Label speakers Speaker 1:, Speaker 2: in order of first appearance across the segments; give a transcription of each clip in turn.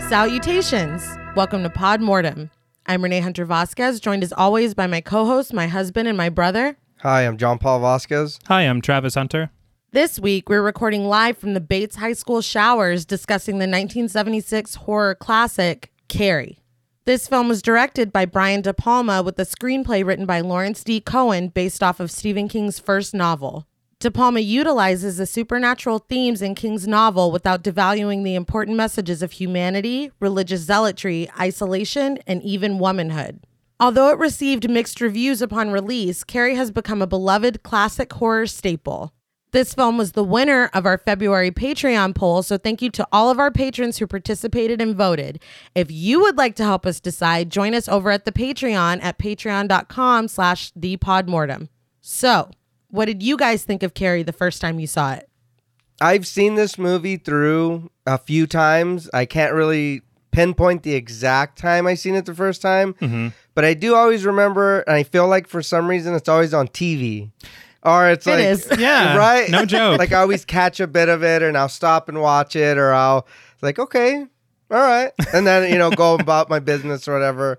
Speaker 1: Salutations! Welcome to Pod Mortem. I'm Renee Hunter Vasquez, joined as always by my co host, my husband, and my brother.
Speaker 2: Hi, I'm John Paul Vasquez.
Speaker 3: Hi, I'm Travis Hunter.
Speaker 1: This week, we're recording live from the Bates High School showers discussing the 1976 horror classic, Carrie. This film was directed by Brian De Palma with a screenplay written by Lawrence D. Cohen based off of Stephen King's first novel. De Palma utilizes the supernatural themes in King's novel without devaluing the important messages of humanity, religious zealotry, isolation, and even womanhood. Although it received mixed reviews upon release, Carrie has become a beloved classic horror staple. This film was the winner of our February Patreon poll, so thank you to all of our patrons who participated and voted. If you would like to help us decide, join us over at the Patreon at patreon.com slash thepodmortem. So, what did you guys think of Carrie the first time you saw it?
Speaker 2: I've seen this movie through a few times. I can't really pinpoint the exact time I seen it the first time, but I do always remember, and I feel like for some reason it's always on TV. Or it's
Speaker 1: It
Speaker 2: like,
Speaker 1: is.
Speaker 3: Yeah,
Speaker 2: right?
Speaker 3: no joke.
Speaker 2: like I always catch a bit of it, and I'll stop and watch it, or I'll like, okay, all right, and then you know go about my business or whatever.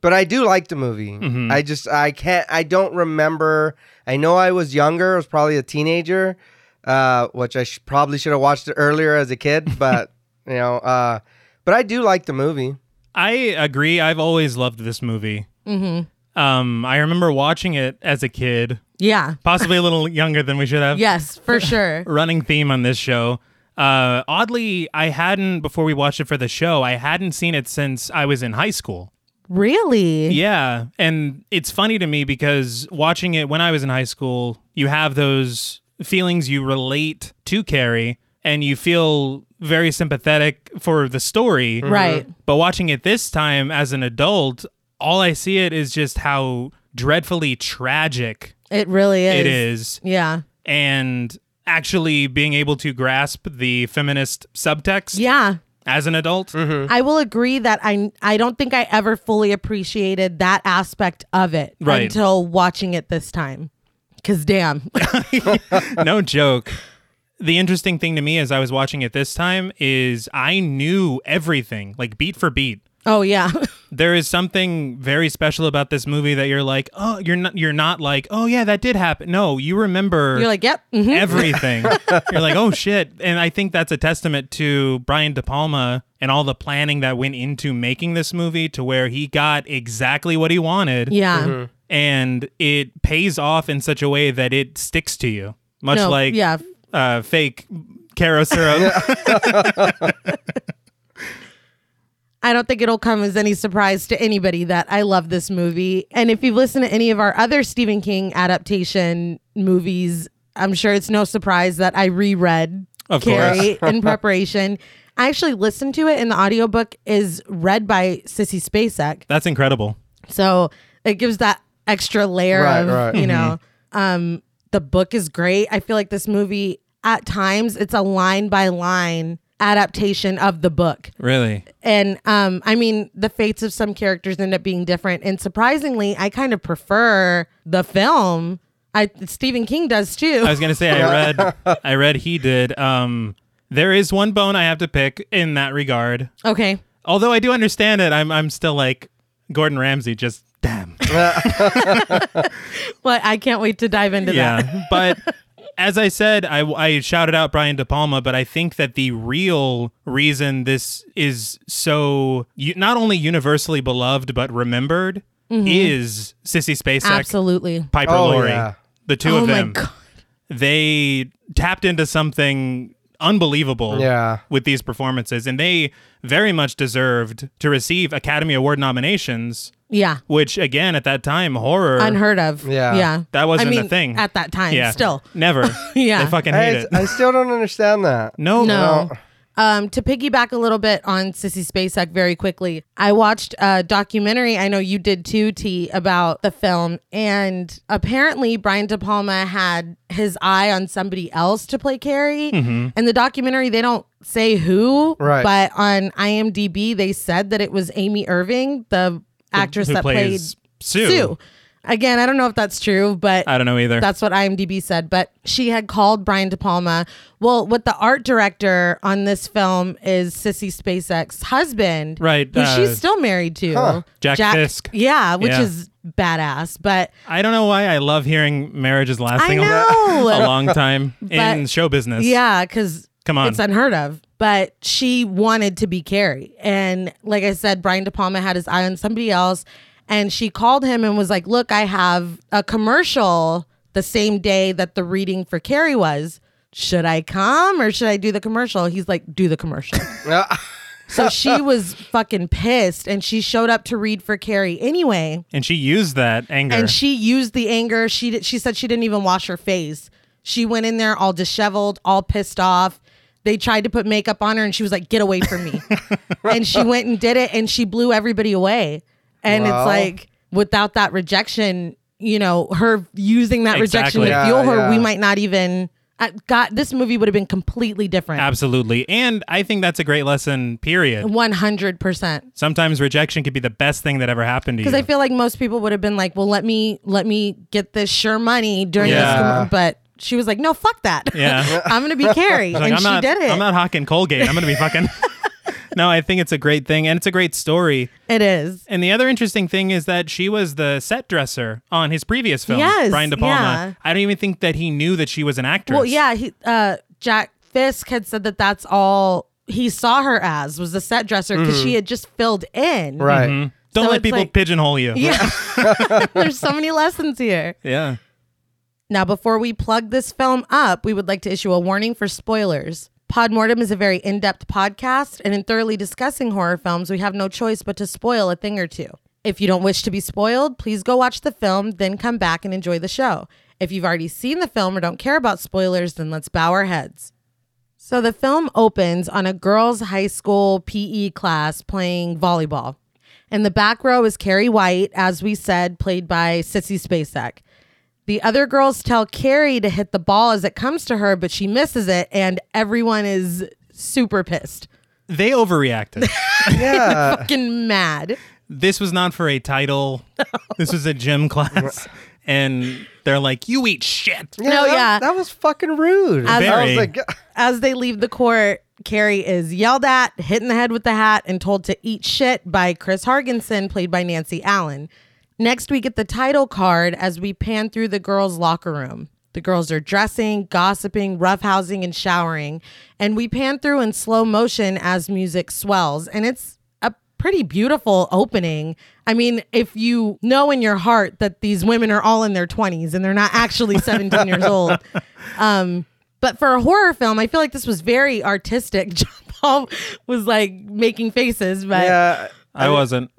Speaker 2: But I do like the movie.
Speaker 3: Mm-hmm.
Speaker 2: I just I can't I don't remember. I know I was younger. I was probably a teenager, uh, which I sh- probably should have watched it earlier as a kid. But you know, uh, but I do like the movie.
Speaker 3: I agree. I've always loved this movie. Mm-hmm. Um, I remember watching it as a kid,
Speaker 1: Yeah.
Speaker 3: possibly a little younger than we should have.
Speaker 1: Yes, for sure.
Speaker 3: Running theme on this show. Uh, oddly, I hadn't before we watched it for the show. I hadn't seen it since I was in high school.
Speaker 1: really?
Speaker 3: Yeah, and it's funny to me because watching it when I was in high school, you have those feelings you relate to Carrie, and you feel very sympathetic for the story,
Speaker 1: Right.
Speaker 3: But watching it this time as an adult, all I see it is just how dreadfully tragic
Speaker 1: It really is.
Speaker 3: it is.
Speaker 1: Yeah.
Speaker 3: And actually being able to grasp the feminist subtext
Speaker 1: Yeah.
Speaker 3: as an adult.
Speaker 1: I will agree that I I don't think I ever fully appreciated that aspect of it
Speaker 3: Right.
Speaker 1: until watching it this time. Cause damn,
Speaker 3: no joke. The interesting thing to me as I was watching it this time is I knew everything, like beat for beat.
Speaker 1: oh yeah,
Speaker 3: There is something very special about this movie that you're like, oh, you're not, you're not like, oh yeah, that did happen. No, you remember.
Speaker 1: you're like yep, mhm.
Speaker 3: everything. You're like, oh shit. And I think that's a testament to Brian De Palma and all the planning that went into making this movie to where he got exactly what he wanted.
Speaker 1: yeah,
Speaker 3: And it pays off in such a way that it sticks to you, much
Speaker 1: No,
Speaker 3: like
Speaker 1: yeah.
Speaker 3: uh, fake Caro syrup.
Speaker 1: I don't think it'll come as any surprise to anybody that I love this movie. And if you've listened to any of our other Stephen King adaptation movies, I'm sure it's no surprise that I reread
Speaker 3: Of
Speaker 1: Carrie in preparation. I actually listened to it, and the audiobook is read by Sissy Spacek.
Speaker 3: That's incredible.
Speaker 1: So it gives that extra layer
Speaker 2: Right,
Speaker 1: of,
Speaker 2: right.
Speaker 1: you know,
Speaker 3: Mm-hmm.
Speaker 1: um, the book is great. I feel like this movie, at times, it's a line by line adaptation of the book.
Speaker 3: Really?
Speaker 1: And um, I mean, the fates of some characters end up being different. And surprisingly, I kind of prefer the film. I Stephen King does too.
Speaker 3: I was gonna say I read I read he did. Um there is one bone I have to pick in that regard.
Speaker 1: okay.
Speaker 3: Although I do understand it, I'm I'm still like Gordon Ramsay just damn.
Speaker 1: Well, I can't wait to dive into that.
Speaker 3: yeah but as i said I, I shouted out brian de palma but i think that the real reason this is so u- not only universally beloved but remembered
Speaker 1: Mm-hmm.
Speaker 3: is sissy spacek
Speaker 1: Absolutely.
Speaker 3: piper
Speaker 2: Oh,
Speaker 3: laurie
Speaker 2: yeah.
Speaker 3: the two
Speaker 1: Oh
Speaker 3: of
Speaker 1: my
Speaker 3: them
Speaker 1: God.
Speaker 3: they tapped into something unbelievable
Speaker 2: Yeah.
Speaker 3: with these performances and they very much deserved to receive academy award nominations
Speaker 1: Yeah.
Speaker 3: which again at that time horror
Speaker 1: Unheard of.
Speaker 2: Yeah.
Speaker 1: Yeah.
Speaker 3: That wasn't
Speaker 1: I
Speaker 3: a
Speaker 1: mean,
Speaker 3: thing.
Speaker 1: At that time.
Speaker 3: yeah
Speaker 1: Still.
Speaker 3: never
Speaker 1: Yeah.
Speaker 3: they fucking hate
Speaker 2: I,
Speaker 3: it Mm-hmm.
Speaker 2: I still don't understand that.
Speaker 3: Oh, No,
Speaker 1: No. Um, to piggyback a little bit on Sissy Spacek very quickly, I watched a documentary, I know you did too, T, about the film. And apparently, Brian De Palma had his eye on somebody else to play Carrie.
Speaker 3: Mm-hmm.
Speaker 1: And the documentary, they don't say who,
Speaker 2: Right.
Speaker 1: but on IMDb, they said that it was Amy Irving, the actress
Speaker 3: who
Speaker 1: that
Speaker 3: plays
Speaker 1: played
Speaker 3: Sue.
Speaker 1: Sue. Again, I don't know if that's true, but
Speaker 3: I don't know either.
Speaker 1: That's what IMDb said. But she had called Brian De Palma. Well, what the art director on this film is Sissy SpaceX husband,
Speaker 3: Right,
Speaker 1: Who
Speaker 3: uh,
Speaker 1: she's still married to,
Speaker 2: Huh.
Speaker 3: Jack Fisk.
Speaker 1: Yeah, which
Speaker 3: Yeah.
Speaker 1: is badass. But
Speaker 3: I don't know why I love hearing marriages lasting a-
Speaker 1: know.
Speaker 3: a long time in
Speaker 1: But-
Speaker 3: show business.
Speaker 1: yeah, because
Speaker 3: Come on.
Speaker 1: it's unheard of. But she wanted to be Carrie, and like I said, Brian De Palma had his eye on somebody else, and she called him and was like, "Look, I have a commercial the same day that the reading for Carrie was." Should I come or should I do the commercial? He's like, do the commercial. So she was fucking pissed and she showed up to read for Carrie anyway.
Speaker 3: and she used that anger.
Speaker 1: And she used the anger. She did, she said she didn't even wash her face. She went in there all disheveled, all pissed off. They tried to put makeup on her and she was like, "Get away from me." and she went and did it and she blew everybody away. And
Speaker 2: Wow.
Speaker 1: it's like without that rejection, you know, her using that rejection
Speaker 3: Exactly.
Speaker 1: to
Speaker 3: Yeah,
Speaker 1: fuel her,
Speaker 2: yeah.
Speaker 1: we might not even I, God, this movie would have been completely different.
Speaker 3: Absolutely. And I think that's a great lesson, period.
Speaker 1: 100%.
Speaker 3: Sometimes rejection could be the best thing that ever happened to you.
Speaker 1: because I feel like most people would have been like, "Well, let me let me get this sure money during
Speaker 3: Yeah.
Speaker 1: this," com-" but she was like, "No, fuck that.
Speaker 3: Yeah.
Speaker 1: I'm gonna be Carrie,"
Speaker 3: She's like,
Speaker 1: and
Speaker 3: I'm
Speaker 1: she
Speaker 3: not,
Speaker 1: did it.
Speaker 3: I'm not hawking Colgate. I'm going to be fucking. no, I think it's a great thing. And it's a great story.
Speaker 1: it is
Speaker 3: And the other interesting thing is that she was the set dresser on his previous film,
Speaker 1: Yes,
Speaker 3: Brian De Palma.
Speaker 1: yeah.
Speaker 3: I don't even think that he knew that she was an actress.
Speaker 1: well, yeah. He, uh, Jack Fisk had said that that's all he saw her as was the set dresser because
Speaker 3: Mm-hmm.
Speaker 1: she had just filled in.
Speaker 2: right.
Speaker 3: Don't
Speaker 1: So
Speaker 3: let
Speaker 1: it's
Speaker 3: people
Speaker 1: like-
Speaker 3: pigeonhole you.
Speaker 1: Yeah. There's so many lessons here.
Speaker 3: Yeah.
Speaker 1: Now, before we plug this film up, we would like to issue a warning for spoilers. Podmortem is a very in depth podcast, and in thoroughly discussing horror films, we have no choice but to spoil a thing or two. If you don't wish to be spoiled, please go watch the film, then come back and enjoy the show. If you've already seen the film or don't care about spoilers, then let's bow our heads. So the film opens on a girls' high school PE class playing volleyball. In the back row is Carrie White, as we said, played by Sissy Spacek. The other girls tell Carrie to hit the ball as it comes to her, but she misses it, and everyone is super pissed,
Speaker 3: They overreacted.
Speaker 2: Yeah.
Speaker 1: fucking mad.
Speaker 3: this was not for a title. This was a gym class. And they're like, you eat shit.
Speaker 2: Yeah,
Speaker 1: No,
Speaker 2: that,
Speaker 1: yeah.
Speaker 2: That was fucking rude.
Speaker 1: As-
Speaker 2: I
Speaker 3: Very.
Speaker 2: was like,
Speaker 1: As they leave the court, Carrie is yelled at, hit in the head with the hat, and told to eat shit by Chris Hargensen, played by Nancy Allen. Next, we get the title card as we pan through the girls' locker room. The girls are dressing, gossiping, roughhousing, and showering. And we pan through in slow motion as music swells. And it's a pretty beautiful opening. I mean, if you know in your heart that these women are all in their 20s and they're not actually 17 years old. Um, but for a horror film, I feel like this was very artistic. John Paul was like making faces, but
Speaker 2: yeah.
Speaker 3: I wasn't.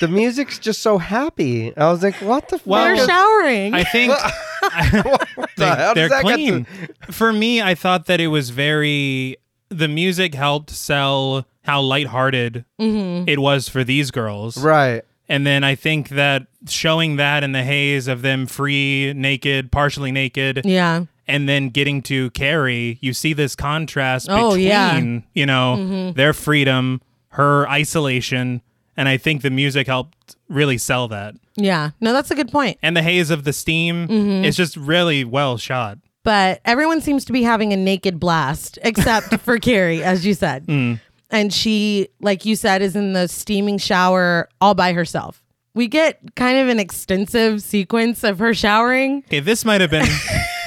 Speaker 2: The music's just so happy. I was like, what the
Speaker 3: Well,
Speaker 1: they're
Speaker 2: fuck?
Speaker 1: showering.
Speaker 3: I think
Speaker 2: What the
Speaker 3: they,
Speaker 2: hell does
Speaker 3: are
Speaker 2: that get
Speaker 3: clean.
Speaker 2: to-
Speaker 3: For me, I thought that it was very. The music helped sell how lighthearted
Speaker 1: Mm-hmm.
Speaker 3: it was for these girls.
Speaker 2: Right.
Speaker 3: And then I think that showing that in the haze of them free, naked, partially naked,
Speaker 1: yeah.
Speaker 3: and then getting to Carrie, you see this contrast
Speaker 1: Oh,
Speaker 3: between,
Speaker 1: yeah. Mm-hmm.
Speaker 3: you know, their freedom, her isolation. And I think the music helped really sell that.
Speaker 1: Yeah. No, that's a good point.
Speaker 3: And the haze of the steam
Speaker 1: Mm-hmm.
Speaker 3: is just really well shot.
Speaker 1: But everyone seems to be having a naked blast except for Carrie, as you said.
Speaker 3: Hmm.
Speaker 1: And she, like you said, is in the steaming shower all by herself. We get kind of an extensive sequence of her showering.
Speaker 3: Okay, this might have been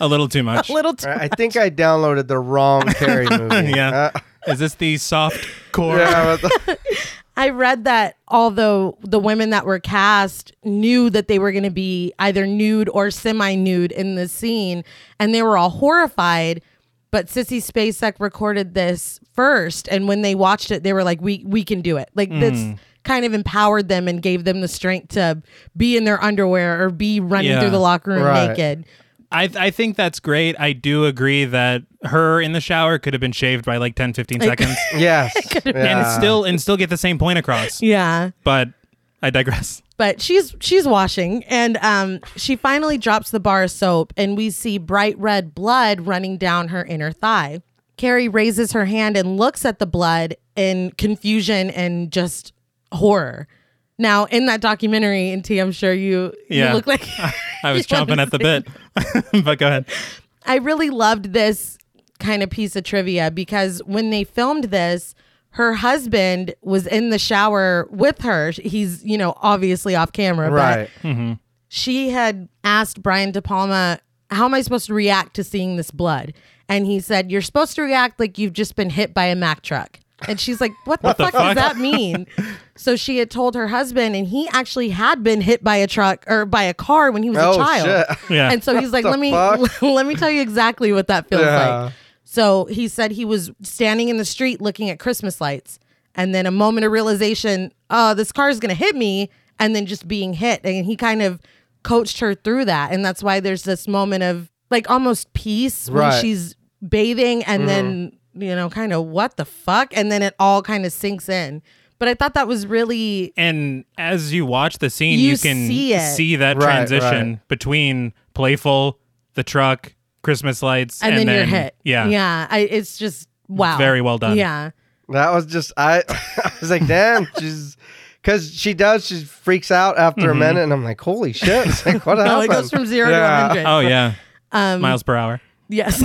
Speaker 3: a little too much.
Speaker 1: A little too
Speaker 2: I think I downloaded the wrong Carrie movie.
Speaker 3: Yeah.
Speaker 2: Uh,
Speaker 3: Is this the soft core?
Speaker 2: yeah, I was-
Speaker 1: I read that although the women that were cast knew that they were going to be either nude or semi nude in the scene, and they were all horrified. But Sissy Spacek recorded this first, and when they watched it, they were like, "We we can do it!" Like this kind of empowered them and gave them the strength to be in their underwear or be running
Speaker 3: Yeah.
Speaker 1: through the locker room
Speaker 2: Right.
Speaker 1: naked.
Speaker 3: I, I think that's great. I do agree that her in the shower could have been shaved by like 10, 15 seconds
Speaker 2: yes.
Speaker 3: and
Speaker 2: Yeah.
Speaker 3: still and still get the same point across.
Speaker 1: Yeah.
Speaker 3: But I digress.
Speaker 1: but she's she's washing and um she finally drops the bar of soap and we see bright red blood running down her inner thigh carrie raises her hand and looks at the blood in confusion and just horror Now, in that documentary, and T, I'm sure you,
Speaker 3: Yeah.
Speaker 1: you look like
Speaker 3: I was
Speaker 1: you wanna
Speaker 3: chomping at the
Speaker 1: say-
Speaker 3: bit. but go ahead.
Speaker 1: I really loved this kind of piece of trivia because when they filmed this, her husband was in the shower with her. He's, you know, obviously off camera, but
Speaker 2: Right.
Speaker 3: Hmm.
Speaker 1: she had asked Brian De Palma, How am I supposed to react to seeing this blood? And he said, You're supposed to react like you've just been hit by a Mack truck. And she's like, What the, fuck,
Speaker 3: fuck?
Speaker 1: does that mean? so she had told her husband, and he actually had been hit by a truck or by a car when he was
Speaker 2: Oh,
Speaker 1: a child.
Speaker 2: shit.
Speaker 3: Yeah.
Speaker 1: And so he's like, Let me
Speaker 2: fuck?
Speaker 1: let me tell you exactly what that feels
Speaker 2: Yeah.
Speaker 1: like. So he said he was standing in the street looking at Christmas lights. And then a moment of realization, oh, this car is going to hit me. And then just being hit. And he kind of coached her through that. And that's why there's this moment of like almost peace when
Speaker 2: Right.
Speaker 1: she's bathing and then,
Speaker 3: Mm-hmm.
Speaker 1: you know, kind of what the fuck? And then it all kind of sinks in. But I thought that was really
Speaker 3: and as you watch the scene, you,
Speaker 1: You
Speaker 3: can
Speaker 1: see it.
Speaker 3: see that
Speaker 2: Right,
Speaker 3: transition between playful, the truck, Christmas lights,
Speaker 1: and,
Speaker 3: and,
Speaker 1: then, you're hit.
Speaker 3: Yeah,
Speaker 1: Yeah. I, it's just wow.
Speaker 3: very well done.
Speaker 1: Yeah.
Speaker 2: That was just I. I was like, damn, she's because she does. She freaks out after
Speaker 3: Mm-hmm.
Speaker 2: a minute, and I'm like, holy shit! It's like, what
Speaker 1: No,
Speaker 2: happened?
Speaker 1: it goes from zero
Speaker 2: Yeah.
Speaker 1: to 100.
Speaker 3: Oh yeah,
Speaker 1: Um,
Speaker 3: miles per hour.
Speaker 1: Yes.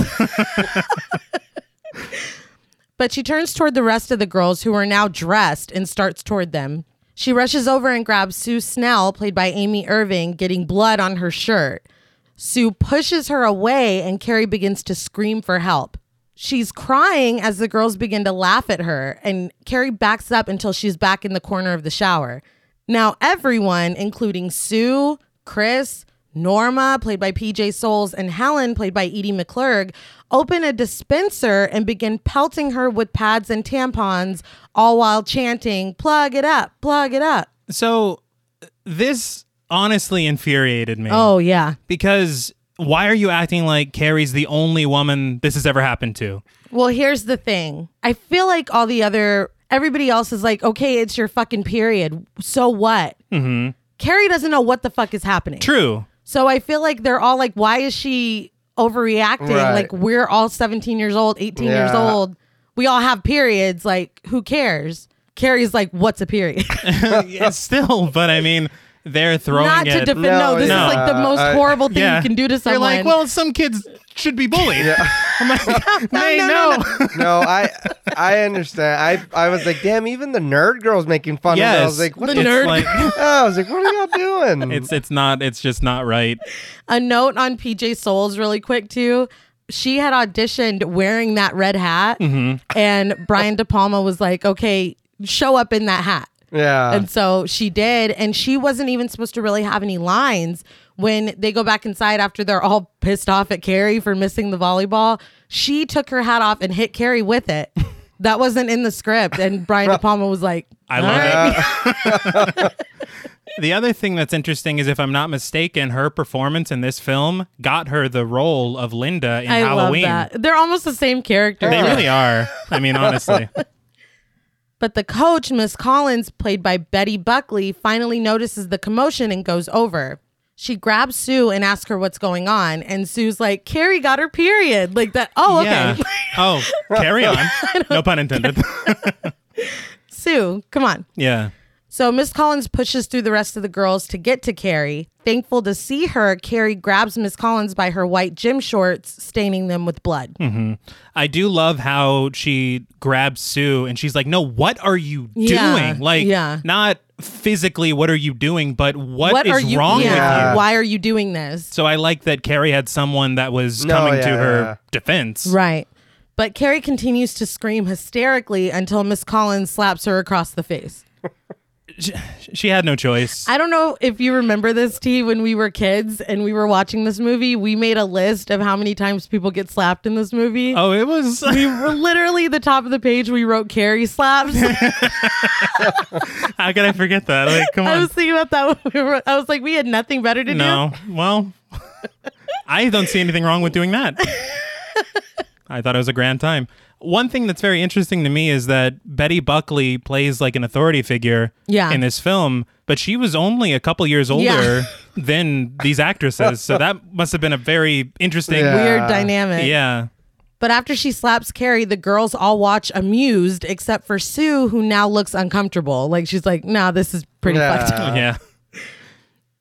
Speaker 1: but she turns toward the rest of the girls who are now dressed and starts toward them. She rushes over and grabs Sue Snell, played by Amy Irving, getting blood on her shirt. Sue pushes her away and Carrie begins to scream for help. She's crying as the girls begin to laugh at her, and Carrie backs up until she's back in the corner of the shower. Now, everyone, including Sue, Chris, Norma, played by PJ Souls, and Helen, played by Edie McClurg, open a dispenser and begin pelting her with pads and tampons, all while chanting, Plug it up, plug it up.
Speaker 3: So this honestly infuriated me
Speaker 1: Oh, yeah.
Speaker 3: because why are you acting like Carrie's the only woman this has ever happened to?
Speaker 1: Well, here's the thing. I feel like all the other everybody else is like, okay, it's your fucking period. So what? Mm-hmm. Carrie doesn't know what the fuck is happening.
Speaker 3: True.
Speaker 1: So I feel like they're all like, why is she overreacting?
Speaker 2: Right.
Speaker 1: Like we're all 17 years old, 18 years
Speaker 2: Yeah.
Speaker 1: old. We all have periods. Like who cares? Carrie's like, what's a period?
Speaker 3: Yeah, Still, but I mean, they're throwing
Speaker 1: Not to
Speaker 3: it.
Speaker 1: defend.
Speaker 2: No,
Speaker 1: No, this
Speaker 3: no. Uh,
Speaker 1: is like the most
Speaker 2: I-
Speaker 1: horrible thing
Speaker 3: yeah.
Speaker 1: you can do to someone.
Speaker 3: You're like, well, some kids should be bullied. I'm like, "Nay,
Speaker 1: no,
Speaker 3: no,
Speaker 1: no,
Speaker 2: no, I I understand. I I was like, damn, even the nerd girls making fun of it. I
Speaker 3: Yes.
Speaker 2: was like, what?
Speaker 1: The
Speaker 2: The
Speaker 1: nerd-
Speaker 2: f-
Speaker 3: It's like-
Speaker 2: I was like, what are y'all doing?
Speaker 3: it's it's not it's just not right.
Speaker 1: a note on PJ Souls really quick too. She had auditioned wearing that red hat,
Speaker 3: Mm-hmm.
Speaker 1: and Brian De Palma was like, "Okay, show up in that hat."
Speaker 2: yeah,
Speaker 3: Uh.
Speaker 1: And so she did, and she wasn't even supposed to really have any lines. When they go back inside after they're all pissed off at Carrie for missing the volleyball, she took her hat off and hit Carrie with it. That wasn't in the script, and Brian De Palma was like,
Speaker 3: I
Speaker 1: "All
Speaker 3: love
Speaker 1: right."
Speaker 3: it. the other thing that's interesting is if I'm not mistaken, her performance in this film got her the role of Linda in
Speaker 1: I
Speaker 3: Halloween.
Speaker 1: love that. They're almost the same character.
Speaker 3: They really are. I mean, honestly.
Speaker 1: But the coach, Miss Collins, played by Betty Buckley, finally notices the commotion and goes over. She grabs Sue and asks her what's going on. And Sue's like, Carrie got her period. Like that. Oh, okay.
Speaker 3: Yeah. Oh, carry on. No pun intended.
Speaker 1: Sue, come on.
Speaker 3: yeah.
Speaker 1: So Miss Collins pushes through the rest of the girls to get to Carrie. Thankful to see her, Carrie grabs Miss Collins by her white gym shorts, staining them with blood.
Speaker 3: Hmm. I do love how she grabs Sue and she's like, "No, what are you
Speaker 1: Yeah,
Speaker 3: doing? Like,
Speaker 1: yeah.
Speaker 3: not physically what are you doing, but
Speaker 1: What
Speaker 3: what is
Speaker 1: are you
Speaker 3: wrong with you?"
Speaker 1: yeah, Why are you doing this?
Speaker 3: So I like that Carrie had someone that was
Speaker 2: No,
Speaker 3: coming to
Speaker 2: yeah,
Speaker 3: her
Speaker 2: yeah.
Speaker 3: defense.
Speaker 1: Right. But Carrie continues to scream hysterically until Miss Collins slaps her across the face.
Speaker 3: She had no choice.
Speaker 1: I don't know if you remember this, T, when we were kids and we were watching this movie, we made a list of how many times people get slapped in this movie.
Speaker 3: oh, it was
Speaker 1: We're literally the top of the page, we wrote Carrie slaps.
Speaker 3: How could I forget that? Like, come
Speaker 1: I
Speaker 3: on.
Speaker 1: was thinking about that. When we were, I was like, we had nothing better to
Speaker 3: no. Well, I don't see anything wrong with doing that. I thought it was a grand time. One thing that's very interesting to me is that Betty Buckley plays like an authority figure
Speaker 1: Yeah.
Speaker 3: in this film, but she was only a couple years older
Speaker 1: Yeah.
Speaker 3: than these actresses. So that must have been a very interesting.
Speaker 1: do.
Speaker 2: Yeah.
Speaker 1: Weird
Speaker 2: Uh,
Speaker 1: dynamic.
Speaker 3: yeah.
Speaker 1: But after she slaps Carrie, the girls all watch amused, except for Sue, who now looks uncomfortable. Like she's like, nah, this is pretty fucked up.
Speaker 2: Yeah.
Speaker 3: yeah.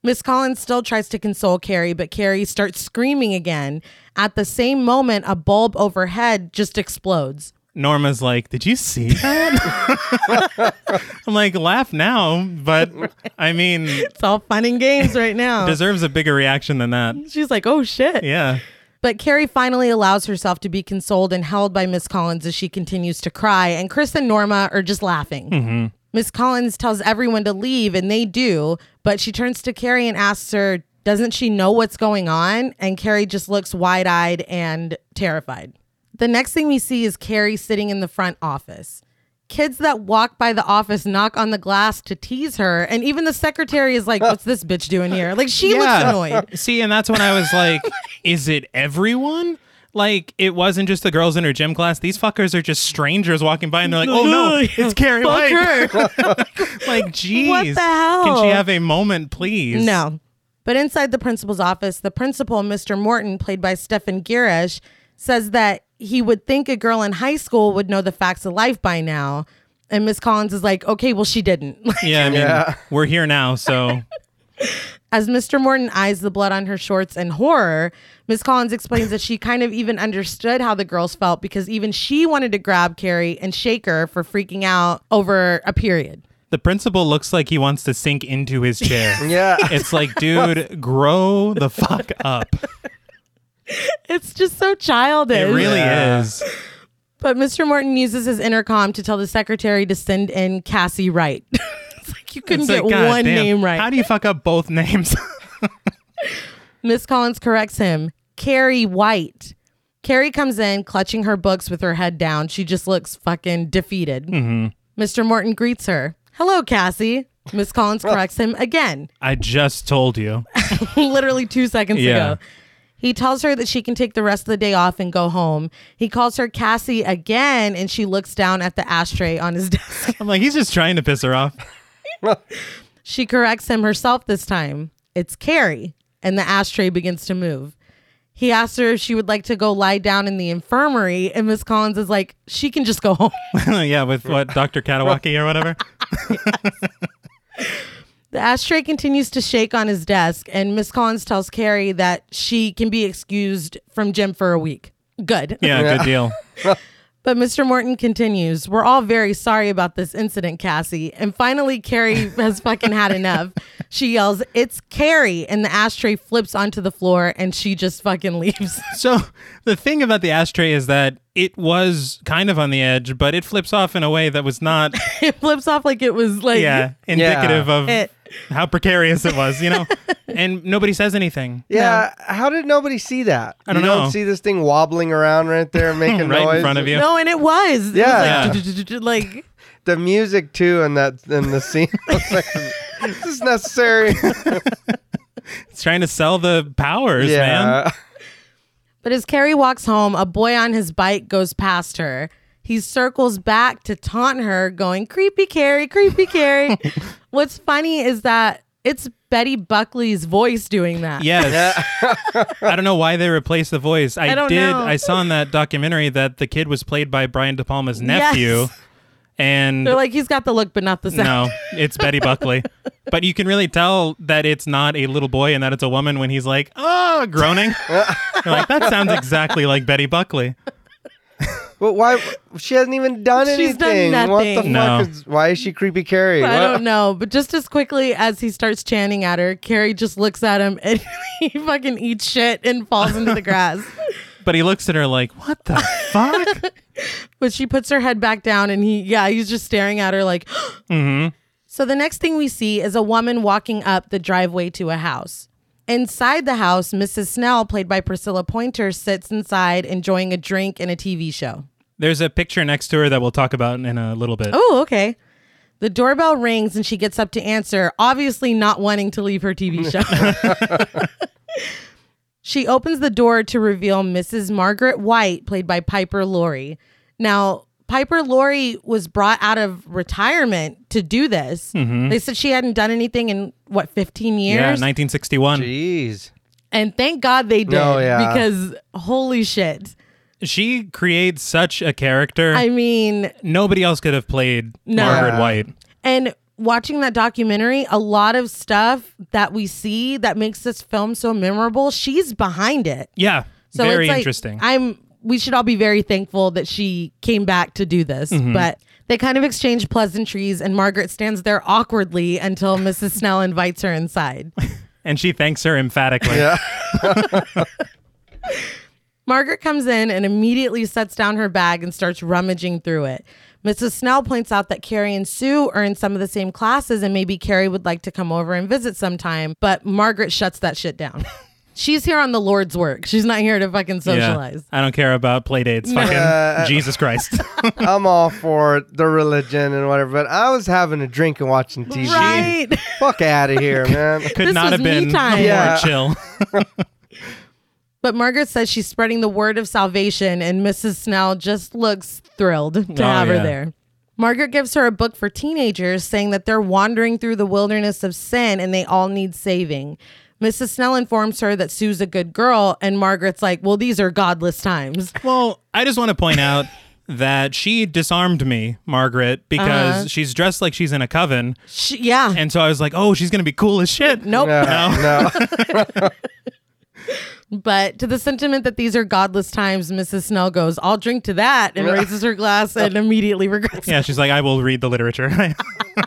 Speaker 1: Miss Collins still tries to console Carrie, but Carrie starts screaming again. At the same moment, a bulb overhead just explodes.
Speaker 3: Norma's like, "Did you see that?" I'm like, "Laugh now," but I mean,
Speaker 1: It's all fun and games right now.
Speaker 3: deserves a bigger reaction than that.
Speaker 1: She's like, oh shit.
Speaker 3: Yeah.
Speaker 1: But Carrie finally allows herself to be consoled and held by Miss Collins as she continues to cry, and Chris and Norma are just laughing. Miss Collins tells everyone to leave, and they do, but she turns to Carrie and asks her, Doesn't she know what's going on? And Carrie just looks wide eyed and terrified. The next thing we see is Carrie sitting in the front office. Kids that walk by the office knock on the glass to tease her, and even the secretary is like, What's this bitch doing here? Like, she looks
Speaker 3: Yeah.
Speaker 1: annoyed.
Speaker 3: See, and that's when I was like, "Is it everyone?" Like it wasn't just the girls in her gym class. These fuckers are just strangers walking by, and they're like, "Oh no, it's Carrie
Speaker 1: Fuck
Speaker 3: Lake."
Speaker 1: her.
Speaker 3: Like,
Speaker 1: the
Speaker 3: jeez, Can
Speaker 1: hell?
Speaker 3: she have a moment, please?
Speaker 1: No. But inside the principal's office, the principal, Mr. Morton, played by Stefan Girish, says that he would think a girl in high school would know the facts of life by now. And Miss Collins is like, okay, well, she didn't.
Speaker 3: Yeah, I mean,
Speaker 2: Yeah.
Speaker 3: we're here now, so
Speaker 1: As Mr. Morton eyes the blood on her shorts in horror, Miss Collins explains that she kind of even understood how the girls felt because even she wanted to grab Carrie and shake her for freaking out over a period.
Speaker 3: the principal looks like he wants to sink into his chair.
Speaker 2: Yeah.
Speaker 3: It's like, dude, grow the fuck up.
Speaker 1: It's just so childish.
Speaker 3: It really
Speaker 2: Yeah.
Speaker 3: is.
Speaker 1: But Mr. Morton uses his intercom to tell the secretary to send in Cassie Wright. it's like you couldn't
Speaker 3: It's
Speaker 1: get
Speaker 3: like, God
Speaker 1: one
Speaker 3: damn,
Speaker 1: name
Speaker 3: How
Speaker 1: right.
Speaker 3: do you fuck up both names?
Speaker 1: Miss Collins corrects him. Carrie White. Carrie comes in clutching her books with her head down. She just looks fucking defeated. Mr. Morton greets her. Hello, Cassie. Miss Collins corrects him again,
Speaker 3: I just told you.
Speaker 1: literally two seconds
Speaker 3: Yeah.
Speaker 1: ago. He tells her that she can take the rest of the day off and go home. He calls her Cassie again, and she looks down at the ashtray on his desk.
Speaker 3: I'm like, he's just trying to piss her off.
Speaker 1: She corrects him herself this time. It's Carrie, and the ashtray begins to move. He asks her if she would like to go lie down in the infirmary, and Miss Collins is like, she can just go home.
Speaker 3: yeah, with what Dr. Katawaki or whatever.
Speaker 1: The ashtray continues to shake on his desk, and Miss Collins tells Carrie that she can be excused from gym for a week. Good.
Speaker 3: Yeah, good deal.
Speaker 1: But Mr. Morton continues, We're all very sorry about this incident, Cassie. And finally, Carrie has fucking had enough. She yells, It's Carrie. And the ashtray flips onto the floor and she just fucking leaves.
Speaker 3: So the thing about the ashtray is that it was kind of on the edge, but it flips off in a way that was not,
Speaker 1: it flips off like it was like
Speaker 3: yeah, indicative of
Speaker 1: It-
Speaker 3: how precarious it was, you know? and nobody says anything.
Speaker 2: Yeah, how did nobody see that?
Speaker 3: I don't
Speaker 2: you
Speaker 3: know.
Speaker 2: don't see this thing wobbling around right there, making
Speaker 3: Right
Speaker 2: noise
Speaker 3: in front of you.
Speaker 1: no, and it was. It
Speaker 2: Yeah.
Speaker 1: was like, like
Speaker 2: The music too, and that and the scene. was like, this is necessary.
Speaker 3: It's trying to sell the powers, man.
Speaker 2: yeah,
Speaker 1: But as Carrie walks home, a boy on his bike goes past her. He circles back to taunt her, going, Creepy Carrie, creepy Carrie. What's funny is that it's Betty Buckley's voice doing that.
Speaker 3: Yes. I don't know why they replaced the voice. I,
Speaker 1: I don't
Speaker 3: did.
Speaker 1: know.
Speaker 3: I saw in that documentary that the kid was played by Brian De Palma's nephew,
Speaker 1: Yes.
Speaker 3: and
Speaker 1: They're like, he's got the look, but not the sound.
Speaker 3: no, it's Betty Buckley. But you can really tell that it's not a little boy and that it's a woman when he's like, "Oh," groaning. You're like that sounds exactly like Betty Buckley.
Speaker 2: but why? She hasn't even done
Speaker 1: She's done
Speaker 2: anything. what the
Speaker 1: nothing.
Speaker 3: No.
Speaker 2: fuck? Is, why is she creepy Carrie?
Speaker 1: I
Speaker 2: What-
Speaker 1: don't know. But just as quickly as he starts chanting at her, Carrie just looks at him and he fucking eats shit and falls into the grass.
Speaker 3: But he looks at her like, "What the fuck?"
Speaker 1: But she puts her head back down and he, yeah, he's just staring at her like, So the next thing we see is a woman walking up the driveway to a house. Inside the house, Mrs. Snell, played by Priscilla Pointer, sits inside enjoying a drink and a TV show.
Speaker 3: There's a picture next to her that we'll talk about in a little bit.
Speaker 1: Oh, okay. The doorbell rings and she gets up to answer, obviously not wanting to leave her TV show. she opens the door to reveal Mrs. Margaret White, played by Piper Laurie. Now, Piper Laurie was brought out of retirement to do this. They said she hadn't done anything in what 15 years,
Speaker 3: yeah, 1961.
Speaker 2: Jeez.
Speaker 1: and thank God they did
Speaker 2: No, yeah.
Speaker 1: because holy shit.
Speaker 3: she creates such a character.
Speaker 1: I mean,
Speaker 3: Nobody else could have played
Speaker 1: No.
Speaker 3: Margaret
Speaker 2: Yeah.
Speaker 3: White.
Speaker 1: and watching that documentary, a lot of stuff that we see that makes this film so memorable, she's behind it.
Speaker 3: Yeah,
Speaker 1: So
Speaker 3: very
Speaker 1: it's like,
Speaker 3: interesting.
Speaker 1: I'm. We should all be very thankful that she came back to do this.
Speaker 3: Mm-hmm.
Speaker 1: But they kind of exchange pleasantries, and Margaret stands there awkwardly until Mrs. Snell invites her inside.
Speaker 3: and she thanks her emphatically.
Speaker 2: Yeah.
Speaker 1: Margaret comes in and immediately sets down her bag and starts rummaging through it. Mrs. Snell points out that Carrie and Sue are in some of the same classes, and maybe Carrie would like to come over and visit sometime. But Margaret shuts that shit down. She's here on the Lord's work. She's not here to fucking
Speaker 3: Yeah.
Speaker 1: socialize.
Speaker 3: I don't care about play dates. Fucking Jesus Christ.
Speaker 2: I'm all for the religion and whatever, but I was having a drink and watching TV.
Speaker 1: Right.
Speaker 2: Fuck out of here, man.
Speaker 3: Could
Speaker 1: This
Speaker 3: not
Speaker 1: was
Speaker 3: have been
Speaker 1: me time.
Speaker 3: more
Speaker 2: Yeah.
Speaker 3: chill.
Speaker 1: But Margaret says she's spreading the word of salvation, and Mrs. Snell just looks thrilled to
Speaker 3: Oh,
Speaker 1: have her
Speaker 3: yeah.
Speaker 1: there. Margaret gives her a book for teenagers saying that they're wandering through the wilderness of sin and they all need saving. Mrs. Snell informs her that Sue's a good girl, and Margaret's like, Well, these are godless times.
Speaker 3: Well, I just want to point out that she disarmed me, Margaret, because
Speaker 1: Uh-huh.
Speaker 3: she's dressed like she's in a coven.
Speaker 1: She, yeah.
Speaker 3: And so I was like, oh, she's going to be cool as shit.
Speaker 1: nope.
Speaker 2: No, no.
Speaker 1: But to the sentiment that these are godless times, Mrs. Snell goes, I'll drink to that, and raises her glass and immediately regrets
Speaker 3: Yeah, she's like, I will read the literature.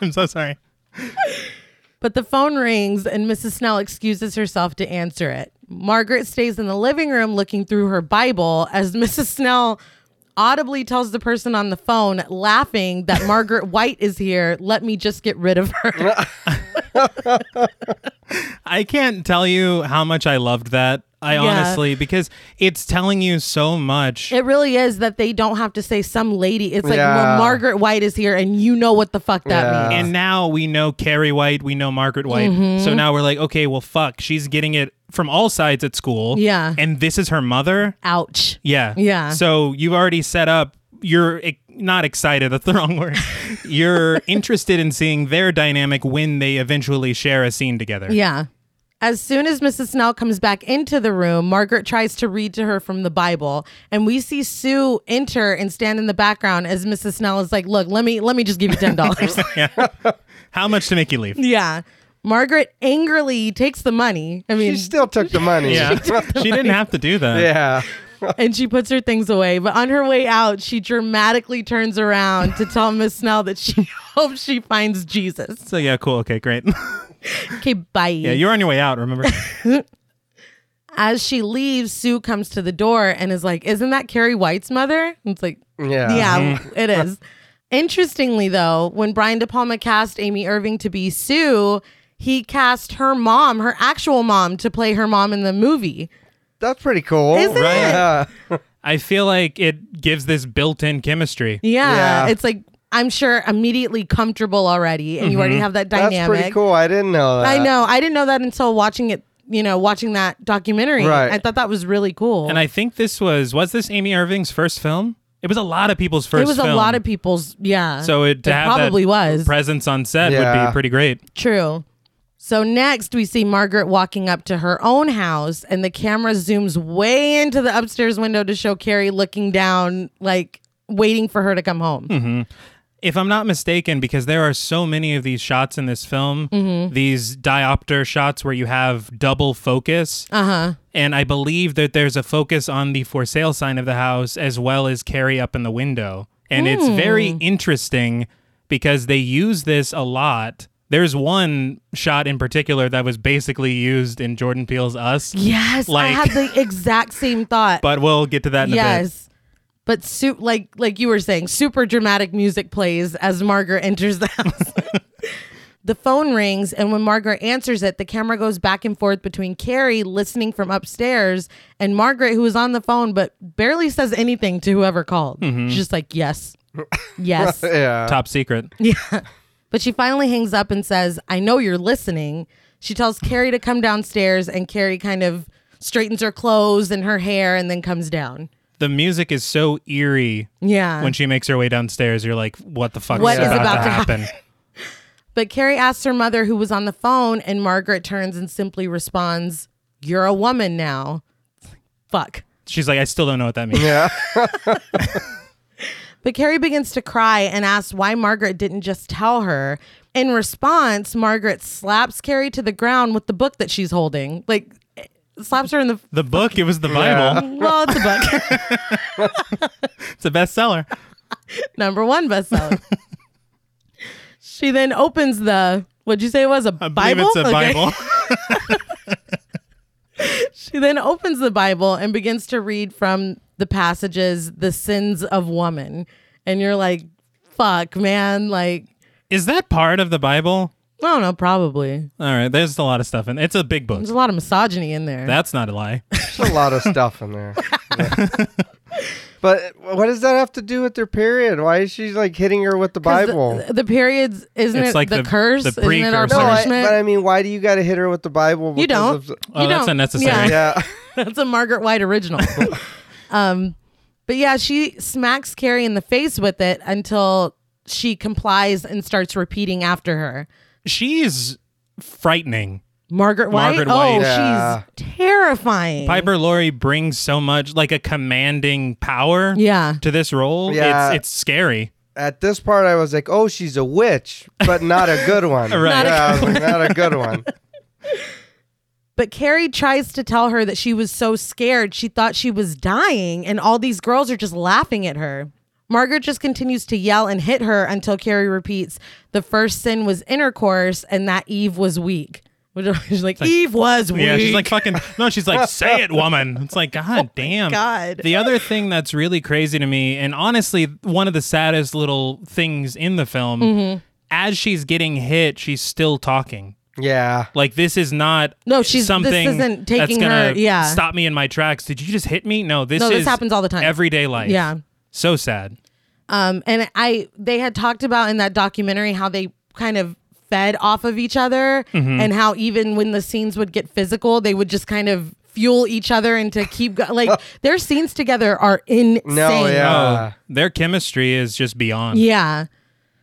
Speaker 3: I'm so sorry.
Speaker 1: But the phone rings and Mrs. Snell excuses herself to answer it. Margaret stays in the living room looking through her Bible as Mrs. Snell audibly tells the person on the phone, laughing, that Margaret White is here. Let me just get rid of her.
Speaker 3: I can't tell you how much I loved that. I
Speaker 1: Yeah.
Speaker 3: honestly, because it's telling you so much.
Speaker 1: it really is that they don't have to say some lady. It's like, well,
Speaker 2: Yeah.
Speaker 1: Margaret White is here and you know what the fuck that
Speaker 2: Yeah.
Speaker 1: means.
Speaker 3: and now we know Carrie White, we know Margaret White.
Speaker 1: Mm-hmm.
Speaker 3: So now we're like, okay, well, fuck, she's getting it from all sides at school.
Speaker 1: Yeah.
Speaker 3: And this is her mother.
Speaker 1: Ouch.
Speaker 3: Yeah.
Speaker 1: Yeah.
Speaker 3: So you've already set up. You're ex- not excited. That's the wrong word. You're interested in seeing their dynamic when they eventually share a scene together.
Speaker 1: Yeah. As soon as Mrs. Snell comes back into the room, Margaret tries to read to her from the Bible, and we see Sue enter and stand in the background as Mrs. Snell is like, "Look, let me let me just give you ten dollars."
Speaker 3: How much to make you leave?
Speaker 1: yeah. Margaret angrily takes the money. I mean,
Speaker 2: She still took the money.
Speaker 3: Yeah. she didn't have to do that.
Speaker 2: yeah.
Speaker 1: and she puts her things away. But on her way out, she dramatically turns around to tell Miss Snell that she hopes she finds Jesus.
Speaker 3: So yeah, cool. Okay, great.
Speaker 1: Okay, bye.
Speaker 3: yeah, you're on your way out. Remember?
Speaker 1: As she leaves, Sue comes to the door and is like, "Isn't that Carrie White's mother?" And it's like,
Speaker 2: Yeah.
Speaker 1: Yeah,
Speaker 3: Mm-hmm.
Speaker 1: it is. Interestingly, though, when Brian De Palma cast Amy Irving to be Sue, he cast her mom, her actual mom, to play her mom in the movie.
Speaker 2: That's pretty cool.
Speaker 1: Isn't
Speaker 3: Right. it?
Speaker 2: Yeah.
Speaker 3: I feel like it gives this built-in chemistry.
Speaker 1: Yeah,
Speaker 2: Yeah.
Speaker 1: it's like I'm sure immediately comfortable already, and you
Speaker 3: Mm-hmm.
Speaker 1: already have that
Speaker 2: That's
Speaker 1: dynamic.
Speaker 2: pretty cool. I didn't know that.
Speaker 1: I know. I didn't know that until watching it. You know, watching that documentary,
Speaker 2: Right.
Speaker 1: I thought that was really cool.
Speaker 3: And I think this was was this Amy Irving's first film? It was a lot of people's first.
Speaker 1: it was a
Speaker 3: film.
Speaker 1: lot of people's. Yeah,
Speaker 3: So it, to
Speaker 1: It
Speaker 3: have
Speaker 1: probably
Speaker 3: that
Speaker 1: was.
Speaker 3: presence on set would
Speaker 2: Yeah.
Speaker 3: be pretty great.
Speaker 1: True. So next we see Margaret walking up to her own house and the camera zooms way into the upstairs window to show Carrie looking down like waiting for her to come home.
Speaker 3: if I'm not mistaken, because there are so many of these shots in this film, these diopter shots where you have double focus. Uh huh. And I believe that there's a focus on the for sale sign of the house as well as Carrie up in the window. And it's very interesting because they use this a lot. There's one shot in particular that was basically used in Jordan Peele's Us,
Speaker 1: Yes, I
Speaker 3: Like-
Speaker 1: had the exact same thought.
Speaker 3: but we'll get to that in a bit.
Speaker 1: yes. But su- like like you were saying, super dramatic music plays as Margaret enters the house. the phone rings and when Margaret answers it, the camera goes back and forth between Carrie listening from upstairs and Margaret who is on the phone but barely says anything to whoever called.
Speaker 3: Mm-hmm.
Speaker 1: She's just like, "Yes." yes.
Speaker 2: Yeah.
Speaker 3: Top secret.
Speaker 1: But she finally hangs up and says, I know you're listening. She tells Carrie to come downstairs, and Carrie kind of straightens her clothes and her hair and then comes down.
Speaker 3: The music is so eerie
Speaker 1: Yeah.
Speaker 3: when she makes her way downstairs, you're like, what the fuck
Speaker 1: What
Speaker 3: is
Speaker 1: is
Speaker 3: about,
Speaker 1: about
Speaker 3: to
Speaker 1: to
Speaker 3: happen?
Speaker 1: but Carrie asks her mother, who was on the phone, and Margaret turns and simply responds, You're a woman now. Fuck.
Speaker 3: She's like, I still don't know what that means.
Speaker 2: Yeah.
Speaker 1: But Carrie begins to cry and asks why Margaret didn't just tell her. In response, Margaret slaps Carrie to the ground with the book that she's holding. Like, eh, slaps her in the.
Speaker 3: The book, it was the Bible.
Speaker 1: Well, it's a book.
Speaker 3: It's a bestseller.
Speaker 1: Number one bestseller. she then opens the. What'd you say it was? A
Speaker 3: I believe
Speaker 1: Bible?
Speaker 3: it's a
Speaker 1: Okay.
Speaker 3: Bible.
Speaker 1: She then opens the Bible and begins to read from the passages, The Sins of Woman. And you're like, fuck, man. Like,
Speaker 3: Is that part of the Bible?
Speaker 1: I don't know, probably.
Speaker 3: All right, there's a lot of stuff in It's a big book.
Speaker 1: There's a lot of misogyny in there.
Speaker 3: That's not a lie.
Speaker 2: There's a lot of stuff in there. Yeah. but what does that have to do with their period? Why is she like hitting her with the
Speaker 1: 'Cause
Speaker 2: Bible?
Speaker 1: The, the periods, isn't
Speaker 3: It's
Speaker 1: it
Speaker 3: like
Speaker 1: the,
Speaker 3: the-
Speaker 1: curse?
Speaker 3: the
Speaker 1: isn't it our
Speaker 3: precursor.
Speaker 2: no, I,
Speaker 1: punishment?
Speaker 2: but I mean, why do you got to hit her with the Bible?
Speaker 1: you
Speaker 2: because
Speaker 1: don't.
Speaker 2: of the-
Speaker 3: Oh,
Speaker 1: you
Speaker 3: that's
Speaker 1: don't.
Speaker 3: unnecessary.
Speaker 1: Yeah,
Speaker 2: yeah.
Speaker 1: that's a Margaret White original. um, but yeah, she smacks Carrie in the face with it until she complies and starts repeating after her.
Speaker 3: She's frightening.
Speaker 1: Margaret White.
Speaker 3: Margaret
Speaker 1: oh,
Speaker 3: White.
Speaker 2: Yeah.
Speaker 1: she's terrifying.
Speaker 3: Piper Laurie brings so much, like a commanding power
Speaker 1: Yeah.
Speaker 3: to this role.
Speaker 2: Yeah.
Speaker 3: It's, it's scary.
Speaker 2: At this part, I was like, "Oh, she's a witch, but not a good one."
Speaker 3: Right.
Speaker 2: Yeah, I was like, not a good one.
Speaker 1: But Carrie tries to tell her that she was so scared she thought she was dying, and all these girls are just laughing at her. Margaret just continues to yell and hit her until Carrie repeats, The first sin was intercourse, and that Eve was weak. Which She's like, Eve was weak.
Speaker 3: Yeah, she's like fucking. No, she's like, say it, woman. It's like, God damn.
Speaker 1: Oh God.
Speaker 3: The other thing that's really crazy to me, and honestly, one of the saddest little things in the film,
Speaker 1: Mm-hmm.
Speaker 3: as she's getting hit, she's still talking.
Speaker 2: Yeah.
Speaker 3: Like this is not
Speaker 1: No, she's- this
Speaker 3: something
Speaker 1: isn't taking
Speaker 3: that's gonna
Speaker 1: her- yeah.
Speaker 3: stop me in my tracks. Did you just hit me? No, this
Speaker 1: No,
Speaker 3: is
Speaker 1: this happens all the time.
Speaker 3: Everyday life.
Speaker 1: Yeah.
Speaker 3: So sad.
Speaker 1: Um, and I they had talked about in that documentary how they kind of fed off of each other and how even when the scenes would get physical, they would just kind of fuel each other and to keep go- like their scenes together are insane.
Speaker 2: yeah. Uh.
Speaker 3: oh, their chemistry is just beyond.
Speaker 1: Yeah.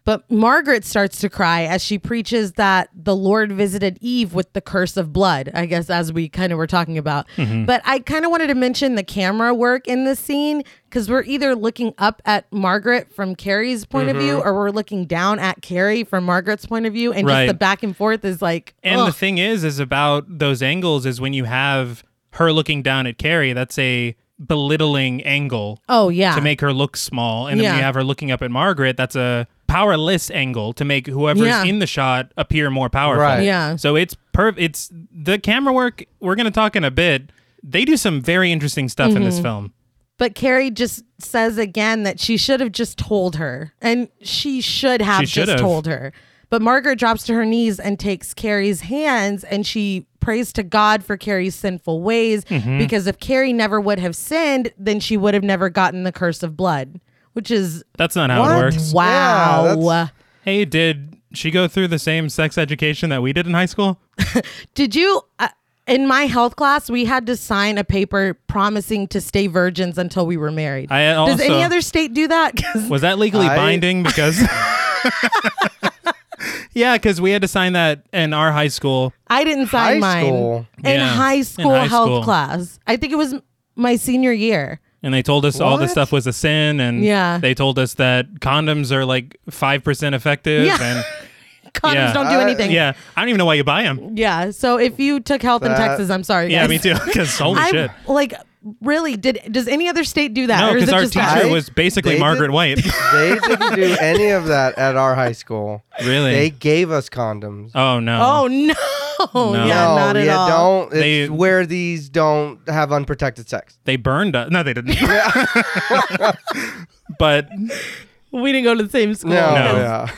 Speaker 1: But Margaret starts to cry as she preaches that the Lord visited Eve with the curse of blood, I guess, as we kind of were talking about.
Speaker 3: Mm-hmm.
Speaker 1: But I kind of wanted to mention the camera work in this scene because we're either looking up at Margaret from Carrie's point of
Speaker 3: Mm-hmm.
Speaker 1: view or we're looking down at Carrie from Margaret's point of view. And
Speaker 3: Right.
Speaker 1: just the back and forth is like,
Speaker 3: And the
Speaker 1: ugh.
Speaker 3: thing is, is about those angles is when you have her looking down at Carrie, that's a belittling angle
Speaker 1: oh, yeah.
Speaker 3: to make her look small. And then when
Speaker 1: Yeah.
Speaker 3: you have her looking up at Margaret, that's a powerless angle to make whoever's
Speaker 1: Yeah.
Speaker 3: in the shot appear more powerful.
Speaker 2: Right.
Speaker 1: Yeah.
Speaker 3: So it's perf it's the camera work we're gonna talk in a bit. They do some very interesting stuff in
Speaker 1: Mm-hmm.
Speaker 3: this film.
Speaker 1: But Carrie just says again that she should have just told her, and she should have
Speaker 3: She should
Speaker 1: just
Speaker 3: have.
Speaker 1: told her. But Margaret drops to her knees and takes Carrie's hands, and she prays to God for Carrie's sinful ways
Speaker 3: Mm-hmm.
Speaker 1: because if Carrie never would have sinned, then she would have never gotten the curse of blood, which is
Speaker 3: That's not how it works.
Speaker 1: wow.
Speaker 2: that's-
Speaker 3: Hey, did she go through the same sex education that we did in high school?
Speaker 1: Did you? Uh, in my health class, we had to sign a paper promising to stay virgins until we were married.
Speaker 3: I
Speaker 1: Does any
Speaker 3: also-
Speaker 1: other state do that? 'Cause-
Speaker 3: Was that legally
Speaker 2: I-
Speaker 3: binding? Because yeah, because we had to sign that in our high school.
Speaker 1: I didn't
Speaker 2: High
Speaker 1: sign mine
Speaker 2: school?
Speaker 1: in
Speaker 3: Yeah,
Speaker 1: high
Speaker 3: in
Speaker 1: school
Speaker 3: high
Speaker 1: health
Speaker 3: school.
Speaker 1: class. I think it was m- my senior year.
Speaker 3: And they told us all this
Speaker 2: What?
Speaker 3: stuff was a sin, and
Speaker 1: Yeah.
Speaker 3: they told us that condoms are like five percent effective,
Speaker 1: Yeah.
Speaker 3: and
Speaker 1: Condoms
Speaker 3: Yeah.
Speaker 1: don't do
Speaker 2: Uh,
Speaker 1: anything.
Speaker 3: yeah, I don't even know why you buy them.
Speaker 1: Yeah, So if you took health in
Speaker 2: That-
Speaker 1: Texas, I'm sorry.
Speaker 3: Yeah,
Speaker 1: guys.
Speaker 3: me too. Because holy
Speaker 1: I'm
Speaker 3: shit,
Speaker 1: like, really? Did does any other state do that?
Speaker 3: no,
Speaker 1: or is
Speaker 3: because
Speaker 1: it
Speaker 3: our
Speaker 1: just
Speaker 3: teacher
Speaker 1: us?
Speaker 2: I-
Speaker 3: was basically
Speaker 2: they
Speaker 3: Margaret
Speaker 2: did-
Speaker 3: White.
Speaker 2: They didn't do any of that at our high school.
Speaker 3: Really?
Speaker 2: They gave us condoms.
Speaker 3: oh no.
Speaker 1: Oh no. Yeah,
Speaker 2: no,
Speaker 1: not at
Speaker 2: yeah,
Speaker 1: all.
Speaker 2: don't. It's
Speaker 3: They-
Speaker 2: where these don't have unprotected sex.
Speaker 3: they burned us. No, they didn't. but
Speaker 1: We didn't go to the same school.
Speaker 2: No,
Speaker 3: No.
Speaker 2: yeah.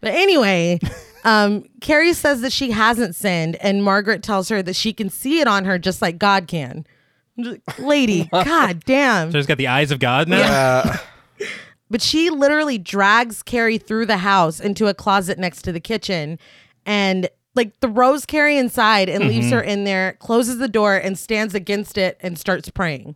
Speaker 1: But anyway, um, Carrie says that she hasn't sinned, and Margaret tells her that she can see it on her just like God can. Lady, god damn.
Speaker 3: so it's got the eyes of God now.
Speaker 2: Uh,
Speaker 1: But she literally drags Carrie through the house into a closet next to the kitchen and like throws Carrie inside and leaves
Speaker 3: Mm-hmm.
Speaker 1: her in there, closes the door and stands against it and starts praying.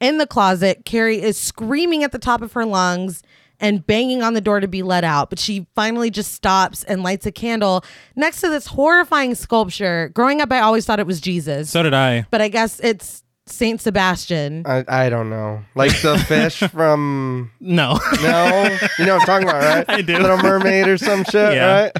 Speaker 1: In the closet, Carrie is screaming at the top of her lungs and banging on the door to be let out, but she finally just stops and lights a candle next to this horrifying sculpture. Growing up, I always thought it was Jesus,
Speaker 3: So Uh, did I.
Speaker 1: but I guess it's Saint Sebastian.
Speaker 2: I, I don't know. Like the fish from
Speaker 3: No.
Speaker 2: No, you know what I'm talking about, right?
Speaker 3: I do.
Speaker 2: Little Mermaid or some shit,
Speaker 3: Yeah.
Speaker 2: right?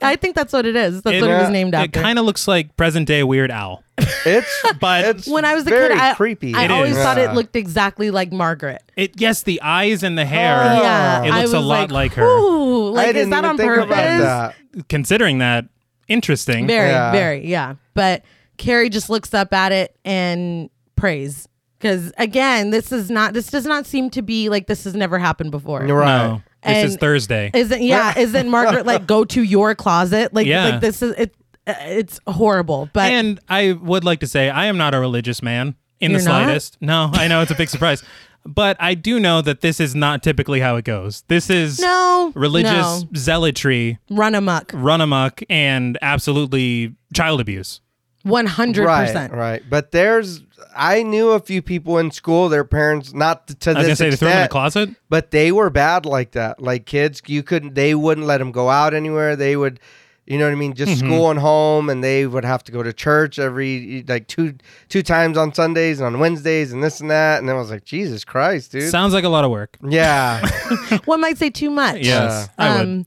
Speaker 1: I think that's what it is. That's
Speaker 3: It- uh,
Speaker 1: what it was
Speaker 2: Yeah.
Speaker 1: named
Speaker 3: it
Speaker 1: after.
Speaker 3: kind of looks like present day Weird Owl.
Speaker 2: It's
Speaker 3: But
Speaker 2: it's
Speaker 1: when I was a
Speaker 2: very
Speaker 1: kid, I,
Speaker 2: creepy.
Speaker 1: I
Speaker 3: It
Speaker 1: always
Speaker 3: is.
Speaker 1: thought
Speaker 2: Yeah.
Speaker 1: it looked exactly like Margaret.
Speaker 3: it yes, the eyes and the hair.
Speaker 2: Oh.
Speaker 1: yeah,
Speaker 3: It
Speaker 1: I
Speaker 3: looks a
Speaker 1: was
Speaker 3: lot like her.
Speaker 1: Ooh, like
Speaker 2: I didn't
Speaker 1: is that
Speaker 2: even
Speaker 1: on
Speaker 2: think
Speaker 1: purpose?
Speaker 2: about that.
Speaker 3: Considering that, interesting.
Speaker 1: Very,
Speaker 2: Yeah.
Speaker 1: very, yeah. But Carrie just looks up at it and prays. Because again, this is not. This does not seem to be like this has never happened before.
Speaker 2: Right.
Speaker 3: No, this is
Speaker 1: And-
Speaker 3: Thursday.
Speaker 1: Isn't yeah? Isn't Margaret like go to your closet? Like
Speaker 3: Yeah.
Speaker 1: like this is it. uh, It's horrible, but
Speaker 3: and I would like to say I am not a religious man in the
Speaker 1: You're not?
Speaker 3: slightest. No, I know it's a big surprise, but I do know that this is not typically how it goes. This is
Speaker 1: no
Speaker 3: religious
Speaker 1: no.
Speaker 3: zealotry,
Speaker 1: run amok,
Speaker 3: run amok, and absolutely child abuse.
Speaker 1: one hundred
Speaker 2: Right,
Speaker 1: percent.
Speaker 2: right. But there's, I knew a few people in school. Their parents, not to
Speaker 3: I was gonna
Speaker 2: this
Speaker 3: say they throw him in the
Speaker 2: extent,
Speaker 3: closet.
Speaker 2: but they were bad like that. Like kids, you couldn't. They wouldn't let them go out anywhere. They would, you know what I mean, just
Speaker 3: Mm-hmm.
Speaker 2: school and home, and they would have to go to church every e, like two two times on Sundays and on Wednesdays and this and that. And I was like, Jesus Christ, dude.
Speaker 3: Sounds like a lot of work.
Speaker 2: yeah,
Speaker 1: One might say too much.
Speaker 3: Yes, I
Speaker 1: Um,
Speaker 3: would.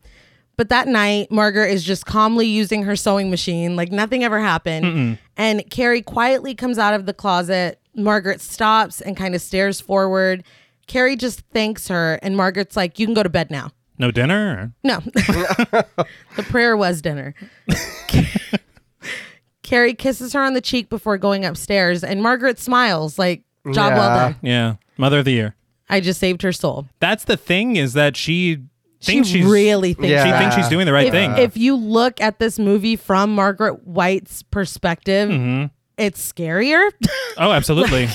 Speaker 1: but that night, Margaret is just calmly using her sewing machine, like nothing ever happened. And Carrie quietly comes out of the closet. Margaret stops and kind of stares forward. Carrie just thanks her, and Margaret's like, "You can go to bed now."
Speaker 3: No dinner.
Speaker 1: No. the prayer was dinner. Carrie kisses her on the cheek before going upstairs, and Margaret smiles like, job well
Speaker 2: Yeah.
Speaker 1: done.
Speaker 3: Yeah, mother of the year.
Speaker 1: I just saved her soul.
Speaker 3: That's the thing is that she
Speaker 1: She
Speaker 3: thinks she's
Speaker 1: really thinks
Speaker 3: She
Speaker 2: Yeah.
Speaker 1: that.
Speaker 3: thinks she's doing the right
Speaker 1: If,
Speaker 3: thing.
Speaker 1: if you look at this movie from Margaret White's perspective,
Speaker 3: Mm-hmm.
Speaker 1: it's scarier
Speaker 3: oh, absolutely.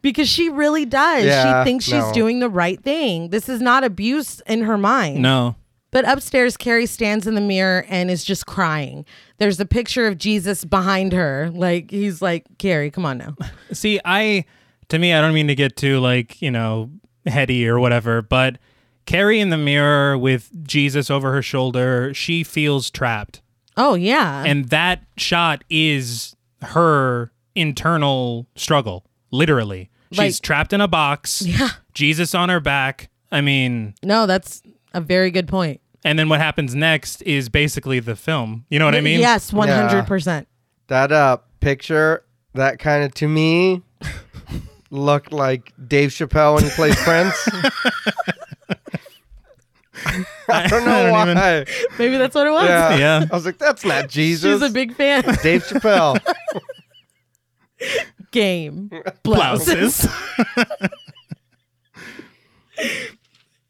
Speaker 1: because she really does.
Speaker 2: Yeah,
Speaker 1: she thinks she's
Speaker 2: no.
Speaker 1: doing the right thing. This is not abuse in her mind.
Speaker 3: no.
Speaker 1: But upstairs, Carrie stands in the mirror and is just crying. There's a picture of Jesus behind her. Like, he's like, Carrie, come on now.
Speaker 3: See, I to me, I don't mean to get too like you know heady or whatever, but Carrie in the mirror with Jesus over her shoulder, she feels trapped,
Speaker 1: Oh, yeah.
Speaker 3: and that shot is her internal struggle. Literally, she's
Speaker 1: Like-
Speaker 3: trapped in a box.
Speaker 1: yeah.
Speaker 3: Jesus on her back. I mean,
Speaker 1: No, that's a very good point.
Speaker 3: and then what happens next is basically the film. You know what I mean?
Speaker 1: Yes, 100%.
Speaker 2: that uh picture that kind of to me looked like Dave Chappelle when he plays Prince. I don't know
Speaker 3: I don't even-
Speaker 2: why.
Speaker 1: Maybe that's what it was.
Speaker 2: Yeah.
Speaker 3: Yeah.
Speaker 2: I was like, that's not Jesus.
Speaker 1: She's a big fan.
Speaker 2: Dave Chappelle.
Speaker 1: Game.
Speaker 3: Blouses.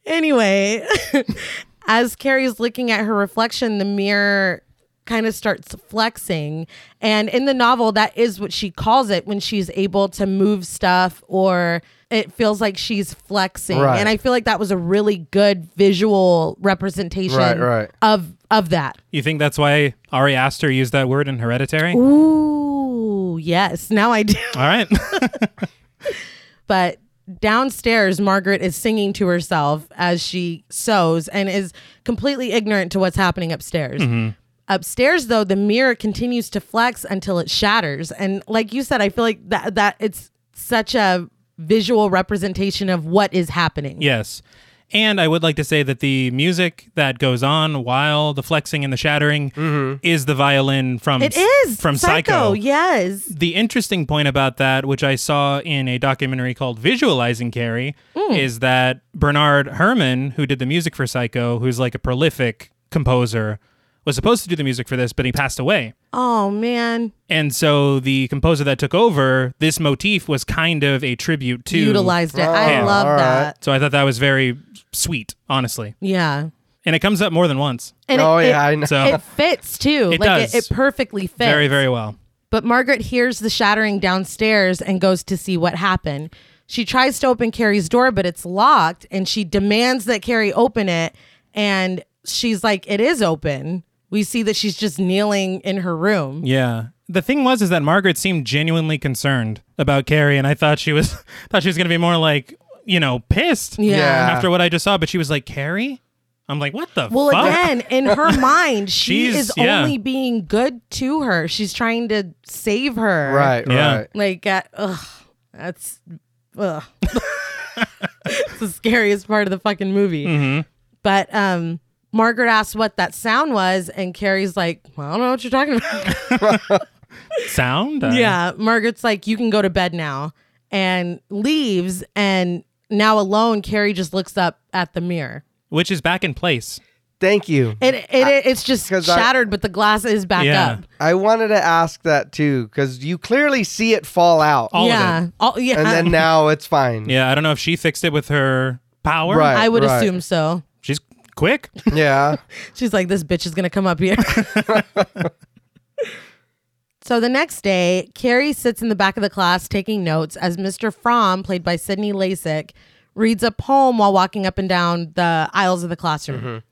Speaker 1: anyway, as Carrie's looking at her reflection, the mirror kind of starts flexing. And in the novel, that is what she calls it when she's able to move stuff or it feels like she's flexing.
Speaker 2: Right.
Speaker 1: And I feel like that was a really good visual representation
Speaker 2: Right, right.
Speaker 1: of of that.
Speaker 3: You think that's why Ari Aster used that word in Hereditary? All
Speaker 1: Ooh, yes. Now I do.
Speaker 3: right.
Speaker 1: but downstairs margaret is singing to herself as she sews and is completely ignorant to what's happening upstairs
Speaker 3: Mm-hmm.
Speaker 1: upstairs though the mirror continues to flex until it shatters and like you said i feel like that that it's such a visual representation of what is happening
Speaker 3: Yes. And I would like to say that the music that goes on while the flexing and the shattering is the violin from
Speaker 1: it is
Speaker 3: from Psycho.
Speaker 1: yes
Speaker 3: The interesting point about that, which I saw in a documentary called Visualizing Carrie,
Speaker 1: Mm.
Speaker 3: is that Bernard Herman, who did the music for Psycho, who's like a prolific composer, was supposed to do the music for this, but he passed away.
Speaker 1: oh man
Speaker 3: And so the composer that took over, this motif was kind of a tribute to
Speaker 1: utilized it i
Speaker 2: Oh,
Speaker 1: love
Speaker 2: all right.
Speaker 1: that
Speaker 3: So I thought that was very sweet, honestly.
Speaker 1: yeah
Speaker 3: And it comes up more than once.
Speaker 1: and
Speaker 2: oh
Speaker 1: it, it-
Speaker 2: yeah, I know.
Speaker 3: So
Speaker 1: it fits too
Speaker 3: It
Speaker 1: like
Speaker 3: does.
Speaker 1: It, it perfectly fits
Speaker 3: very, very well.
Speaker 1: But Margaret hears the shattering downstairs and goes to see what happened. She tries to open Carrie's door, but it's locked, and she demands that Carrie open it. And she's like, It is open. We see that she's just kneeling in her room.
Speaker 3: Yeah. The thing was is that Margaret seemed genuinely concerned about Carrie, and I thought she was thought she was gonna be more like, you know, pissed
Speaker 1: Yeah.
Speaker 2: Yeah.
Speaker 3: after what I just saw, but she was like, Carrie? I'm like, what the
Speaker 1: Well,
Speaker 3: fuck?
Speaker 1: again, in her mind, she
Speaker 3: She's-
Speaker 1: is
Speaker 3: yeah.
Speaker 1: only being good to her. She's trying to save her.
Speaker 2: Right,
Speaker 3: Yeah.
Speaker 2: right.
Speaker 1: Like, uh, ugh, that's ugh. it's the scariest part of the fucking movie.
Speaker 3: Mm-hmm.
Speaker 1: But um, Margaret asked what that sound was, and Carrie's like, well, I don't know what you're talking about.
Speaker 3: Sound? Uh, I-
Speaker 1: yeah, Margaret's like, you can go to bed now, and leaves. And now alone, Carrie just looks up at the mirror.
Speaker 3: Which is back in place.
Speaker 2: Thank you.
Speaker 1: It, it, it's just
Speaker 2: 'Cause I-
Speaker 1: shattered, but the glass is back
Speaker 3: Yeah.
Speaker 1: up.
Speaker 2: I wanted to ask that too because you clearly see it fall out,
Speaker 3: All of
Speaker 1: yeah.
Speaker 3: it.
Speaker 1: All- yeah.
Speaker 2: and then now it's fine.
Speaker 3: Yeah, I don't know if she fixed it with her power.
Speaker 2: Right.
Speaker 1: I would
Speaker 2: right.
Speaker 1: assume so.
Speaker 3: She's quick.
Speaker 2: Yeah.
Speaker 1: She's like, this bitch is going to come up here. so the next day, Carrie sits in the back of the class taking notes as Mr. Fromm, played by Sidney Lasik, reads a poem while walking up and down the aisles of the classroom.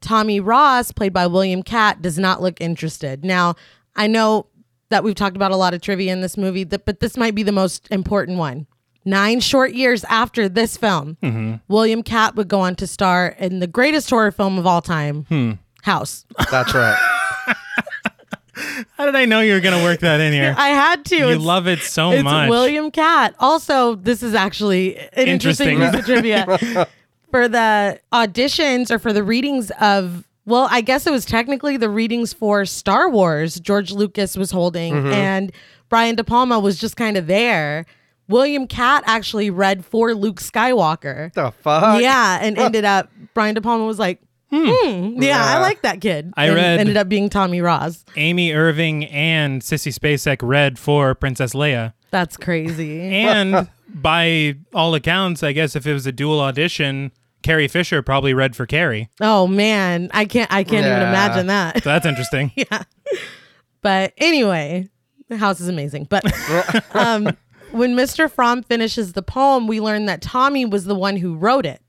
Speaker 1: Tommy Ross, played by William Catt, does not look interested. Now, I know that we've talked about a lot of trivia in this movie, th- but this might be the most important one. Nine short years after this film, William Catt would go on to star in the greatest horror film of all time,
Speaker 3: Hmm.
Speaker 1: House.
Speaker 2: That's right.
Speaker 3: How did I know you were going to work that in here?
Speaker 1: I had to.
Speaker 3: you
Speaker 1: it's,
Speaker 3: love it so
Speaker 1: it's
Speaker 3: much.
Speaker 1: William Catt. Also, this is actually an interesting, piece of
Speaker 3: Interesting.
Speaker 1: trivia. for the auditions or for the readings of, well, I guess it was technically the readings for Star Wars, George Lucas was holding,
Speaker 3: Mm-hmm.
Speaker 1: and Brian De Palma was just kind of there. William Catt actually read for Luke Skywalker.
Speaker 2: the fuck?
Speaker 1: Yeah, and ended up, Brian De Palma was like, hmm, yeah, I
Speaker 2: Yeah.
Speaker 1: like that kid.
Speaker 3: I
Speaker 1: and
Speaker 3: read-
Speaker 1: Ended up being Tommy Ross.
Speaker 3: Amy Irving and Sissy Spacek read for Princess Leia.
Speaker 1: That's crazy.
Speaker 3: And by all accounts, I guess if it was a dual audition, Carrie Fisher probably read for Carrie.
Speaker 1: Oh man, I can't I can't even
Speaker 2: Yeah.
Speaker 1: imagine that.
Speaker 3: So that's interesting.
Speaker 1: But anyway, the house is amazing. But um when Mr. Fromm finishes the poem, we learn that Tommy was the one who wrote it.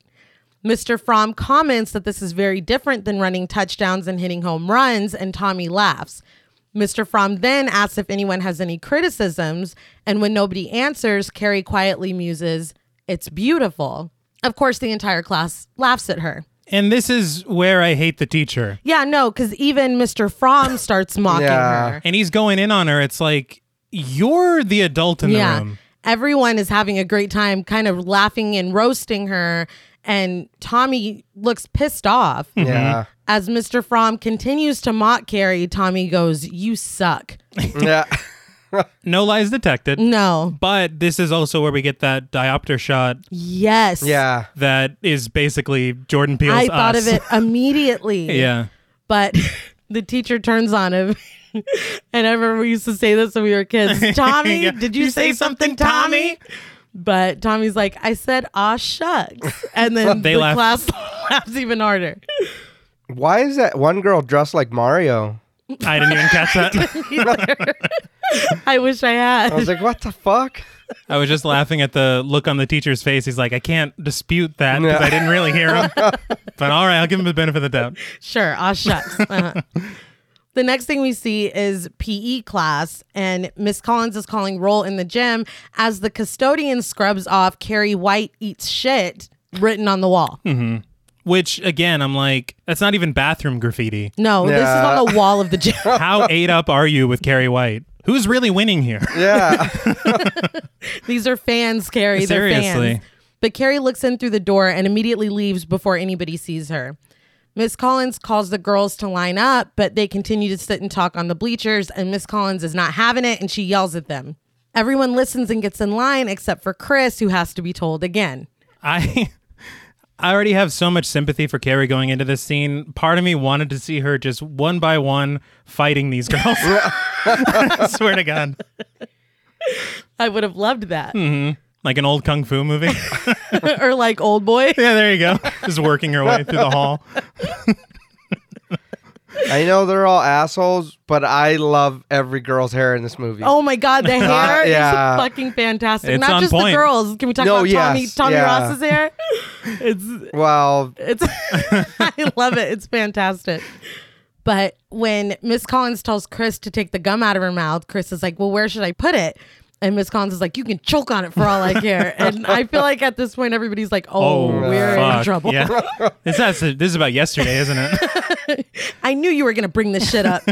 Speaker 1: Mr. Fromm comments that this is very different than running touchdowns and hitting home runs, and Tommy laughs. Mr. Fromm then asks if anyone has any criticisms, and when nobody answers, Carrie quietly muses, It's beautiful. Of course, the entire class laughs at her.
Speaker 3: And this is where I hate the teacher.
Speaker 1: Yeah, no, because even Mr. Fromm starts mocking
Speaker 2: Yeah.
Speaker 1: her.
Speaker 3: And he's going in on her. It's like, you're the adult in the
Speaker 1: Yeah.
Speaker 3: room.
Speaker 1: Everyone is having a great time kind of laughing and roasting her. And Tommy looks pissed off.
Speaker 2: Hmm. Yeah.
Speaker 1: As Mr. Fromm continues to mock Carrie, Tommy goes, You suck.
Speaker 2: Yeah.
Speaker 3: No lies detected.
Speaker 1: Mm. No.
Speaker 3: But this is also where we get that diopter shot
Speaker 1: Yes.
Speaker 2: Yeah.
Speaker 3: that is basically Jordan Peele's
Speaker 1: I thought
Speaker 3: Us.
Speaker 1: of it immediately.
Speaker 3: yeah.
Speaker 1: But the teacher turns on him. and I remember we used to say this when we were kids Tommy,
Speaker 3: Yeah.
Speaker 1: did you, say, something, Tommy? But Tommy's like, I said, aw, shucks. And then
Speaker 3: They
Speaker 1: the
Speaker 3: laugh.
Speaker 1: class laughs even harder.
Speaker 2: Why is that one girl dressed like Mario?
Speaker 3: I didn't even catch that.
Speaker 1: I wish I had.
Speaker 2: I was like, what the fuck?
Speaker 3: I was just laughing at the look on the teacher's face. He's like, I can't dispute that because
Speaker 2: Yeah.
Speaker 3: I didn't really hear him. but all right, I'll give him the benefit of the doubt.
Speaker 1: sure, aw, shucks. Uh-huh. the next thing we see is PE class, and Miss Collins is calling roll in the gym as the custodian scrubs off Carrie White eats shit written on the wall.
Speaker 2: Hmm.
Speaker 3: Which again, I'm like, that's not even bathroom graffiti.
Speaker 1: No, this is
Speaker 2: Yeah.
Speaker 1: on the wall of the gym.
Speaker 3: How ate up are you with Carrie White? Who's really winning here?
Speaker 2: Yeah.
Speaker 1: These are fans, Carrie. They're fans.
Speaker 3: Seriously.
Speaker 1: But Carrie looks in through the door and immediately leaves before anybody sees her. Miss Collins calls the girls to line up, but they continue to sit and talk on the bleachers, and Miss Collins is not having it and she yells at them. Everyone listens and gets in line except for Chris, who has to be told again.
Speaker 3: I I already have so much sympathy for Carrie going into this scene. Part of me wanted to see her just one by one fighting these girls. I swear to God.
Speaker 1: I would have loved that.
Speaker 3: Like an old kung fu movie.
Speaker 1: or like old boy.
Speaker 3: yeah, there you go. Just working her way through the hall.
Speaker 2: I know they're all assholes, but I love every girl's hair in this movie.
Speaker 1: Oh my God, the hair
Speaker 2: yeah.
Speaker 1: is fucking fantastic.
Speaker 3: It's
Speaker 1: not
Speaker 3: on
Speaker 1: just the
Speaker 3: point.
Speaker 1: girls. Can we talk
Speaker 2: No,
Speaker 1: about Tommy,
Speaker 2: yes,
Speaker 1: Tommy
Speaker 2: yeah.
Speaker 1: Ross's hair? It's
Speaker 2: Well,
Speaker 1: It's I love it. It's fantastic. But when Miss Collins tells Chris to take the gum out of her mouth, Chris is like, "Well, where should I put it?" And Miss Collins is like, you can choke on it for all I care. and I feel like at this point, everybody's like, oh, we're in
Speaker 3: fuck.
Speaker 1: trouble.
Speaker 3: Yeah. this, has to- this is about yesterday, isn't it?
Speaker 1: I knew you were going to bring this shit up.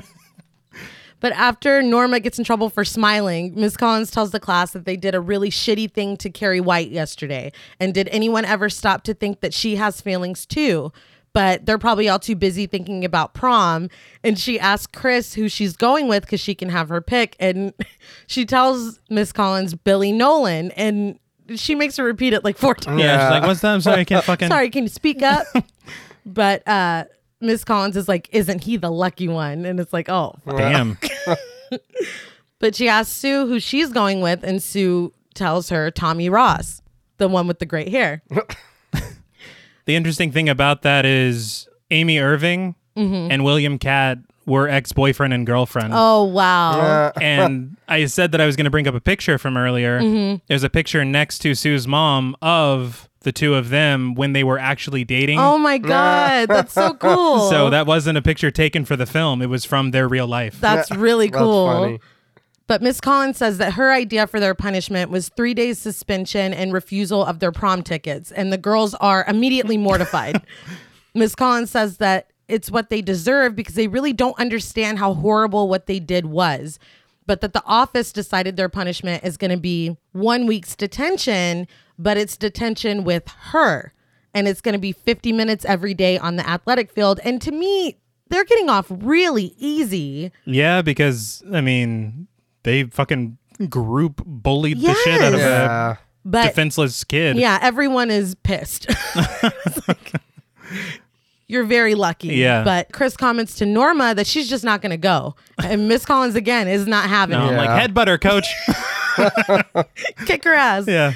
Speaker 1: but after Norma gets in trouble for smiling, Ms. Collins tells the class that they did a really shitty thing to Carrie White yesterday. And did anyone ever stop to think that she has feelings too? But they're probably all too busy thinking about prom. And she asks Chris who she's going with because she can have her pick. And she tells Miss Collins Billy Nolan. And she makes her repeat it like four times.
Speaker 3: Yeah. She's like, what's that? I'm sorry, I can't fucking.
Speaker 1: Sorry, can you speak up? but uh Miss Collins is like, isn't he the lucky one? And it's like, oh. fuck.
Speaker 3: Damn.
Speaker 1: But she asks Sue who she's going with, and Sue tells her Tommy Ross, the one with the great hair.
Speaker 3: The interesting thing about that is Amy Irving and William Catt were ex boyfriend and girlfriend.
Speaker 1: Mm-hmm. Oh wow.
Speaker 3: and I said that I was going to bring up a picture from earlier.
Speaker 1: Mm-hmm.
Speaker 3: There's a picture next to Sue's mom of the two of them when they were actually dating.
Speaker 1: oh my god, that's so cool.
Speaker 3: So that wasn't a picture taken for the film, it was from their real life.
Speaker 1: that's really
Speaker 2: That's
Speaker 1: cool.
Speaker 2: funny.
Speaker 1: But Miss Collins says that her idea for their punishment was three days suspension and refusal of their prom tickets, and the girls are immediately mortified. Miss Collins says that it's what they deserve because they really don't understand how horrible what they did was, but that the office decided their punishment is going to be one week's detention, but it's detention with her. And it's going to be 50 minutes every day on the athletic field. And to me, they're getting off really easy.
Speaker 3: yeah, because, I mean, they fucking group bullied the shit out of
Speaker 1: Yes.
Speaker 2: Yeah.
Speaker 3: a
Speaker 1: But
Speaker 3: defenseless kid.
Speaker 1: Yeah, everyone is pissed. It's like, You're very lucky.
Speaker 3: Yeah.
Speaker 1: But Chris comments to Norma that she's just not going to go. And Miss Collins, again, is not having
Speaker 3: No, I'm
Speaker 1: it.
Speaker 3: like,
Speaker 2: Yeah.
Speaker 3: headbutt her, coach.
Speaker 1: Kick her ass.
Speaker 3: yeah.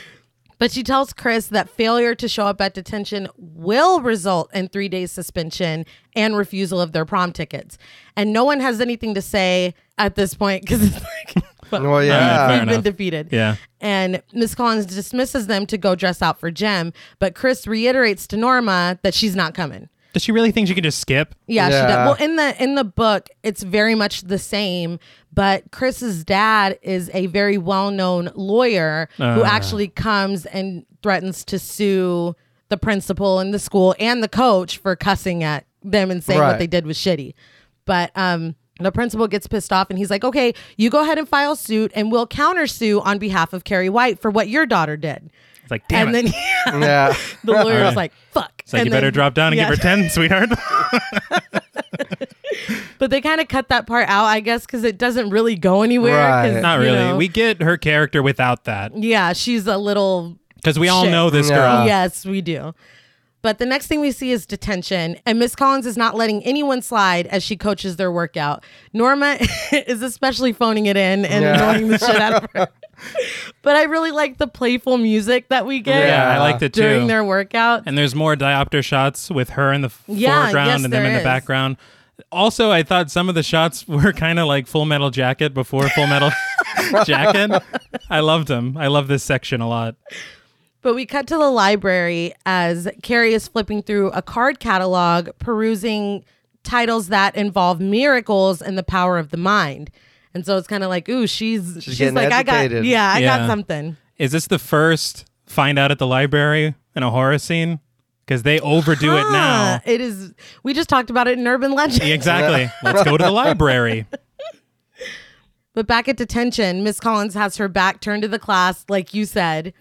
Speaker 1: But she tells Chris that failure to show up at detention will result in three days suspension and refusal of their prom tickets. And no one has anything to say at this point because it's like,
Speaker 2: Well,
Speaker 3: fair
Speaker 2: yeah.
Speaker 1: we've been
Speaker 3: enough.
Speaker 1: defeated.
Speaker 3: Yeah.
Speaker 1: And Miss Collins dismisses them to go dress out for Jem, but Chris reiterates to Norma that she's not coming.
Speaker 3: Does she really think she can just skip?
Speaker 1: Yeah, she
Speaker 2: Yeah.
Speaker 1: does. Well, in the in the book, it's very much the same, but Chris's dad is a very well-known lawyer
Speaker 3: Ah.
Speaker 1: who actually comes and threatens to sue the principal and the school and the coach for cussing at them and saying what
Speaker 2: Right.
Speaker 1: they did was shitty. But um the principal gets pissed off and he's like, "Okay, you go ahead and file suit and we'll countersue on behalf of Carrie White for what your daughter did."
Speaker 3: It's like, damn
Speaker 1: and
Speaker 3: it.
Speaker 1: then
Speaker 2: Yeah.
Speaker 1: the lawyer
Speaker 3: Alright.
Speaker 1: was like, "Fuck."
Speaker 3: it's like, you better drop down and
Speaker 1: her
Speaker 3: give her 10, sweetheart.
Speaker 1: But they kind of cut that part out, I guess, because it doesn't really go anywhere. 'cause,
Speaker 2: Right.
Speaker 3: Not
Speaker 1: you
Speaker 3: really.
Speaker 1: know,
Speaker 3: We get her character without that
Speaker 1: yeah, she's a little.
Speaker 3: because we all
Speaker 1: Shit.
Speaker 3: know this
Speaker 2: Yeah.
Speaker 3: girl.
Speaker 1: yes, we do. But the next thing we see is detention, and Miss Collins is not letting anyone slide as she coaches their workout. Norma is especially phoning it in and
Speaker 2: Yeah.
Speaker 1: annoying the shit out of her. but I really like the playful music that we get
Speaker 3: Yeah, I liked it too.
Speaker 1: during their workout.
Speaker 3: and there's more diopter shots with her in the f-
Speaker 1: Yeah,
Speaker 3: foreground
Speaker 1: yes,
Speaker 3: and them
Speaker 1: there
Speaker 3: in the
Speaker 1: is.
Speaker 3: background. Also, I thought some of the shots were kind of like Full Metal Jacket before Full Metal Jacket. I loved them. I love this section a lot.
Speaker 1: But we cut to the library as Carrie is flipping through a card catalog, perusing titles that involve miracles and the power of the mind. And so it's kind of like, ooh, she's she's,
Speaker 2: getting
Speaker 1: like, I got
Speaker 2: educated.
Speaker 1: yeah, I got
Speaker 3: Yeah.
Speaker 1: something.
Speaker 3: Is this the first find out at the library in a horror scene? Because they overdo it
Speaker 1: Ah,
Speaker 3: now.
Speaker 1: it is. We just talked about it in Urban Legend.
Speaker 3: Exactly. Let's go to the library.
Speaker 1: But back at detention, Miss Collins has her back turned to the class, like you said,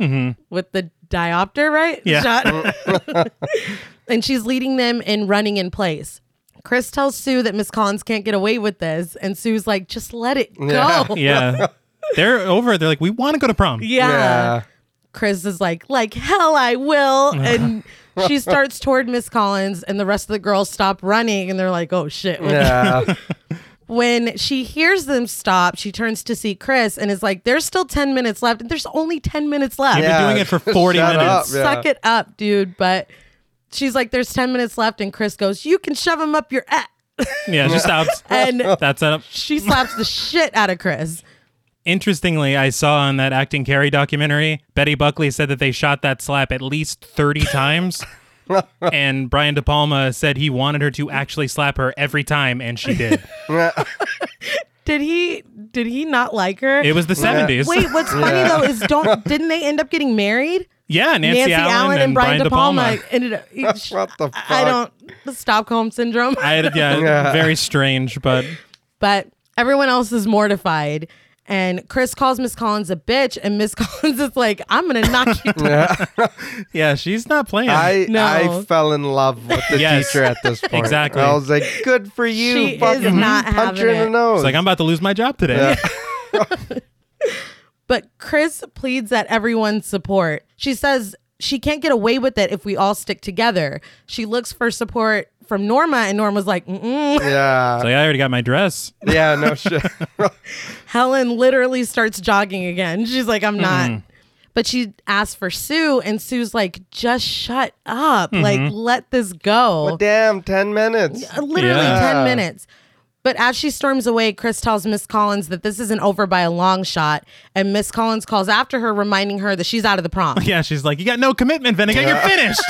Speaker 1: with the diopter, right?
Speaker 3: Yeah.
Speaker 1: Shot. and she's leading them in running in place. Chris tells Sue that Miss Collins can't get away with this, and Sue's like, "Just let it go."
Speaker 2: Yeah.
Speaker 1: Yeah.
Speaker 3: Yeah. They're over. it. They're like, we want to go to prom.
Speaker 2: Yeah.
Speaker 1: Chris is like, "Like hell, I will," and she starts toward Miss Collins, and the rest of the girls stop running, and they're like, "Oh shit, what
Speaker 2: Yeah.
Speaker 1: when she hears them stop, she turns to see Chris and is like, There's still 10 minutes left. And there's only 10 minutes left.
Speaker 3: You've been doing it for 40
Speaker 2: Shut
Speaker 3: minutes.
Speaker 2: up, yeah.
Speaker 1: Suck it up, dude. But she's like, There's 10 minutes left. And Chris goes, You can shove him up your ass.
Speaker 3: Yeah, just stops.
Speaker 1: And
Speaker 3: That's it.
Speaker 1: she slaps the shit out of Chris.
Speaker 3: Interestingly, I saw on that Acting Carrie documentary, Betty Buckley said that they shot that slap at least 30 times. and Brian De Palma said he wanted her to actually slap her every time, and she did.
Speaker 1: Did he did he not like her?
Speaker 3: It was the 70s.
Speaker 1: Wait, what's funny though is don't didn't they end up getting married?
Speaker 3: yeah, Nancy, Allen, and, Brian De Palma.
Speaker 1: ended up.
Speaker 2: What the
Speaker 1: I
Speaker 2: fuck?
Speaker 1: don't the Stockholm syndrome.
Speaker 3: I had, yeah,
Speaker 2: Yeah.
Speaker 3: very strange, but
Speaker 1: but everyone else is mortified. And Chris calls Miss Collins a bitch, and Miss Collins is like, "I'm gonna knock you down."
Speaker 3: yeah, she's not playing.
Speaker 2: I
Speaker 1: No.
Speaker 2: I fell in love with the
Speaker 3: Yes.
Speaker 2: teacher at this point.
Speaker 3: Exactly.
Speaker 2: I was like, good for you,
Speaker 1: She is
Speaker 2: fucking
Speaker 1: not
Speaker 2: punch her
Speaker 1: having
Speaker 2: in the
Speaker 1: it.
Speaker 2: nose.
Speaker 3: it's like I'm about to lose my job today.
Speaker 1: But Chris pleads that everyone support. She says she can't get away with it if we all stick together. She looks for support from Norma, and Norma's like, Mm-mm.
Speaker 2: yeah,
Speaker 3: It's like I already got my dress.
Speaker 2: yeah, no shit.
Speaker 1: Helen literally starts jogging again. She's like, I'm not. But she asks for Sue, and Sue's like, just shut up. Like, let this go.
Speaker 2: But damn, ten minutes.
Speaker 1: uh, literally
Speaker 2: Yeah.
Speaker 1: 10 minutes. But as she storms away, Chris tells Miss Collins that this isn't over by a long shot. And Miss Collins calls after her, reminding her that she's out of the prom.
Speaker 3: Yeah, she's like, you got no commitment, Vinegar. You're finished.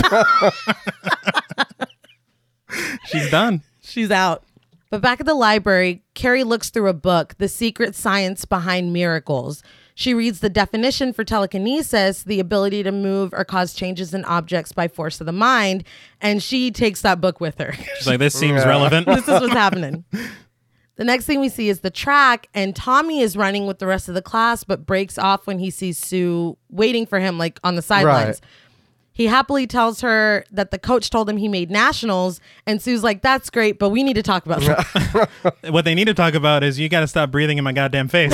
Speaker 3: she's done.
Speaker 1: she's out. But back at the library, Carrie looks through a book, The Secret Science Behind Miracles. She reads the definition for telekinesis, the ability to move or cause changes in objects by force of the mind. And she takes that book with her.
Speaker 3: She's like, this seems relevant.
Speaker 1: this is what's happening. The next thing we see is the track, and Tommy is running with the rest of the class, but breaks off when he sees Sue waiting for him, like on the sidelines. He happily tells her that the coach told him he made nationals, and Sue's like, "That's great, but we need to talk about that."
Speaker 3: what they need to talk about is you got to stop breathing in my goddamn face.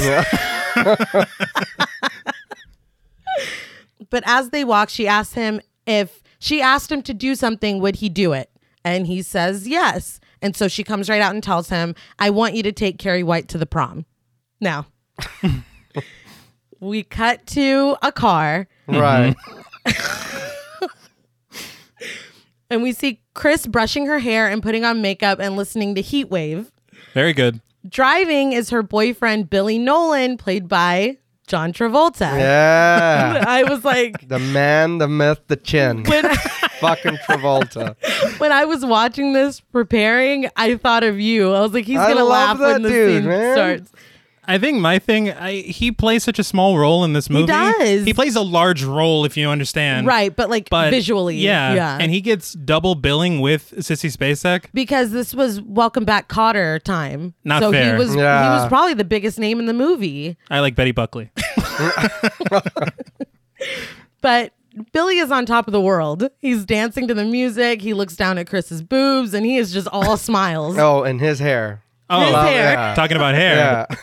Speaker 1: but as they walk, she asks him if she asked him to do something, would he do it? And he says yes. And so she comes right out and tells him, I want you to take Carrie White to the prom. Now, we cut to a car
Speaker 3: Mm-hmm.
Speaker 2: Right.
Speaker 1: and we see Chris brushing her hair and putting on makeup and listening to Heatwave.
Speaker 3: Very good.
Speaker 1: Driving is her boyfriend, Billy Nolan, played by John Travolta.
Speaker 2: Yeah.
Speaker 1: I was like,
Speaker 2: the man, the myth, the chin.
Speaker 1: when.
Speaker 2: fucking Travolta.
Speaker 1: when I was watching this preparing, I thought of you. I was like, he's
Speaker 2: I
Speaker 1: gonna laugh
Speaker 2: love that
Speaker 1: when the
Speaker 2: dude,
Speaker 1: scene
Speaker 2: man.
Speaker 1: starts.
Speaker 3: I think my thing, I, he plays such a small role in this movie.
Speaker 1: does.
Speaker 3: He plays a large role, if you understand.
Speaker 1: Right, but like
Speaker 3: But
Speaker 1: visually.
Speaker 3: yeah,
Speaker 1: Yeah.
Speaker 3: And he gets double billing with Sissy Spacek.
Speaker 1: because this was Welcome Back Cotter time.
Speaker 3: Not
Speaker 1: so
Speaker 3: fair.
Speaker 1: he was
Speaker 2: Yeah.
Speaker 1: he was probably the biggest name in the movie.
Speaker 3: I like Betty Buckley.
Speaker 1: But Billy is on top of the world. He's dancing to the music. He looks down at Chris's boobs and he is just all smiles.
Speaker 2: Oh, and his hair.
Speaker 3: Oh,
Speaker 1: His hair.
Speaker 2: yeah.
Speaker 3: talking about hair.
Speaker 2: Yeah.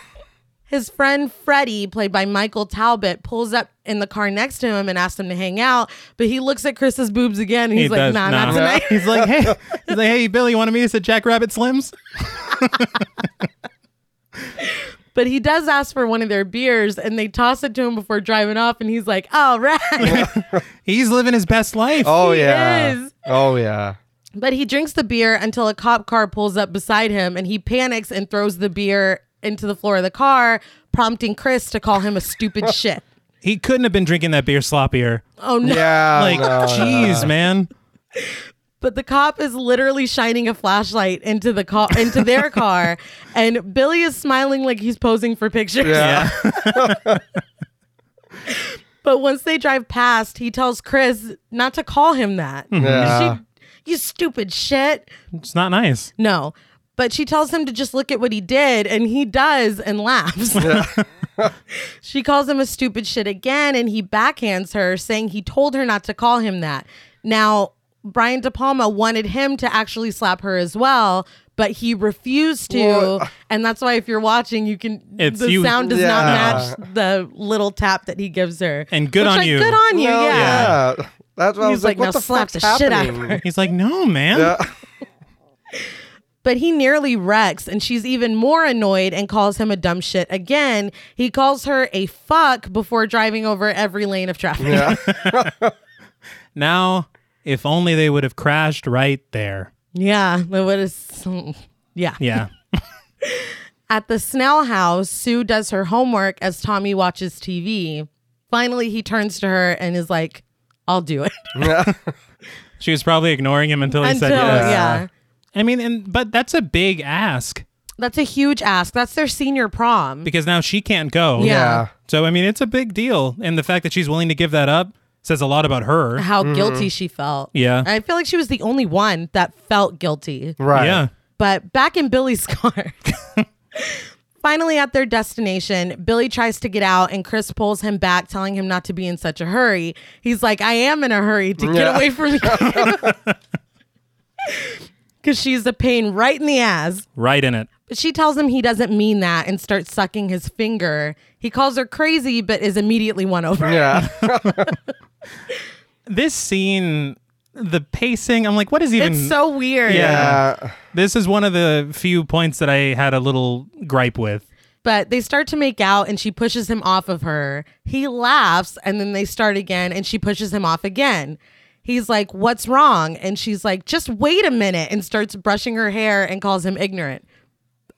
Speaker 1: His friend Freddie, played by Michael Talbot, pulls up in the car next to him and asks him to hang out. But he looks at Chris's boobs again and he's like, nah, not tonight.
Speaker 3: He's like, hey, he's like, hey, Billy, you want to meet us at Jack Rabbit Slim's?
Speaker 1: But he does ask for one of their beers and they toss it to him before driving off. And he's like, all right.
Speaker 3: He's living his best life.
Speaker 2: Oh
Speaker 1: He
Speaker 2: yeah.
Speaker 1: is.
Speaker 2: Oh yeah.
Speaker 1: but he drinks the beer until a cop car pulls up beside him and he panics and throws the beer into the floor of the car, prompting Chris to call him a stupid shit.
Speaker 3: He couldn't have been drinking that beer sloppier.
Speaker 1: Oh, no.
Speaker 2: Yeah.
Speaker 3: Like,
Speaker 2: no,
Speaker 3: jeez, man.
Speaker 1: But the cop is literally shining a flashlight into the car into their car and Billy is smiling like he's posing for pictures.
Speaker 2: Yeah.
Speaker 1: But once they drive past, he tells Chris not to call him that.
Speaker 2: Yeah.
Speaker 1: She- you stupid shit.
Speaker 3: It's not nice.
Speaker 1: No. But she tells him to just look at what he did, and he does and laughs. she calls him a stupid shit again, and he backhands her, saying he told her not to call him that. Now, Brian De Palma wanted him to actually slap her as well, but he refused to.
Speaker 2: Well- uh,
Speaker 1: and that's why, if you're watching, you can.
Speaker 3: It's-
Speaker 1: the
Speaker 3: you-
Speaker 1: sound does
Speaker 2: Yeah.
Speaker 1: not match the little tap that he gives her.
Speaker 3: And good
Speaker 1: Which,
Speaker 3: on
Speaker 1: like,
Speaker 3: you.
Speaker 1: Good on you.
Speaker 2: No,
Speaker 1: yeah.
Speaker 2: yeah. That's what I
Speaker 1: He's
Speaker 2: was like,
Speaker 1: like,
Speaker 2: what
Speaker 1: "Now
Speaker 2: the
Speaker 1: slap
Speaker 2: fuck's
Speaker 1: the shit out of
Speaker 2: happening?
Speaker 3: He's like, no, man.
Speaker 2: Yeah.
Speaker 1: But he nearly wrecks, and she's even more annoyed and calls him a dumb shit again. He calls her a fuck before driving over every lane of traffic.
Speaker 3: Now, if only they would have crashed right there.
Speaker 1: Yeah, that would have- yeah.
Speaker 3: Yeah.
Speaker 1: At the Snell house, Sue does her homework as Tommy watches TV. Finally, he turns to her and is like, I'll do it.
Speaker 3: she was probably ignoring him until he
Speaker 1: Until,
Speaker 3: said yes.
Speaker 1: yeah.
Speaker 3: I mean, and but that's a big ask.
Speaker 1: That's a huge ask. That's their senior prom.
Speaker 3: because now she can't go.
Speaker 1: Yeah.
Speaker 3: So I mean, it's a big deal, and the fact that she's willing to give that up says a lot about her.
Speaker 1: How guilty she felt.
Speaker 3: Mm-hmm. Yeah.
Speaker 1: I feel like she was the only one that felt guilty.
Speaker 2: Right.
Speaker 3: Yeah.
Speaker 1: But back in Billy's car. Finally, at their destination, Billy tries to get out and Chris pulls him back, telling him not to be in such a hurry. He's like, I am in a hurry to get
Speaker 2: Yeah.
Speaker 1: away from you. Because she's a pain right in the ass.
Speaker 3: Right in it.
Speaker 1: But she tells him he doesn't mean that and starts sucking his finger. He calls her crazy, but is immediately won over.
Speaker 2: Yeah.
Speaker 3: This scene, the pacing. I'm like, what is even?
Speaker 1: It's so weird.
Speaker 2: Uh,
Speaker 3: This is one of the few points that I had a little gripe with.
Speaker 1: But they start to make out and she pushes him off of her. He laughs and then they start again and she pushes him off again. He's like, What's wrong? And she's like, Just wait a minute and starts brushing her hair and calls him ignorant.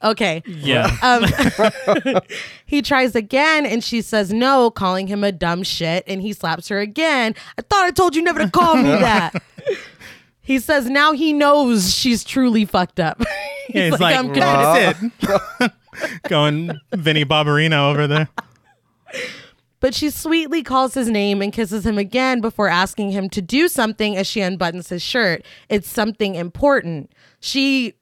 Speaker 1: Okay.
Speaker 3: Yeah.
Speaker 1: Um, he tries again and she says no, calling him a dumb shit. And he slaps her again. I thought I told you never to call me that. He says now he knows she's truly fucked up. He's
Speaker 3: Yeah, it's like,
Speaker 1: I'm glad
Speaker 3: "Well, that's it. Going Vinnie Barbarino over there.
Speaker 1: But she sweetly calls his name and kisses him again before asking him to do something as she unbuttons his shirt. It's something important. She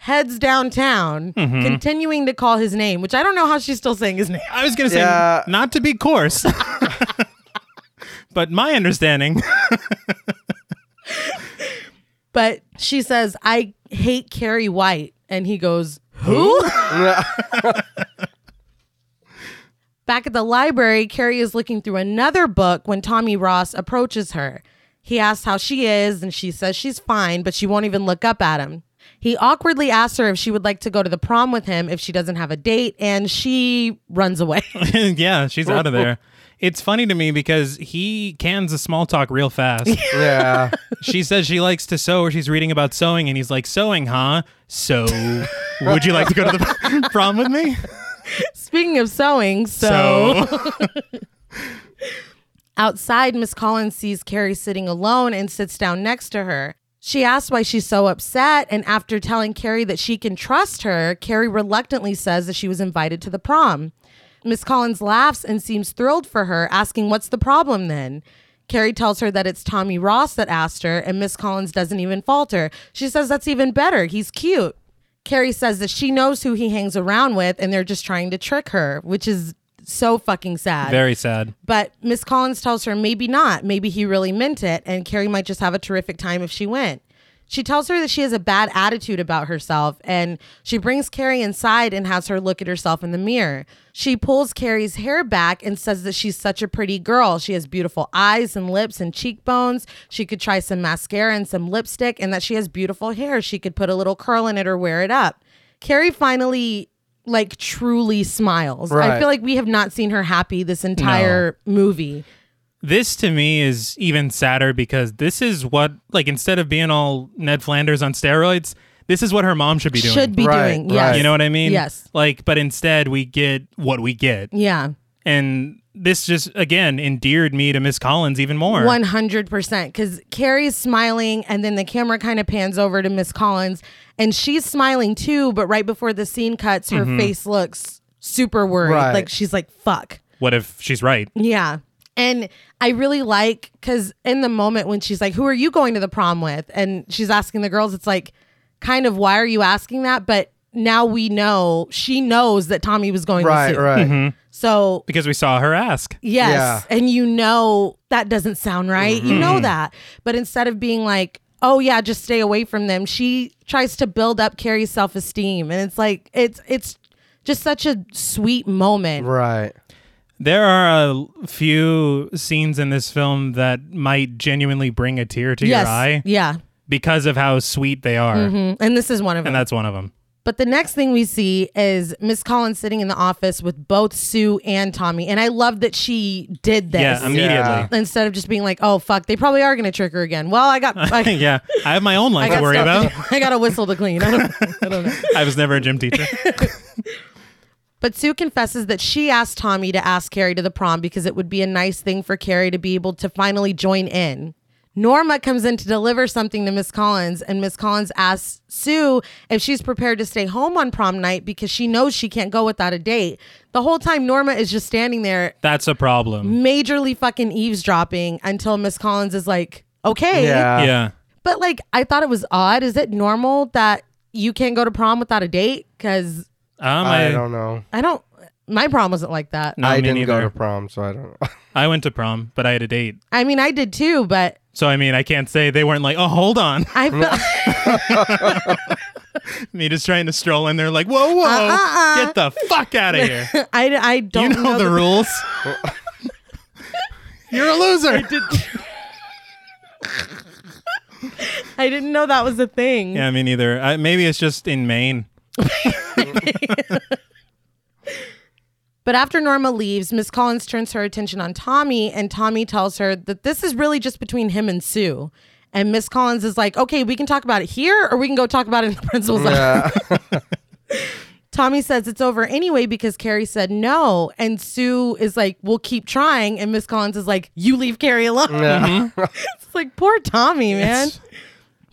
Speaker 1: heads downtown, continuing to call his name, which I don't know how she's still saying his name.
Speaker 3: I was gonna say
Speaker 2: Yeah.
Speaker 3: not to be coarse, but my understanding.
Speaker 1: But she says, I hate Carrie White. And he goes, Who? Back at the library, Carrie is looking through another book when Tommy Ross approaches her. He asks how she is, and she says she's fine, but she won't even look up at him. He awkwardly asks her if she would like to go to the prom with him if she doesn't have a date, and she runs away.
Speaker 3: yeah, she's out of there. It's funny to me because he cans the small talk real fast.
Speaker 2: yeah.
Speaker 3: she says she likes to sew or she's reading about sewing and he's like, sewing, huh? So would you like to go to the prom with me?
Speaker 1: Speaking of sewing, so.
Speaker 3: So
Speaker 1: Outside, Miss Collins sees Carrie sitting alone and sits down next to her. She asks why she's so upset, and after telling Carrie that she can trust her, Carrie reluctantly says that she was invited to the prom. Miss Collins laughs and seems thrilled for her, asking, What's the problem then? Carrie tells her that it's Tommy Ross that asked her, and Miss Collins doesn't even falter. She says that's even better. He's cute. Carrie says that she knows who he hangs around with, and they're just trying to trick her, which is so fucking sad.
Speaker 3: very sad.
Speaker 1: But Miss Collins tells her maybe not. Maybe he really meant it, and Carrie might just have a terrific time if she went. She tells her that she has a bad attitude about herself, and she brings Carrie inside and has her look at herself in the mirror. She pulls Carrie's hair back and says that she's such a pretty girl. She has beautiful eyes and lips and cheekbones. She could try some mascara and some lipstick, and that she has beautiful hair. She could put a little curl in it or wear it up. Carrie finally, like, truly smiles. I
Speaker 2: Right.
Speaker 1: feel like like we have not seen her happy this entire movie.
Speaker 3: This to me is even sadder because this is what like instead of being all Ned Flanders on steroids, this is what her mom should be doing.
Speaker 1: Should be
Speaker 2: Right,
Speaker 1: doing. Yes.
Speaker 2: right.
Speaker 3: You know what I mean?
Speaker 1: Yes.
Speaker 3: Like, but instead we get what we get.
Speaker 1: Yeah.
Speaker 3: And this just again endeared me to Miss Collins even more.
Speaker 1: One hundred percent. Because Carrie's smiling, and then the camera kind of pans over to Miss Collins, and she's smiling too. But right before the scene cuts, her
Speaker 3: Mm-hmm.
Speaker 1: face looks super worried.
Speaker 2: Right.
Speaker 1: Like she's like, "Fuck."
Speaker 3: What if she's right?
Speaker 1: Yeah. And I really like because in the moment when she's like, Who are you going to the prom with? And she's asking the girls, it's like, kind of, why are you asking that? But now we know she knows that Tommy was going
Speaker 2: Right.
Speaker 1: to sue.
Speaker 2: Right.
Speaker 3: Mm-hmm.
Speaker 1: So
Speaker 3: Because we saw her ask.
Speaker 1: Yes. And you know that doesn't sound right. You
Speaker 3: Mm-hmm.
Speaker 1: know that. But instead of being like, oh yeah, just stay away from them, she tries to build up Carrie's self esteem. And it's like it's it's just such a sweet moment.
Speaker 2: Right.
Speaker 3: There are a few scenes in this film that might genuinely bring a tear to
Speaker 1: Yes.
Speaker 3: your eye
Speaker 1: Yeah.
Speaker 3: because of how sweet they are.
Speaker 1: Mm, And this is one of them.
Speaker 3: And that's one of them.
Speaker 1: But the next thing we see is Miss Collins sitting in the office with both Sue and Tommy. And I love that she did this.
Speaker 3: Yeah, immediately.
Speaker 2: Yeah.
Speaker 1: Instead of just being like, oh, fuck, they probably are going to trick her again. Well, I got.
Speaker 3: Yeah.
Speaker 1: I,
Speaker 3: I have my own
Speaker 1: I
Speaker 3: life
Speaker 1: got
Speaker 3: to worry
Speaker 1: stuff
Speaker 3: about.
Speaker 1: to do. I got a whistle to clean. I don't, I don't know.
Speaker 3: I was never a gym teacher.
Speaker 1: But Sue confesses that she asked Tommy to ask Carrie to the prom because it would be a nice thing for Carrie to be able to finally join in. Norma comes in to deliver something to Miss Collins, and Miss Collins asks Sue if she's prepared to stay home on prom night because she knows she can't go without a date. The whole time, Norma is just standing there,
Speaker 3: That's a problem.
Speaker 1: majorly fucking eavesdropping until Miss Collins is like, okay.
Speaker 2: Yeah.
Speaker 3: yeah.
Speaker 1: But like, I thought it was odd. Is it normal that you can't go to prom without a date? Because
Speaker 3: Um, I,
Speaker 2: I don't know.
Speaker 1: I don't, my prom wasn't like that.
Speaker 3: No,
Speaker 2: I
Speaker 3: me
Speaker 2: didn't go
Speaker 3: neither.
Speaker 2: to prom, so I don't know.
Speaker 3: I went to prom, but I had a date.
Speaker 1: I mean, I did too, but
Speaker 3: So I mean, I can't say they weren't like, "Oh, hold on."
Speaker 1: I felt.
Speaker 3: Me just trying to stroll in there like, "Whoa, whoa.
Speaker 1: Uh-uh-uh.
Speaker 3: Get the fuck out of here."
Speaker 1: I, I
Speaker 3: you
Speaker 1: don't
Speaker 3: know, the, rules. You're a loser.
Speaker 1: I didn't know that was a thing.
Speaker 3: Yeah, me neither. I, maybe it's just in Maine.
Speaker 1: But after Norma leaves, Miss Collins turns her attention on Tommy, and Tommy tells her that this is really just between him and Sue. And Miss Collins is like, okay, we can talk about it here, or we can go talk about it in the principal's office.
Speaker 2: Yeah.
Speaker 1: Tommy says it's over anyway because Carrie said no. And Sue is like, we'll keep trying. And Miss Collins is like, you leave Carrie alone. it's like, poor Tommy, man.
Speaker 3: It's-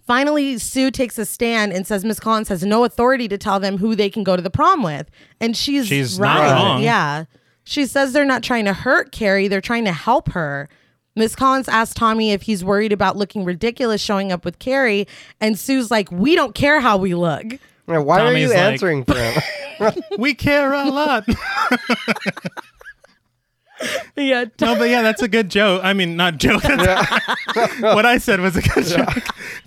Speaker 1: Finally, Sue takes a stand and says Miss Collins has no authority to tell them who they can go to the prom with. And she's,
Speaker 3: She's not
Speaker 1: right.
Speaker 3: wrong.
Speaker 1: Yeah. She says they're not trying to hurt Carrie, they're trying to help her. Miss Collins asks Tommy if he's worried about looking ridiculous showing up with Carrie. And Sue's like, we don't care how we look.
Speaker 2: Yeah, Why are
Speaker 3: Tommy's
Speaker 2: you
Speaker 3: like-
Speaker 2: answering for him?
Speaker 3: We care a lot.
Speaker 1: Yeah,
Speaker 3: No, but yeah, that's a good joke. I mean, not joke. what I said was a good joke.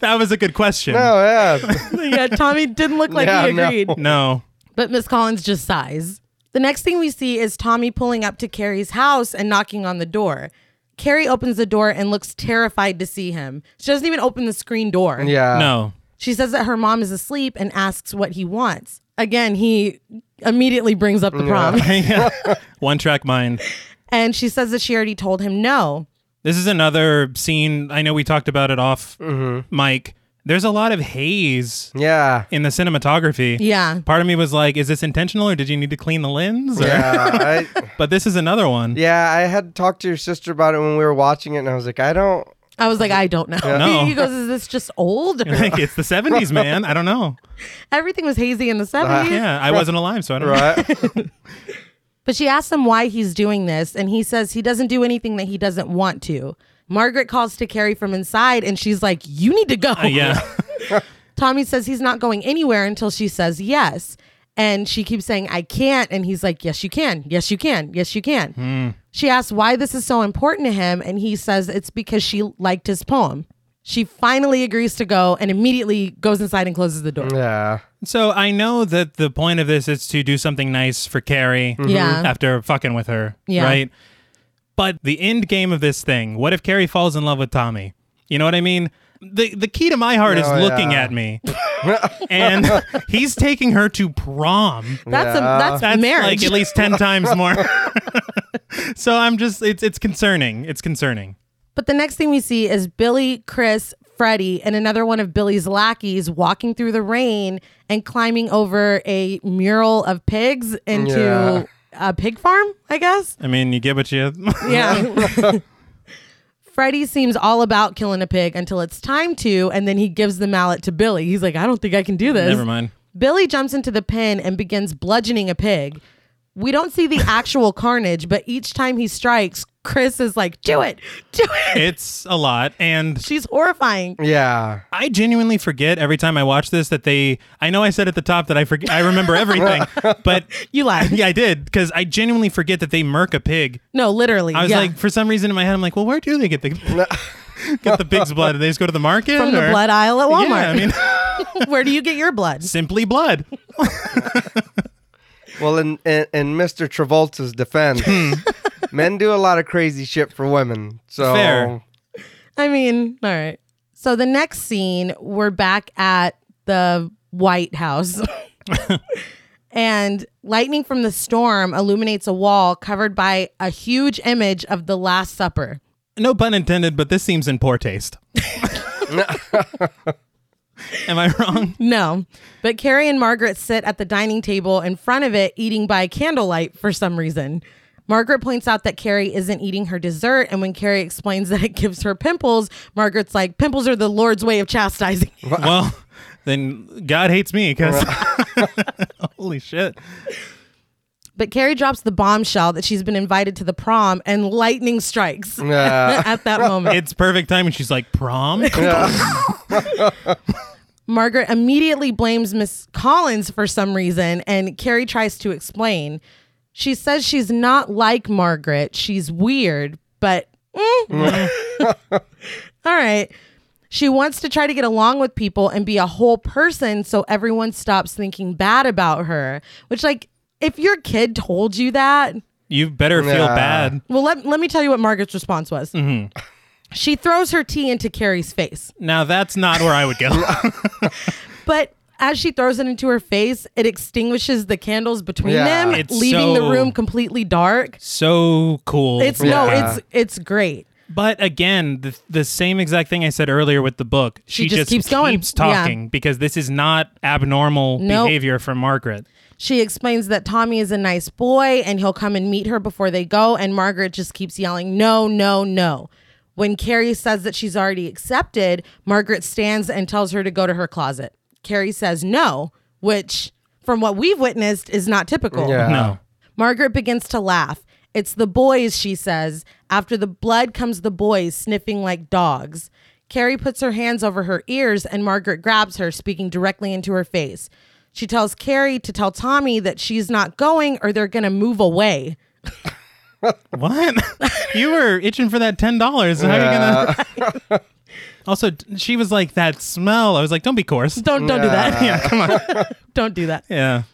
Speaker 3: That was a good question.
Speaker 2: oh yeah.
Speaker 1: yeah, Tommy didn't look like
Speaker 2: Yeah,
Speaker 1: he
Speaker 2: no.
Speaker 1: agreed.
Speaker 3: No.
Speaker 1: But Miss Collins just sighs. The next thing we see is Tommy pulling up to Carrie's house and knocking on the door. Carrie opens the door and looks terrified to see him. She doesn't even open the screen door.
Speaker 2: Yeah.
Speaker 3: no.
Speaker 1: She says that her mom is asleep and asks what he wants. Again, he immediately brings up the prom.
Speaker 3: Yeah. One track mind.
Speaker 1: And she says that she already told him no.
Speaker 3: This is another scene. I know we talked about it off
Speaker 2: Mm-hmm.
Speaker 3: Mike. There's a lot of haze
Speaker 2: Yeah.
Speaker 3: in the cinematography.
Speaker 1: Yeah.
Speaker 3: Part of me was like, is this intentional or did you need to clean the lens? Or-
Speaker 2: Yeah. I,
Speaker 3: But this is another one.
Speaker 2: yeah. I had talked to your sister about it when we were watching it, and I was like, I don't.
Speaker 1: I was like, I don't know.
Speaker 3: No.
Speaker 1: he goes, Is this just old?
Speaker 3: Like, it's the 70s, man. I don't know.
Speaker 1: Everything was hazy in the 70s.
Speaker 3: Yeah, I wasn't alive, so I don't know.
Speaker 2: Right.
Speaker 1: But she asks him why he's doing this, and he says he doesn't do anything that he doesn't want to. Margaret calls to Carrie from inside, and she's like, You need to go.
Speaker 3: Yeah.
Speaker 1: Tommy says he's not going anywhere until she says yes. And she keeps saying, I can't. And he's like, Yes, you can. Yes, you can. Yes, you can.
Speaker 3: Hmm.
Speaker 1: She asks why this is so important to him. And he says it's because she liked his poem. She finally agrees to go and immediately goes inside and closes the door.
Speaker 2: yeah.
Speaker 3: So I know that the point of this is to do something nice for Carrie
Speaker 1: Yeah.
Speaker 3: after fucking with her,
Speaker 1: Yeah.
Speaker 3: right? But the end game of this thing, what if Carrie falls in love with Tommy? You know what I mean? The the key to my heart
Speaker 2: Oh,
Speaker 3: is looking
Speaker 2: yeah.
Speaker 3: at me. and he's taking her to prom.
Speaker 1: That's, a,
Speaker 2: Yeah.
Speaker 1: that's,
Speaker 3: That's
Speaker 1: marriage.
Speaker 3: like at least 10 times more. so I'm just it's it's concerning. It's concerning.
Speaker 1: But the next thing we see is Billy, Chris, Freddie, and another one of Billy's lackeys walking through the rain and climbing over a mural of pigs into
Speaker 2: Yeah.
Speaker 1: a pig farm, I guess.
Speaker 3: I mean, you get what you
Speaker 1: Yeah. Freddie seems all about killing a pig until it's time to, and then he gives the mallet to Billy. He's like, I don't think I can do this.
Speaker 3: Never mind.
Speaker 1: Billy jumps into the pen and begins bludgeoning a pig. We don't see the actual carnage, but each time he strikes, Chris is like, Do it, do it.
Speaker 3: It's a lot and
Speaker 1: She's horrifying.
Speaker 2: Yeah.
Speaker 3: I genuinely forget every time I watch this that they. I know I said at the top that I forget. I remember everything, but
Speaker 1: You lied.
Speaker 3: yeah, I did because I genuinely forget that they murk a pig.
Speaker 1: No, literally.
Speaker 3: I was
Speaker 1: yeah.
Speaker 3: like, for some reason in my head, I'm like, well, where do they get the get the pig's blood? Do they just go to the market
Speaker 1: from the
Speaker 3: or-
Speaker 1: blood aisle at Walmart.
Speaker 3: Yeah, I mean,
Speaker 1: Where do you get your blood?
Speaker 3: simply blood.
Speaker 2: Well, in, in in Mr. Travolta's defense,
Speaker 3: Hmm.
Speaker 2: men do a lot of crazy shit for women. So
Speaker 3: Fair.
Speaker 1: I mean, all right. So the next scene, we're back at the White House. and lightning from the storm illuminates a wall covered by a huge image of the Last Supper.
Speaker 3: No pun intended, but this seems in poor taste. Am I wrong?
Speaker 1: No, but Carrie and Margaret sit at the dining table in front of it, eating by candlelight for some reason. Margaret points out that Carrie isn't eating her dessert, and when Carrie explains that it gives her pimples, Margaret's like, "Pimples are the Lord's way of chastising." you."
Speaker 3: Well, then God hates me because holy shit.
Speaker 1: But Carrie drops the bombshell that she's been invited to the prom, and lightning strikes
Speaker 2: Yeah.
Speaker 1: at that moment.
Speaker 3: It's perfect timing. She's like, prom?
Speaker 1: Margaret immediately blames Miss Collins for some reason, and Carrie tries to explain. She says she's not like Margaret. She's weird, but. mm. All right. She wants to try to get along with people and be a whole person so everyone stops thinking bad about her, which, like, if your kid told you that,
Speaker 3: You better feel
Speaker 2: Yeah.
Speaker 3: bad.
Speaker 1: well, let, let me tell you what Margaret's response was. She throws her tea into Carrie's face.
Speaker 3: Now that's not where I would go.
Speaker 1: But as she throws it into her face, it extinguishes the candles between
Speaker 2: Yeah.
Speaker 1: them,
Speaker 3: It's
Speaker 1: leaving the
Speaker 3: so-
Speaker 1: room completely dark.
Speaker 3: so cool.
Speaker 1: It's no,
Speaker 2: Yeah.
Speaker 1: it's it's great.
Speaker 3: But again, the, the same exact thing I said earlier with the book. She,
Speaker 1: just keeps going. Yeah.
Speaker 3: talking because this is not abnormal
Speaker 1: Nope.
Speaker 3: behavior from Margaret.
Speaker 1: She explains that Tommy is a nice boy and he'll come and meet her before they go, and Margaret just keeps yelling, "No, no, no." When Carrie says that she's already accepted, Margaret stands and tells her to go to her closet. Carrie says no, which from what we've witnessed is not typical.
Speaker 2: Yeah.
Speaker 3: No.
Speaker 1: Margaret begins to laugh. It's the boys, she says. After the blood comes the boys, sniffing like dogs. Carrie puts her hands over her ears and Margaret grabs her, speaking directly into her face. She tells Carrie to tell Tommy that she's not going or they're going to move away.
Speaker 3: What? you were itching for that ten dollars. How are you gonna Also t- she was like that smell. I was like, Don't be coarse.
Speaker 1: Don't don't do that.
Speaker 3: yeah, come on.
Speaker 1: Don't do that.
Speaker 3: Yeah.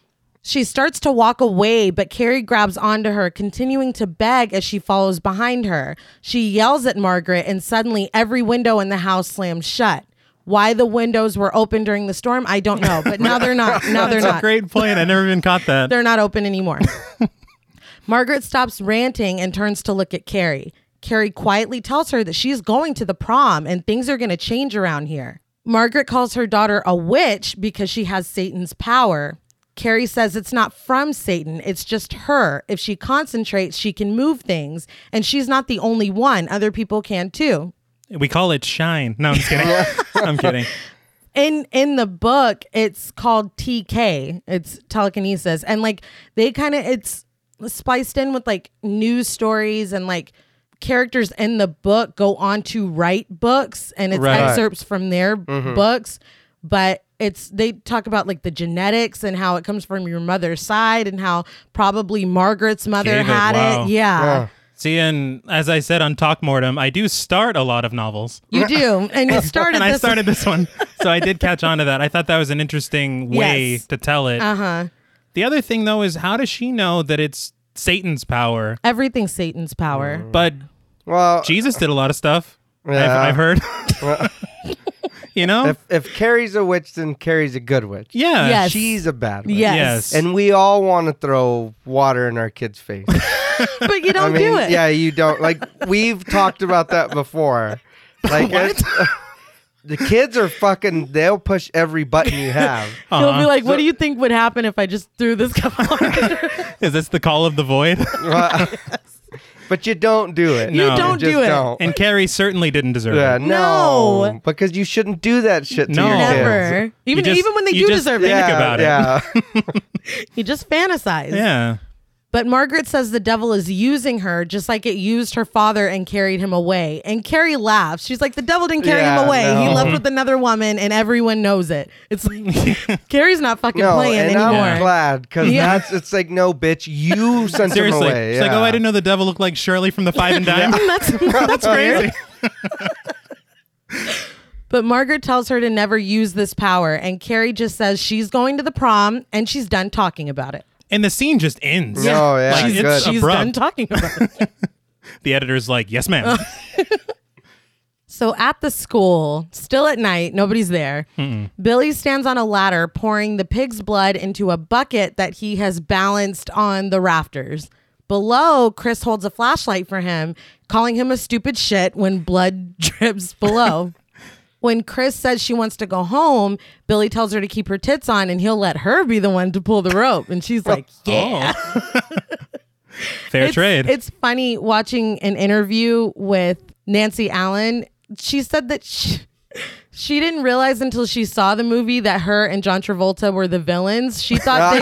Speaker 1: She starts to walk away, but Carrie grabs onto her, continuing to beg as she follows behind her. She yells at Margaret, and suddenly every window in the house slams shut. Why the windows were open during the storm, I don't know, but now they're not. Now they're
Speaker 3: That's a
Speaker 1: not.
Speaker 3: great point. I never even caught that.
Speaker 1: They're not open anymore. Margaret stops ranting and turns to look at Carrie. Carrie quietly tells her that she's going to the prom and things are going to change around here. Margaret calls her daughter a witch because she has Satan's power. Carrie says it's not from Satan, it's just her. If she concentrates, she can move things. And she's not the only one, other people can too.
Speaker 3: We call it shine. No, I'm just kidding. I'm kidding.
Speaker 1: in in the book it's called tk it's telekinesis and like they kind of it's spliced in with like news stories and like characters in the book go on to write books and it's
Speaker 3: Right. Mm-hmm.
Speaker 1: excerpts from their books but it's they talk about like the genetics and how it comes from your mother's side and how probably margaret's mother
Speaker 3: Gave it,
Speaker 1: had
Speaker 3: wow.
Speaker 1: it yeah,
Speaker 3: See, and as I said on Talk Mortem, I do start a lot of novels.
Speaker 1: you do and it started
Speaker 3: and I
Speaker 1: this
Speaker 3: started this one. So I did catch on to that. I thought that was an interesting way
Speaker 1: Yes.
Speaker 3: to tell it.
Speaker 1: uh-huh
Speaker 3: The other thing though is how does she know that it's Satan's power?
Speaker 1: everything's satan's power
Speaker 3: But
Speaker 2: Well,
Speaker 3: Jesus did a lot of stuff.
Speaker 2: Yeah.
Speaker 3: I've, I've heard. you know?
Speaker 2: if, if Carrie's a witch, then Carrie's a good witch.
Speaker 3: yeah.
Speaker 1: Yes.
Speaker 2: She's a bad witch.
Speaker 1: yes,
Speaker 3: Yes.
Speaker 2: And we all want to throw water in our kids' face.
Speaker 1: but you
Speaker 2: I
Speaker 1: don't
Speaker 2: mean,
Speaker 1: do it
Speaker 2: yeah, you don't. Like, we've talked about that before. Like, it's- the kids are fucking, they'll push every button you have.
Speaker 3: Uh-huh.
Speaker 1: He'll be like, "What do you think would happen if I just threw this cup on?" her?"
Speaker 3: Is this the call of the void?
Speaker 2: But you don't do it.
Speaker 3: You No. don't
Speaker 2: just
Speaker 1: do it.
Speaker 2: Don't.
Speaker 3: and Carrie certainly didn't deserve
Speaker 2: Yeah,
Speaker 3: it.
Speaker 2: no,
Speaker 1: No.
Speaker 2: Because you shouldn't do that shit to
Speaker 3: No.
Speaker 2: your kids.
Speaker 1: Never. Even
Speaker 3: just-
Speaker 1: even when they do
Speaker 3: you just-
Speaker 1: deserve
Speaker 3: Think
Speaker 2: Yeah,
Speaker 3: about it.
Speaker 2: yeah.
Speaker 1: it, you just fantasize.
Speaker 3: Yeah.
Speaker 1: But Margaret says the devil is using her just like it used her father and carried him away. And Carrie laughs. She's like, "The devil didn't carry
Speaker 2: Yeah,
Speaker 1: him away. He
Speaker 2: no.
Speaker 1: left
Speaker 3: Mm-hmm.
Speaker 1: with another woman, and everyone knows it." It's like Carrie's not fucking
Speaker 2: No,
Speaker 1: playing
Speaker 2: and
Speaker 1: anymore.
Speaker 2: I'm glad because
Speaker 1: Yeah.
Speaker 2: that's it's like no, bitch, you sent
Speaker 3: Seriously.
Speaker 2: him away.
Speaker 3: It's like,
Speaker 2: yeah.
Speaker 3: oh, I didn't know the devil looked like Shirley from the Five and Dime.
Speaker 1: That's that's crazy. But Margaret tells her to never use this power, and Carrie just says she's going to the prom and she's done talking about it.
Speaker 3: And the scene just ends.
Speaker 2: Yeah. Oh, yeah,
Speaker 3: Like,
Speaker 2: it's
Speaker 3: it's
Speaker 2: good.
Speaker 1: She's
Speaker 3: abrupt.
Speaker 1: done talking about it.
Speaker 3: The editor's like, yes, ma'am.
Speaker 1: So at the school, still at night, nobody's there. Billy stands on a ladder pouring the pig's blood into a bucket that he has balanced on the rafters. Below, Chris holds a flashlight for him, calling him a stupid shit when blood drips below. when Chris says she wants to go home, Billy tells her to keep her tits
Speaker 2: Oh.
Speaker 1: on and he'll let her be the one to pull the rope. And she's like, yeah.
Speaker 3: Oh. fair
Speaker 1: it's,
Speaker 3: trade.
Speaker 1: It's funny watching an interview with Nancy Allen. She said that she, she didn't realize until she saw the movie that her and John Travolta were the villains. She thought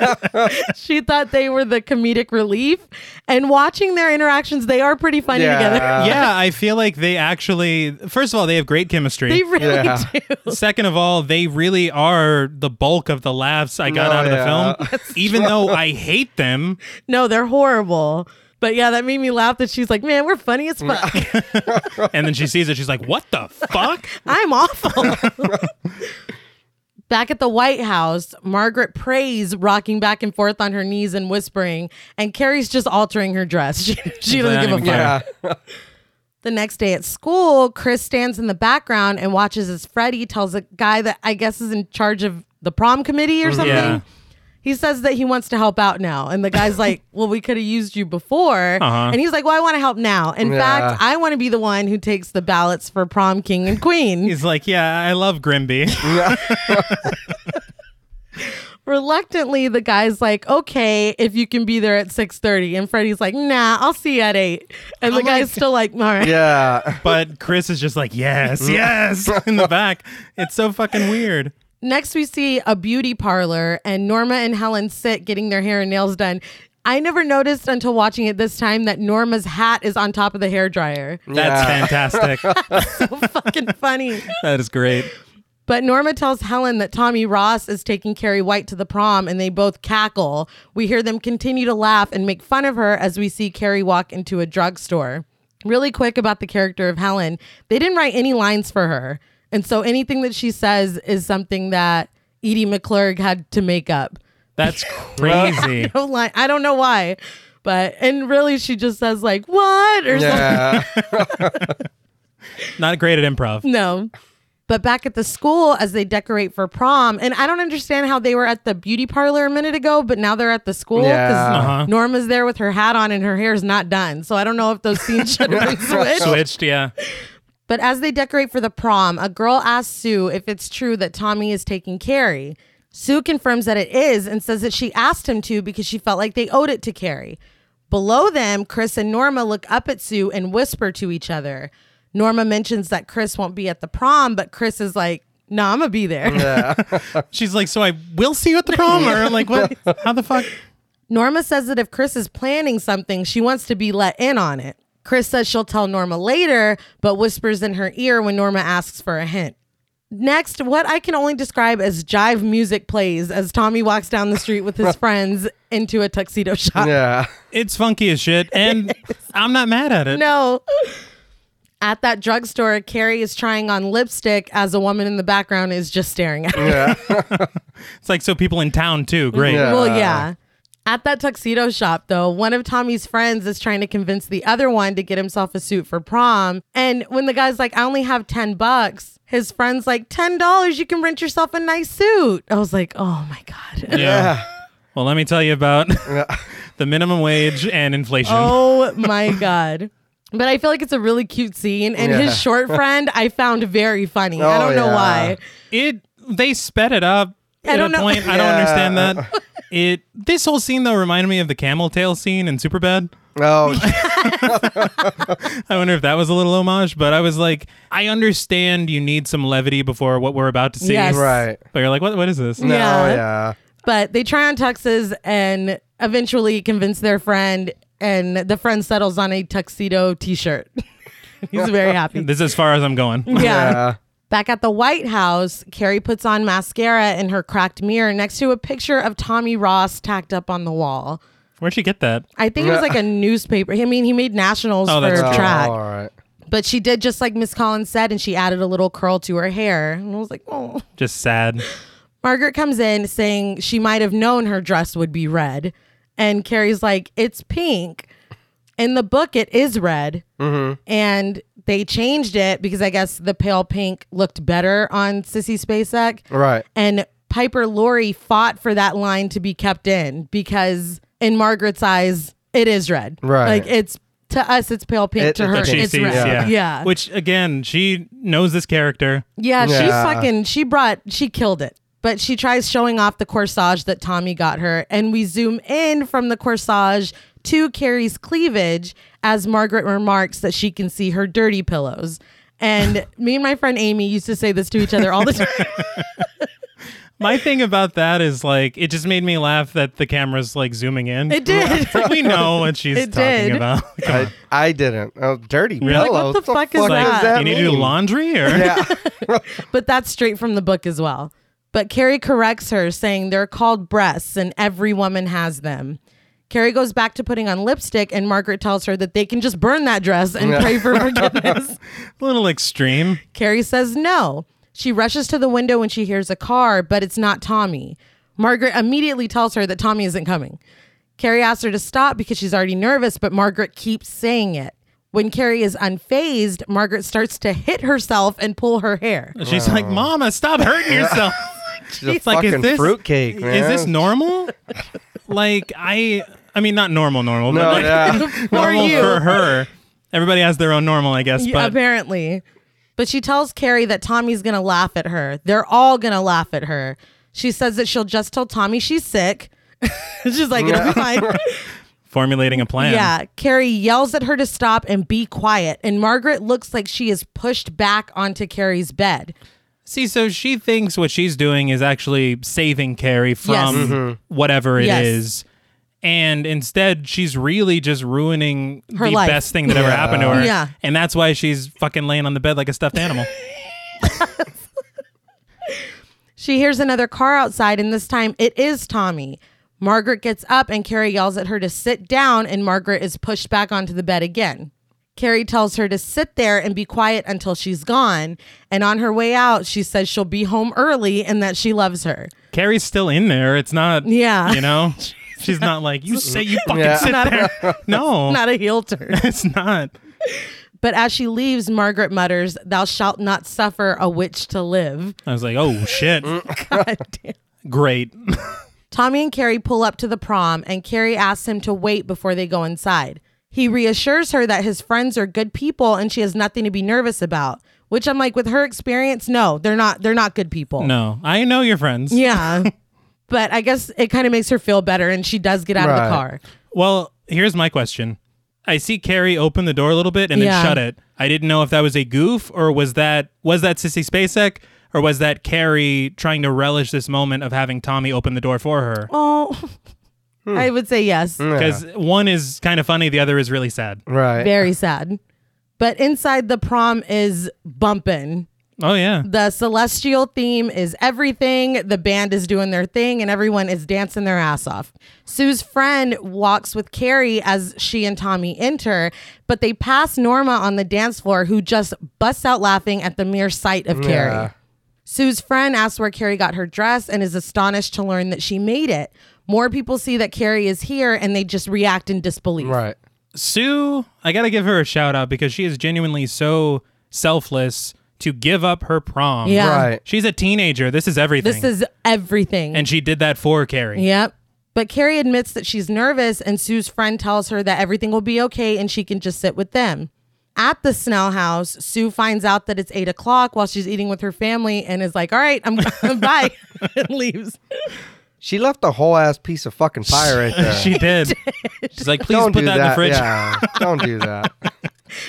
Speaker 1: they she thought they were the comedic relief. And watching their interactions, they are pretty funny
Speaker 2: Yeah.
Speaker 1: together.
Speaker 3: yeah, I feel like they actually. First of all, they have great chemistry.
Speaker 1: They really
Speaker 2: Yeah.
Speaker 1: do.
Speaker 3: Second of all, they really are the bulk of the laughs I got
Speaker 2: No,
Speaker 3: out of
Speaker 2: Oh, yeah.
Speaker 3: the film. Even though I hate them,
Speaker 1: No, they're horrible. But yeah, that made me laugh that she's like, man, we're funny as fuck.
Speaker 3: and then she sees it, she's like, "What the fuck?"
Speaker 1: I'm awful. Back at the White House, Margaret prays, rocking back and forth on her knees and whispering, and Carrie's just altering her dress. She, she doesn't give a fuck.
Speaker 3: Yeah.
Speaker 2: yeah.
Speaker 1: The next day at school, Chris stands in the background and watches as Freddie tells a guy that I guess is in charge of the prom committee or something.
Speaker 3: Mm, Yeah.
Speaker 1: He says that he wants to help out now. And the guy's like, Well, we could have used you before.
Speaker 3: Uh-huh.
Speaker 1: And he's like, Well, I want to help now. In
Speaker 2: Yeah.
Speaker 1: fact, I want to be the one who takes the ballots for prom king and queen.
Speaker 3: He's like, "Yeah, I love Grimby."
Speaker 1: reluctantly the guy's like okay if you can be there at 6.30 and freddie's like nah i'll see you at 8 and the
Speaker 3: I'm
Speaker 1: guy's
Speaker 3: like-
Speaker 1: still like all right
Speaker 2: Yeah.
Speaker 3: But Chris is just like, "Yes,
Speaker 2: Mm.
Speaker 3: yes," in the back. It's so fucking weird.
Speaker 1: next we see a beauty parlor and norma and helen sit getting their hair and nails done i never noticed until watching it this time that norma's hat is on top of the hairdryer
Speaker 3: That's
Speaker 2: Yeah.
Speaker 3: fantastic.
Speaker 1: so fucking funny
Speaker 3: that is great.
Speaker 1: but norma tells helen that tommy ross is taking carrie white to the prom and they both cackle we hear them continue to laugh and make fun of her as we see carrie walk into a drugstore really quick about the character of Helen, they didn't write any lines for her. And so anything that she says is something that Edie McClurg had to make up.
Speaker 3: That's crazy.
Speaker 1: No line. I don't know why. But and really she just says like what or something.
Speaker 2: Yeah.
Speaker 3: Not great at improv.
Speaker 1: No. But back at the school as they decorate for prom, and I don't understand how they were at the beauty parlor a minute ago, but now they're at the school because
Speaker 2: Yeah.
Speaker 3: Uh-huh.
Speaker 1: Norma's there with her hat on and her hair's not done. So I don't know if those scenes should have been switched.
Speaker 3: Switched, yeah.
Speaker 1: But as they decorate for the prom, a girl asks Sue if it's true that Tommy is taking Carrie. Sue confirms that it is and says that she asked him to because she felt like they owed it to Carrie. Below them, Chris and Norma look up at Sue and whisper to each other. Norma mentions that Chris won't be at the prom, but Chris is like, "No, nah, I'm gonna be there."
Speaker 3: She's like, "So I will see you at the prom," or like, "What? How the fuck?"
Speaker 1: Norma says that if Chris is planning something, she wants to be let in on it. Chris says she'll tell Norma later, but whispers in her ear when Norma asks for a hint. Next, what I can only describe as jive music plays as Tommy walks down the street with his friends into a tuxedo shop.
Speaker 2: Yeah.
Speaker 3: It's funky as shit, and I'm not mad at it.
Speaker 1: No. At that drugstore, Carrie is trying on lipstick as a woman in the background is just staring at her.
Speaker 3: It's like so people in town too. Great.
Speaker 2: Yeah.
Speaker 1: Well, yeah. At that tuxedo shop, though, one of Tommy's friends is trying to convince the other one to get himself a suit for prom. And when the guy's like, I only have 10 bucks, his friend's like, $10, you can rent yourself a nice suit. I was like, oh my God.
Speaker 3: Yeah. Well, let me tell you about the minimum wage and inflation.
Speaker 1: oh my God. But I feel like it's a really cute scene. And
Speaker 2: Yeah.
Speaker 1: his short friend, I found very funny. I
Speaker 2: Oh,
Speaker 1: don't know
Speaker 2: yeah.
Speaker 1: why.
Speaker 3: It they sped it up.
Speaker 1: I
Speaker 3: at
Speaker 1: don't
Speaker 3: a
Speaker 1: know.
Speaker 3: Point. I don't
Speaker 2: Yeah.
Speaker 3: understand that. It this whole scene though reminded me of the camel tail scene in Superbad.
Speaker 2: Oh,
Speaker 3: I wonder if that was a little homage, but I was like, I understand you need some levity before what we're about to see.
Speaker 1: Yes.
Speaker 2: right.
Speaker 3: But you're like, what? What is this?
Speaker 2: No,
Speaker 1: Yeah.
Speaker 2: yeah.
Speaker 1: But they try on tuxes and eventually convince their friend, and the friend settles on a tuxedo t shirt. He's very happy.
Speaker 3: This is as far as I'm going.
Speaker 1: Yeah.
Speaker 2: Yeah.
Speaker 1: Back at the White House, Carrie puts on mascara in her cracked mirror next to a picture of Tommy Ross tacked up on the wall.
Speaker 3: Where'd she get that?
Speaker 1: I think it was like a newspaper. I mean, he made nationals for
Speaker 3: Oh, that's true.
Speaker 1: track,
Speaker 2: all right.
Speaker 1: but she did just like Miss Collins said, and she added a little curl to her hair. And I was like, oh.
Speaker 3: Just sad.
Speaker 1: Margaret comes in saying she might have known her dress would be red. And Carrie's like, it's pink. In the book, it is red.
Speaker 2: Mm-hmm.
Speaker 1: And they changed it because I guess the pale pink looked better on Sissy Spacek.
Speaker 2: Right.
Speaker 1: And Piper Laurie fought for that line to be kept in because, in Margaret's eyes, it is red.
Speaker 2: Right.
Speaker 1: Like it's to us, it's pale pink.
Speaker 2: It-
Speaker 1: to her,
Speaker 2: it's
Speaker 3: She
Speaker 1: it's
Speaker 3: sees,
Speaker 1: red.
Speaker 3: yeah.
Speaker 1: yeah.
Speaker 3: Which again, she knows this character.
Speaker 1: Yeah, she
Speaker 2: Yeah.
Speaker 1: fucking she brought she killed it. but she tries showing off the corsage that Tommy got her, and we zoom in from the corsage to Carrie's cleavage as Margaret remarks that she can see her dirty pillows. And me and my friend Amy used to say this to each other all the time.
Speaker 3: My thing about that is like it just made me laugh that the camera's like zooming in.
Speaker 1: It did.
Speaker 3: It's like, we know what she's
Speaker 1: It
Speaker 3: talking
Speaker 1: did.
Speaker 3: about. Come on.
Speaker 2: I, I didn't. Oh, dirty
Speaker 3: Like,
Speaker 2: pillow.
Speaker 1: what the fuck is
Speaker 2: fuck
Speaker 1: that?
Speaker 2: does
Speaker 3: Like,
Speaker 2: that
Speaker 3: you need to do
Speaker 2: mean?
Speaker 3: laundry or
Speaker 2: Yeah.
Speaker 1: but that's straight from the book as well. But Carrie corrects her, saying they're called breasts and every woman has them. Carrie goes back to putting on lipstick, and Margaret tells her that they can just burn that dress and pray for forgiveness.
Speaker 3: a little extreme.
Speaker 1: Carrie says no. She rushes to the window when she hears a car, but it's not Tommy. Margaret immediately tells her that Tommy isn't coming. Carrie asks her to stop because she's already nervous, but Margaret keeps saying it. When Carrie is unfazed, Margaret starts to hit herself and pull her hair.
Speaker 3: She's like, Mama, stop hurting yourself.
Speaker 2: She's a
Speaker 3: It's like
Speaker 2: fucking
Speaker 3: is this
Speaker 2: fruitcake, man.
Speaker 3: Is this normal? like I I mean not normal normal,
Speaker 2: No,
Speaker 3: but like,
Speaker 2: yeah.
Speaker 1: For
Speaker 3: normal
Speaker 1: you.
Speaker 3: for her. Everybody has their own normal, I guess.
Speaker 1: Yeah,
Speaker 3: But
Speaker 1: apparently. But she tells Carrie that Tommy's going to laugh at her. They're all going to laugh at her. She says that she'll just tell Tommy she's sick. she's like, it'll be fine.
Speaker 3: formulating a plan.
Speaker 1: yeah. Carrie yells at her to stop and be quiet. And Margaret looks like she is pushed back onto Carrie's bed.
Speaker 3: See, so she thinks what she's doing is actually saving Carrie from
Speaker 1: Yes. Mm-hmm.
Speaker 3: whatever it is,
Speaker 1: Yes.
Speaker 3: And instead, she's really just ruining
Speaker 1: Her
Speaker 3: the
Speaker 1: life.
Speaker 3: best thing that ever happened to her.
Speaker 1: Yeah.
Speaker 3: And that's why she's fucking laying on the bed like a stuffed animal.
Speaker 1: She hears another car outside, and this time it is Tommy. Margaret gets up, and Carrie yells at her to sit down, and Margaret is pushed back onto the bed again. Carrie tells her to sit there and be quiet until she's gone. And on her way out, she says she'll be home early and that she loves her.
Speaker 3: Carrie's still in there. It's not,
Speaker 1: Yeah.
Speaker 3: you know, she's not like, you say you fucking
Speaker 2: Yeah.
Speaker 3: sit
Speaker 1: Not a-
Speaker 3: there. no,
Speaker 1: Not a heel turn.
Speaker 3: it's not.
Speaker 1: But as she leaves, Margaret mutters, Thou shalt not suffer a witch to live.
Speaker 3: I was like, oh shit.
Speaker 1: God damn.
Speaker 3: Great.
Speaker 1: Tommy and Carrie pull up to the prom, and Carrie asks him to wait before they go inside. He reassures her that his friends are good people and she has nothing to be nervous about. Which I'm like, with her experience, no, they're not. They're not good people.
Speaker 3: No, I know your friends.
Speaker 1: Yeah, but I guess it kind of makes her feel better, and she does get out of
Speaker 2: Right.
Speaker 1: the car.
Speaker 3: Well, here's my question. I see Carrie open the door a little bit and
Speaker 1: Yeah.
Speaker 3: then shut it. I didn't know if that was a goof or was that was that Sissy Spacek or was that Carrie trying to relish this moment of having Tommy open the door for her?
Speaker 1: Oh, I would say yes.
Speaker 3: Because one is kind of funny, the other is really sad.
Speaker 2: Right.
Speaker 1: Very sad. But inside the prom is bumping.
Speaker 3: Oh yeah,
Speaker 1: The celestial theme is everything. The band is doing their thing, and everyone is dancing their ass off. Sue's friend walks with Carrie as she and Tommy enter, but they pass Norma on the dance floor, who just busts out laughing at the mere sight of
Speaker 2: Yeah.
Speaker 1: Carrie. Sue's friend asks where Carrie got her dress and is astonished to learn that she made it. More people see that Carrie is here and they just react in disbelief.
Speaker 2: Right.
Speaker 3: Sue. I gotta give her a shout out because she is genuinely so selfless to give up her prom.
Speaker 1: Yeah.
Speaker 2: Right.
Speaker 3: she's a teenager. This is everything,
Speaker 1: This is everything.
Speaker 3: and she did that for Carrie.
Speaker 1: Yep. But Carrie admits that she's nervous, and Sue's friend tells her that everything will be okay and she can just sit with them. At the Snell house, Sue finds out that it's eight o'clock while she's eating with her family and is like, All right, I'm bye, and leaves.
Speaker 2: She left a whole ass piece of fucking pie right there.
Speaker 3: She did. She's like, please
Speaker 2: Don't
Speaker 3: put
Speaker 2: do
Speaker 3: that, in the fridge.
Speaker 2: Yeah. Don't do that.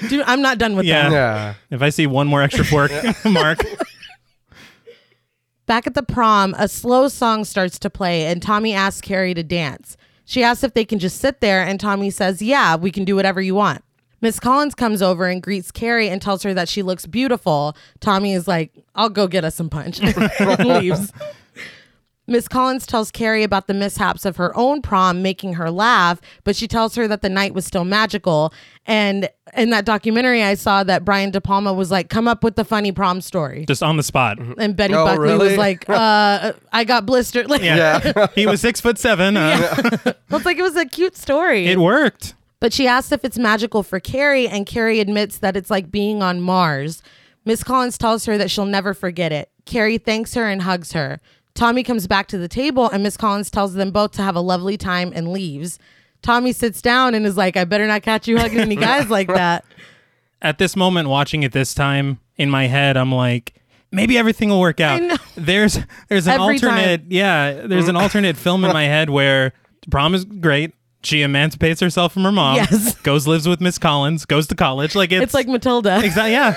Speaker 1: Dude, I'm not done with
Speaker 3: Yeah.
Speaker 1: that.
Speaker 2: Yeah.
Speaker 3: If I see one more extra fork mark,
Speaker 1: Back at the prom, a slow song starts to play, and Tommy asks Carrie to dance. She asks if they can just sit there, and Tommy says, Yeah, we can do whatever you want. Miss Collins comes over and greets Carrie and tells her that she looks beautiful. Tommy is like, I'll go get us some punch. and leaves. Miss Collins tells Carrie about the mishaps of her own prom, making her laugh, but she tells her that the night was still magical. And in that documentary, I saw that Brian De Palma was like, Come up with the funny prom story.
Speaker 3: just on the spot.
Speaker 1: And Betty
Speaker 2: Oh,
Speaker 1: Buckley was
Speaker 2: really?
Speaker 1: like, uh, I got blistered. Like,
Speaker 2: Yeah.
Speaker 3: he was six foot seven. Uh,
Speaker 1: well, it's like it was a cute story.
Speaker 3: It worked.
Speaker 1: but she asks if it's magical for Carrie, and Carrie admits that it's like being on Mars. Miss Collins tells her that she'll never forget it. Carrie thanks her and hugs her. Tommy comes back to the table, and Miss Collins tells them both to have a lovely time and leaves. Tommy sits down and is like, I better not catch you hugging any guys like that.
Speaker 3: At this moment, watching it this time in my head, I'm like, maybe everything will work out.
Speaker 1: I know.
Speaker 3: There's there's an
Speaker 1: Every time.
Speaker 3: alternate yeah, there's an alternate film in my head where prom is great. She emancipates herself from her mom.
Speaker 1: Yes.
Speaker 3: Goes lives with Miss Collins. Goes to college. Like it's,
Speaker 1: It's like Matilda.
Speaker 3: exactly yeah.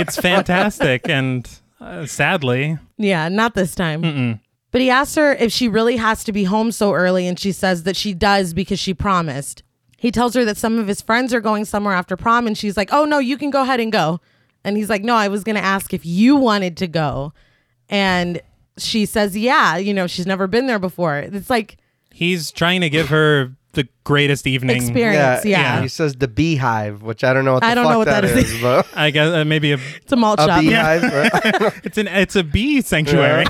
Speaker 3: it's fantastic and uh, sadly
Speaker 1: Yeah, not this time. But he asks her if she really has to be home so early, and she says that she does because she promised. He tells her that some of his friends are going somewhere after prom, and she's like, Oh, no, you can go ahead and go. And he's like, No, I was going to ask if you wanted to go. And she says, Yeah, you know, she's never been there before. It's like
Speaker 3: he's trying to give her the greatest evening
Speaker 1: experience. Yeah.
Speaker 2: He says the beehive, which I don't know what the
Speaker 1: I don't
Speaker 2: fuck
Speaker 1: know what that is.
Speaker 2: but
Speaker 3: I guess uh, maybe a,
Speaker 1: It's a malt
Speaker 2: a
Speaker 1: shop.
Speaker 2: beehive. right?
Speaker 3: it's an it's a bee sanctuary.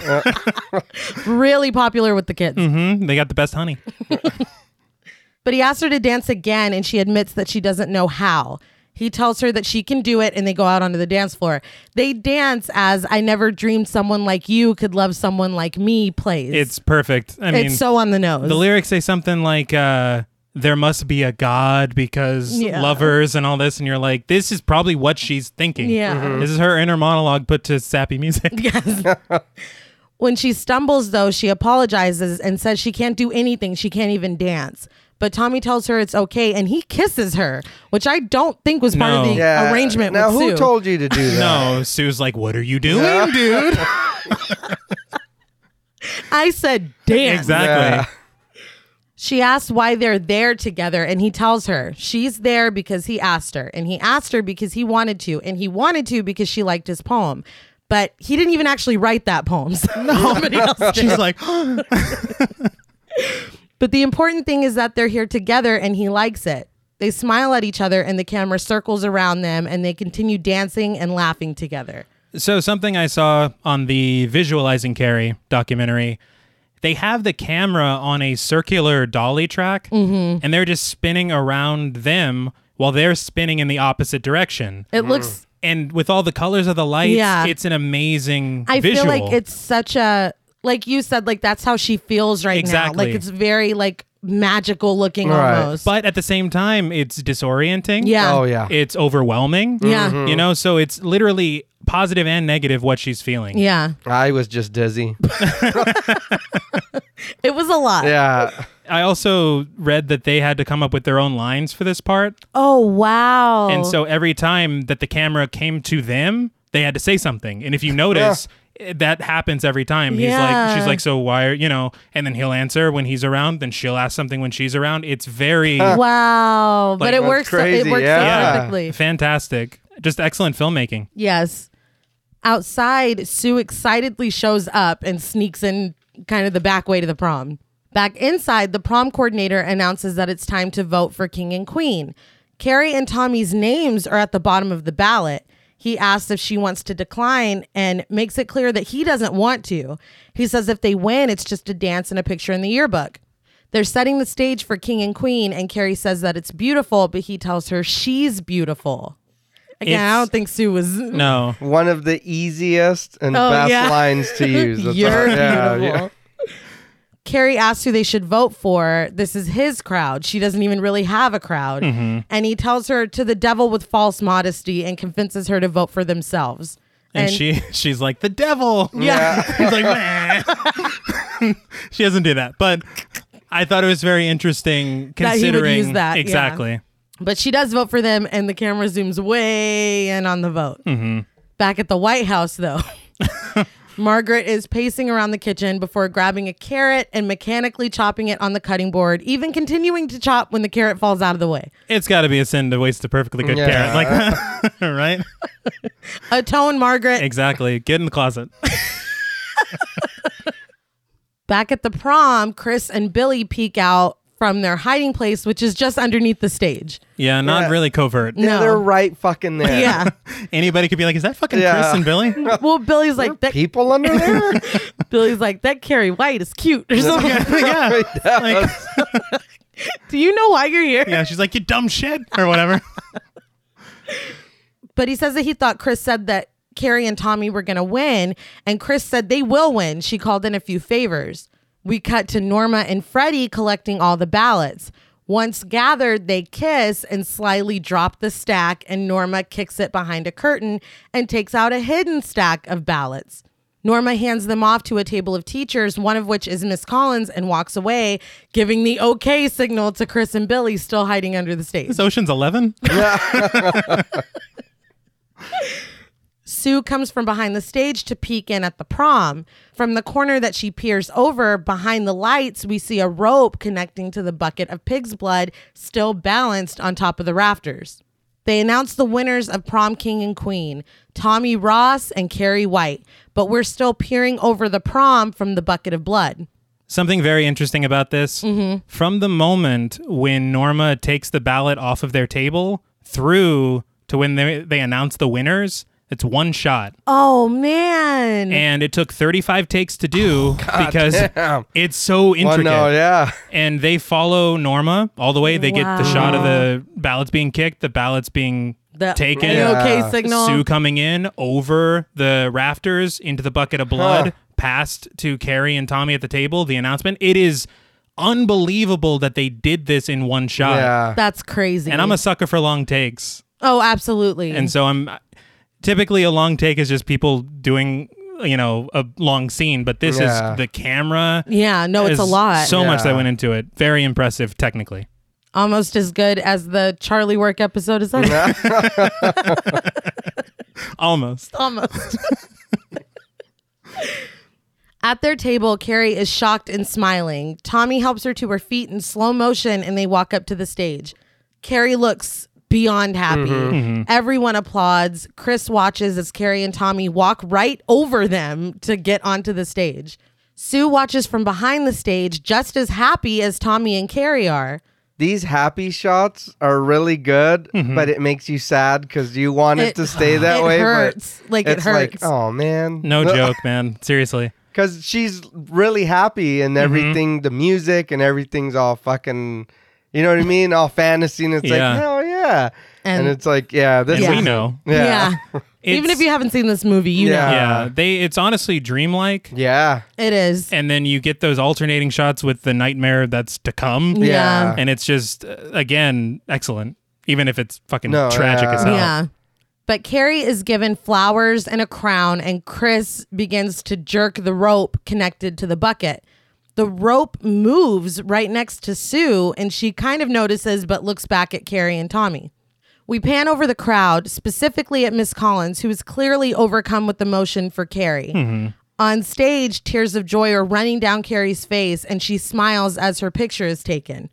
Speaker 1: Really popular with the kids.
Speaker 3: hmm They got the best honey.
Speaker 1: But he asks her to dance again, and she admits that she doesn't know how. He tells her that she can do it, and they go out onto the dance floor. They dance as "I never dreamed someone like you could love someone like me" plays.
Speaker 3: It's perfect. I mean,
Speaker 1: it's so on the nose.
Speaker 3: the lyrics say something like uh there must be a god because
Speaker 1: Yeah.
Speaker 3: lovers and all this and you're like this is probably what she's thinking
Speaker 1: Yeah.
Speaker 3: this is her inner monologue put to sappy music
Speaker 1: Yes. when she stumbles, though, she apologizes and says she can't do anything. She can't even dance. But Tommy tells her it's okay, and he kisses her, which I don't think was part of
Speaker 3: No.
Speaker 1: the
Speaker 2: Yeah.
Speaker 1: arrangement.
Speaker 2: Now,
Speaker 1: with
Speaker 2: who
Speaker 1: Sue.
Speaker 2: told you to do that?
Speaker 3: no sue's like what are you doing dude
Speaker 1: I said dance?
Speaker 3: exactly
Speaker 2: Yeah.
Speaker 1: She asks why they're there together, and he tells her she's there because he asked her, and he asked her because he wanted to, and he wanted to because she liked his poem. But he didn't even actually write that poem. So somebody else did.
Speaker 3: she's like
Speaker 1: But the important thing is that they're here together and he likes it. They smile at each other, and the camera circles around them, and they continue dancing and laughing together.
Speaker 3: So something I saw on the Visualizing Carrie documentary, they have the camera on a circular dolly track,
Speaker 1: Mm-hmm.
Speaker 3: and they're just spinning around them while they're spinning in the opposite direction.
Speaker 1: It looks,
Speaker 3: And with all the colors of the lights,
Speaker 1: Yeah.
Speaker 3: it's an amazing
Speaker 1: I
Speaker 3: visual.
Speaker 1: feel like it's such a, like you said, like that's how she feels right now.
Speaker 3: Exactly.
Speaker 1: Like it's very, like, magical looking
Speaker 2: Right.
Speaker 1: almost.
Speaker 3: but at the same time, it's disorienting.
Speaker 1: yeah.
Speaker 2: Oh yeah. Mm-hmm.
Speaker 3: It's overwhelming.
Speaker 1: Yeah. Mhm.
Speaker 3: You know, so it's literally positive and negative what she's feeling.
Speaker 1: Yeah.
Speaker 2: I was just dizzy.
Speaker 1: It was a lot.
Speaker 2: Yeah.
Speaker 3: I also read that they had to come up with their own lines for this part.
Speaker 1: Oh wow.
Speaker 3: And so every time that the camera came to them, they had to say something. And if you notice, eh, that happens every time. He's
Speaker 1: Yeah.
Speaker 3: like, she's like, so why are you know? And then he'll answer when he's around. Then she'll ask something when she's around. It's very
Speaker 1: wow. but it
Speaker 3: that's
Speaker 1: works so- it
Speaker 2: crazy,
Speaker 1: works
Speaker 2: yeah.
Speaker 1: so perfectly.
Speaker 3: fantastic, just excellent filmmaking.
Speaker 1: Mm-hmm. Yes. Outside, Sue excitedly shows up and sneaks in kind of the back way to the prom. Back inside, the prom coordinator announces that it's time to vote for king and queen. Carrie and Tommy's names are at the bottom of the ballot. He asks if she wants to decline and makes it clear that he doesn't want to. He says if they win, it's just a dance and a picture in the yearbook. They're setting the stage for king and queen, and Carrie says that it's beautiful, but he tells her she's beautiful. Again, I
Speaker 3: It's-
Speaker 1: don't think Sue was
Speaker 3: No,
Speaker 2: One of the easiest and
Speaker 1: Oh,
Speaker 2: best
Speaker 1: yeah.
Speaker 2: lines to use. That's
Speaker 1: You're
Speaker 2: all- yeah,
Speaker 1: beautiful.
Speaker 2: yeah.
Speaker 1: Carrie asks who they should vote for. This is his crowd. She doesn't even really have a crowd.
Speaker 3: Mm-hmm.
Speaker 1: And he tells her to the devil with false modesty and convinces her to vote for themselves.
Speaker 3: and, she she's like the devil.
Speaker 1: yeah.
Speaker 3: He's like, "Meh." she doesn't do that, but. I thought it was very interesting
Speaker 1: That he would
Speaker 3: considering
Speaker 1: use that, yeah.
Speaker 3: exactly.
Speaker 1: But she does vote for them, and the camera zooms way in on the vote.
Speaker 3: Mm-hmm.
Speaker 1: Back at the White House, though, Margaret is pacing around the kitchen before grabbing a carrot and mechanically chopping it on the cutting board, even continuing to chop when the carrot falls out of the way.
Speaker 3: It's got to be a sin to waste a perfectly good
Speaker 2: Yeah.
Speaker 3: carrot like that, right?
Speaker 1: Atone, Margaret.
Speaker 3: Exactly. Get in the closet.
Speaker 1: Back at the prom, Chris and Billy peek out from their hiding place, which is just underneath the stage.
Speaker 3: Yeah, not
Speaker 2: Yeah.
Speaker 3: really covert.
Speaker 1: No.
Speaker 2: They're right fucking there.
Speaker 1: Yeah.
Speaker 3: Anybody could be like, "Is that fucking
Speaker 2: Yeah.
Speaker 3: Chris and Billy?"
Speaker 1: well, Billy's like that.
Speaker 2: People under there.
Speaker 1: Billy's like that. Carrie White is cute or something.
Speaker 3: yeah,
Speaker 2: That
Speaker 3: like,
Speaker 2: was-
Speaker 1: Do you know why you're here?
Speaker 3: yeah. She's like, "You dumb shit" or whatever.
Speaker 1: But he says that he thought Chris said that Carrie and Tommy were going to win, and Chris said they will win. She called in a few favors. We cut to Norma and Freddie collecting all the ballots. Once gathered, they kiss and slyly drop the stack, and Norma kicks it behind a curtain and takes out a hidden stack of ballots. Norma hands them off to a table of teachers, one of which is Miss Collins, and walks away, giving the okay signal to Chris and Billy, still hiding under the stage.
Speaker 3: It's Ocean's Eleven.
Speaker 1: Sue comes from behind the stage to peek in at the prom. From the corner that she peers over, behind the lights, we see a rope connecting to the bucket of pig's blood still balanced on top of the rafters. They announce the winners of Prom King and Queen, Tommy Ross and Carrie White, but we're still peering over the prom from the bucket of blood.
Speaker 3: Something very interesting about this.
Speaker 2: Mm-hmm.
Speaker 3: From the moment when Norma takes the ballot off of their table through to when they, they announce the winners, it's one shot.
Speaker 1: Oh man.
Speaker 3: And it took 35 takes to do because
Speaker 2: damn.
Speaker 3: it's so
Speaker 2: Oh
Speaker 3: intricate.
Speaker 2: no, yeah.
Speaker 3: And they follow Norma all the way. They get the shot of the ballots being kicked, the ballots being
Speaker 1: the
Speaker 3: taken.
Speaker 1: the okay
Speaker 2: Yeah.
Speaker 1: signal.
Speaker 3: Sue coming in over the rafters into the bucket of blood, passed to Carrie and Tommy at the table. The announcement. It is unbelievable that they did this in one shot.
Speaker 2: Yeah.
Speaker 1: That's crazy.
Speaker 3: uh, And I'm a sucker for long takes,
Speaker 1: Oh, absolutely.
Speaker 3: and so I'm typically a long take is just people doing you know a long scene, but this
Speaker 2: Yeah.
Speaker 3: is the camera.
Speaker 1: yeah, no, Oh, it's a
Speaker 3: is
Speaker 1: lot.
Speaker 3: So much
Speaker 2: Yeah.
Speaker 3: that went into it. Very impressive, technically.
Speaker 1: almost as good as the Charlie work episode is that
Speaker 3: Almost.
Speaker 1: almost. At their table, Carrie is shocked and smiling. Tommy helps her to her feet in slow motion and they walk up to the stage. Carrie looks beyond happy.
Speaker 2: Mm-hmm.
Speaker 1: Everyone applauds. Chris watches as Carrie and Tommy walk right over them to get onto the stage. Sue watches from behind the stage, just as happy as Tommy and Carrie are.
Speaker 2: These happy shots are really good,
Speaker 3: Mm-hmm.
Speaker 2: but it makes you sad because you want it,
Speaker 1: It-
Speaker 2: to stay that
Speaker 1: it
Speaker 2: way. but
Speaker 1: hurts. Like, it
Speaker 2: it's
Speaker 1: hurts.
Speaker 2: Like, oh man,
Speaker 3: No joke, man. Seriously.
Speaker 2: Because she's really happy and
Speaker 3: Mm-hmm.
Speaker 2: everything, the music and everything's all fucking, you know what I mean? All fantasy. And it's
Speaker 3: Yeah.
Speaker 2: like, hell yeah. And,
Speaker 1: And-
Speaker 2: it's like, yeah, this
Speaker 3: And
Speaker 2: is.
Speaker 3: we know.
Speaker 2: Yeah.
Speaker 1: yeah. Even
Speaker 3: It's-
Speaker 1: if you haven't seen this movie, you know.
Speaker 2: Yeah.
Speaker 3: yeah, they it's honestly dreamlike.
Speaker 2: Yeah.
Speaker 1: It is.
Speaker 3: and then you get those alternating shots with the nightmare that's to come
Speaker 1: Yeah.
Speaker 2: Yeah.
Speaker 3: and it's just uh, again excellent even if it's fucking
Speaker 2: No,
Speaker 3: tragic
Speaker 2: yeah.
Speaker 3: as hell
Speaker 1: Yeah. But Carrie is given flowers and a crown, and Chris begins to jerk the rope connected to the bucket. The rope moves right next to Sue, and she kind of notices but looks back at Carrie and Tommy. We pan over the crowd, specifically at Miss Collins, who is clearly overcome with emotion for Carrie. On stage, tears of joy are running down Carrie's face, and she smiles as her picture is taken.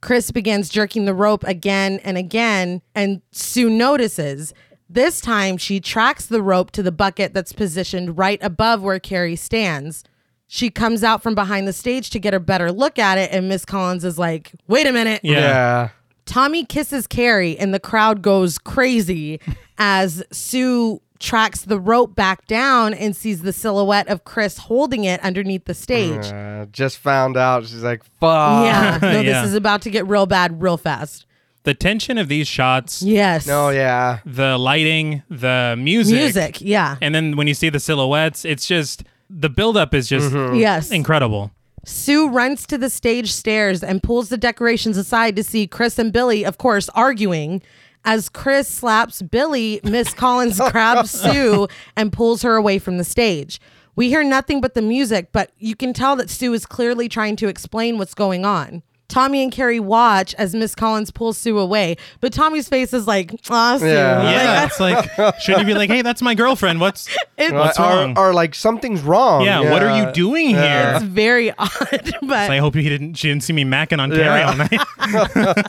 Speaker 1: Chris begins jerking the rope again and again, and Sue notices. This time, she tracks the rope to the bucket that's positioned right above where Carrie stands. She comes out from behind the stage to get a better look at it, and Miss Collins is like, Wait a minute.
Speaker 3: Yeah.
Speaker 2: Yeah.
Speaker 1: Tommy kisses Carrie, and the crowd goes crazy as Sue tracks the rope back down and sees the silhouette of Chris holding it underneath the stage.
Speaker 2: Uh, just found out. She's like, fuck.
Speaker 1: Yeah, no,
Speaker 3: Yeah.
Speaker 1: this is about to get real bad real fast.
Speaker 3: the tension of these shots
Speaker 1: Yes.
Speaker 2: No, yeah.
Speaker 3: the lighting the music
Speaker 1: Music, yeah.
Speaker 3: and then when you see the silhouettes it's just the buildup is just
Speaker 2: Mm-hmm.
Speaker 1: Yes.
Speaker 3: incredible
Speaker 1: Sue runs to the stage stairs and pulls the decorations aside to see Chris and Billy, of course, arguing. As Chris slaps Billy, Miss Collins grabs Sue and pulls her away from the stage. We hear nothing but the music, but you can tell that Sue is clearly trying to explain what's going on. Tommy and Carrie watch as Miss Collins pulls Sue away, but Tommy's face is like, ah, Sue.
Speaker 2: Yeah.
Speaker 1: Like,
Speaker 3: yeah it's like should you be like hey that's my girlfriend what's
Speaker 1: It-
Speaker 3: what's
Speaker 2: or,
Speaker 3: wrong
Speaker 2: or like, something's wrong.
Speaker 3: yeah, what are you doing
Speaker 1: It's
Speaker 3: here
Speaker 1: very odd, but
Speaker 3: i hope you didn't she didn't see me macking on carrie
Speaker 2: Yeah.
Speaker 3: all night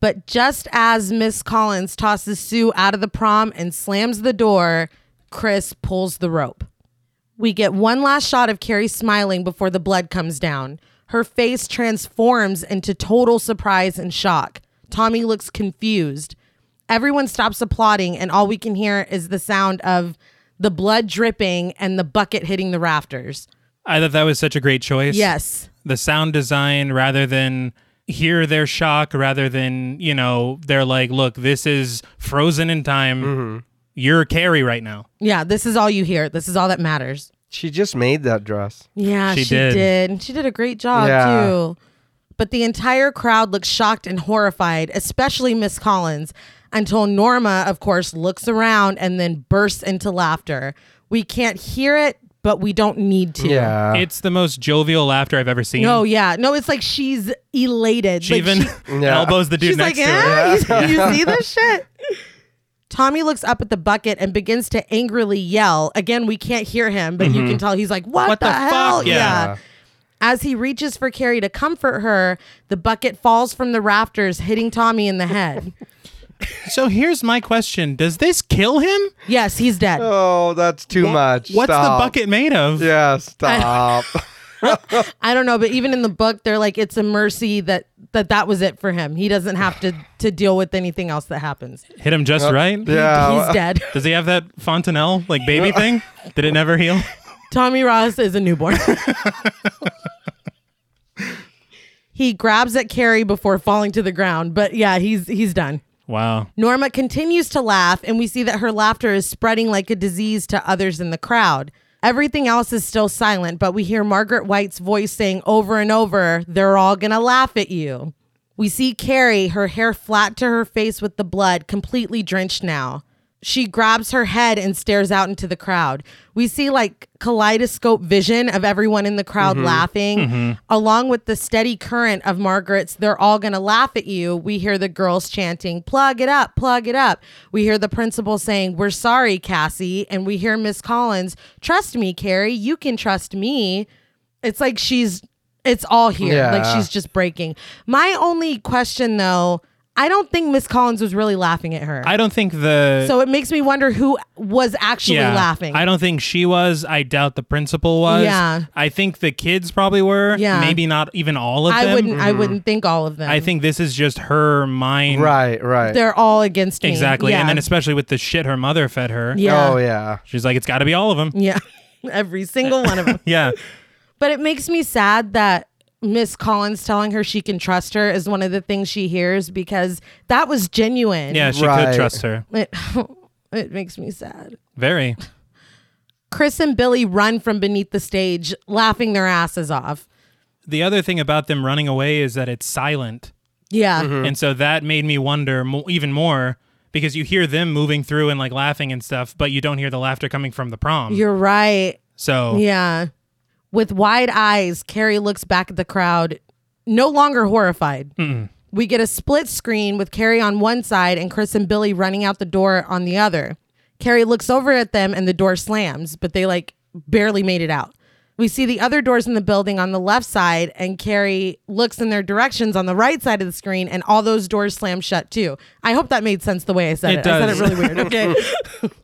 Speaker 1: But just as Miss Collins tosses Sue out of the prom and slams the door, Chris pulls the rope. We get one last shot of Carrie smiling before the blood comes down. Her face transforms into total surprise and shock. Tommy looks confused. Everyone stops applauding, and all we can hear is the sound of the blood dripping and the bucket hitting the rafters.
Speaker 3: i thought that was such a great choice
Speaker 1: Yes.
Speaker 3: the sound design rather than hear their shock rather than you know they're like look this is frozen in time
Speaker 2: Mm-hmm.
Speaker 3: you're carrie right now
Speaker 1: Yeah, this is all you hear. This is all that matters.
Speaker 2: She just made that dress.
Speaker 1: Yeah, she,
Speaker 3: She
Speaker 1: did.
Speaker 3: did.
Speaker 1: She did a great job
Speaker 2: Yeah.
Speaker 1: too. But the entire crowd looks shocked and horrified, especially Miss Collins, until Norma, of course, looks around and then bursts into laughter. We can't hear it, but we don't need to.
Speaker 2: Yeah.
Speaker 3: it's the most jovial laughter I've ever seen.
Speaker 1: No, yeah. No, it's like she's elated.
Speaker 3: she
Speaker 1: Like,
Speaker 3: even
Speaker 1: she-
Speaker 2: Yeah.
Speaker 3: elbows the dude
Speaker 1: She's
Speaker 3: next
Speaker 1: like,
Speaker 3: to her.
Speaker 1: "Eh, you, you see this shit? Tommy looks up at the bucket and begins to angrily yell. Again, we can't hear him, but you can tell he's like, "What,
Speaker 3: Mm-hmm. What
Speaker 1: the,
Speaker 3: the fuck?
Speaker 1: hell?"
Speaker 3: Yeah.
Speaker 1: As he reaches for Carrie to comfort her, the bucket falls from the rafters, hitting Tommy in the head.
Speaker 3: So here's my question: Does this kill him?
Speaker 1: yes, he's dead.
Speaker 2: Oh, that's too much.
Speaker 3: What's
Speaker 2: Stop.
Speaker 3: the bucket made of?
Speaker 2: Yeah, stop.
Speaker 1: I don't know, but even in the book, they're like, "It's a mercy that that that was it for him. He doesn't have to to deal with anything else that happens.
Speaker 3: Hit him just right.
Speaker 2: Uh, yeah.
Speaker 3: Oh.
Speaker 1: he's dead."
Speaker 3: Does he have that fontanelle like baby thing? Did it never heal?
Speaker 1: Tommy Ross is a newborn. he grabs at Carrie before falling to the ground, but yeah, he's he's done.
Speaker 3: Wow.
Speaker 1: Norma continues to laugh, and we see that her laughter is spreading like a disease to others in the crowd. Everything else is still silent, but we hear Margaret White's voice saying over and over, They're all gonna laugh at you. We see Carrie, her hair flat to her face with the blood, completely drenched now. She grabs her head and stares out into the crowd. We see like kaleidoscope vision of everyone in the crowd laughing, along with the steady current of Margaret's They're All Gonna Laugh at You. We hear the girls chanting, Plug it up, plug it up. We hear the principal saying, We're sorry, Cassie. And we hear Miss Collins, Trust me, Carrie, you can trust me. It's like she's, it's all here.
Speaker 2: Yeah.
Speaker 1: Like she's just breaking. My only question though, I don't think Miss Collins was really laughing at her.
Speaker 3: I don't think the
Speaker 1: So it makes me wonder who was actually laughing.
Speaker 3: I don't think she was. I doubt the principal was.
Speaker 1: Yeah.
Speaker 3: I think the kids probably were.
Speaker 1: Yeah.
Speaker 3: Maybe not even all of
Speaker 1: I
Speaker 3: them. Mm-hmm.
Speaker 1: wouldn't. I wouldn't think all of them.
Speaker 3: I think this is just her mind.
Speaker 2: right, right.
Speaker 1: they're all against me.
Speaker 3: Exactly.
Speaker 1: Yeah.
Speaker 3: And then especially with the shit her mother fed her.
Speaker 1: yeah,
Speaker 2: Oh yeah.
Speaker 3: She's like, it's got to be all of them.
Speaker 1: yeah, every single one of them.
Speaker 3: Yeah.
Speaker 1: But it makes me sad that Miss Collins telling her she can trust her is one of the things she hears because that was genuine.
Speaker 3: Yeah. She
Speaker 2: Right.
Speaker 3: could trust her.
Speaker 1: It, it makes me sad.
Speaker 3: Very.
Speaker 1: Chris and Billy run from beneath the stage, laughing their asses off.
Speaker 3: The other thing about them running away is that it's silent.
Speaker 1: Yeah.
Speaker 3: And so that made me wonder mo- even more because you hear them moving through and like laughing and stuff, but you don't hear the laughter coming from the prom.
Speaker 1: You're right.
Speaker 3: so
Speaker 1: Yeah. With wide eyes, Carrie looks back at the crowd, no longer horrified. We get a split screen with Carrie on one side and Chris and Billy running out the door on the other. Carrie looks over at them and the door slams, but they like barely made it out. We see the other doors in the building on the left side, and Carrie looks in their directions on the right side of the screen, and all those doors slam shut too. I hope that made sense the way I said it.
Speaker 3: It
Speaker 1: I said it
Speaker 3: does.
Speaker 1: really weird. Okay.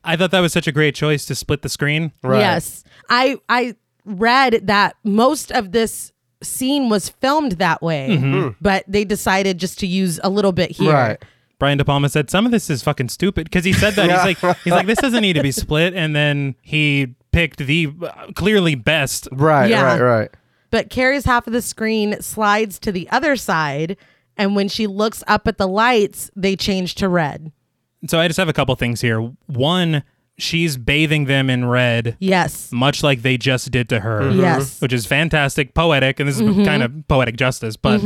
Speaker 3: I thought that was such a great choice to split the screen.
Speaker 2: Right.
Speaker 1: Yes. I I read that most of this scene was filmed that way,
Speaker 3: Mm-hmm.
Speaker 1: but they decided just to use a little bit here.
Speaker 2: Right.
Speaker 3: Brian De Palma said some of this is fucking stupid because he said that he's like he's like this doesn't need to be split, and then he picked the uh, clearly best.
Speaker 2: Right,
Speaker 1: Yeah.
Speaker 2: right, right.
Speaker 1: But Carrie's half of the screen slides to the other side, and when she looks up at the lights, they change to red.
Speaker 3: So I just have a couple things here. One, she's bathing them in red,
Speaker 1: Yes.
Speaker 3: much like they just did to her.
Speaker 1: Yes. Mm-hmm.
Speaker 3: which is fantastic, poetic, and this is kind of poetic justice. But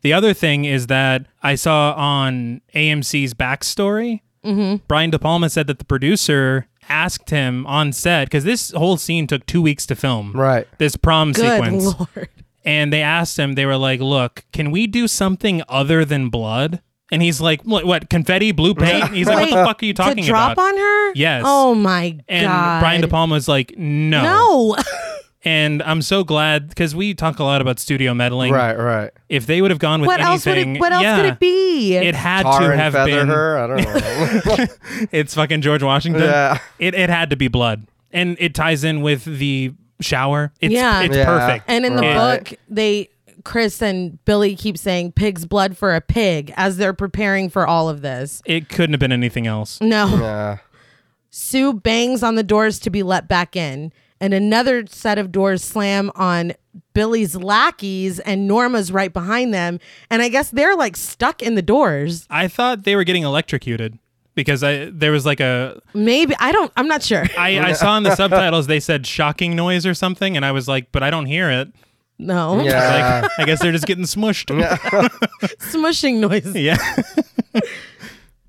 Speaker 3: the other thing is that I saw on AMC's backstory,
Speaker 1: Mm-hmm.
Speaker 3: Brian De Palma said that the producer asked him on set because this whole scene took two weeks to film.
Speaker 2: Right.
Speaker 3: This prom
Speaker 1: Good
Speaker 3: sequence.
Speaker 1: lord.
Speaker 3: And they asked him, they were like, look, can we do something other than blood? And he's like, what, what confetti, blue paint? He's like, what the
Speaker 1: Wait,
Speaker 3: fuck are you talking
Speaker 1: to drop
Speaker 3: about?
Speaker 1: on her?
Speaker 3: Yes.
Speaker 1: Oh my
Speaker 3: and
Speaker 1: god.
Speaker 3: Brian De Palma's like, no.
Speaker 1: No.
Speaker 3: And I'm so glad because we talk a lot about studio meddling
Speaker 2: Right, right.
Speaker 3: if they would have gone with
Speaker 1: what else would
Speaker 3: anything,
Speaker 1: it what else
Speaker 3: yeah,
Speaker 1: could it be?
Speaker 3: It had
Speaker 2: Tar
Speaker 3: to
Speaker 2: and
Speaker 3: have
Speaker 2: feather
Speaker 3: been.
Speaker 2: her. I don't know.
Speaker 3: It's fucking George Washington.
Speaker 2: Yeah.
Speaker 3: It it had to be blood, and it ties in with the shower. It's,
Speaker 1: Yeah.
Speaker 3: it's
Speaker 2: Yeah.
Speaker 3: perfect.
Speaker 1: And in the
Speaker 2: Right.
Speaker 1: book, they Chris and Billy keep saying pig's blood for a pig as they're preparing for all of this.
Speaker 3: it couldn't have been anything else.
Speaker 1: No.
Speaker 2: yeah.
Speaker 1: Sue bangs on the doors to be let back in, and another set of doors slam on Billy's lackeys and Norma's right behind them, and I guess they're like stuck in the doors.
Speaker 3: I thought they were getting electrocuted because I there was like a
Speaker 1: Maybe I don't I'm not sure.
Speaker 3: I, I saw in the subtitles they said shocking noise or something, and I was like, but I don't hear it.
Speaker 1: No.
Speaker 2: Yeah.
Speaker 3: Like, I guess they're just getting smushed.
Speaker 1: Smushing noise.
Speaker 3: yeah.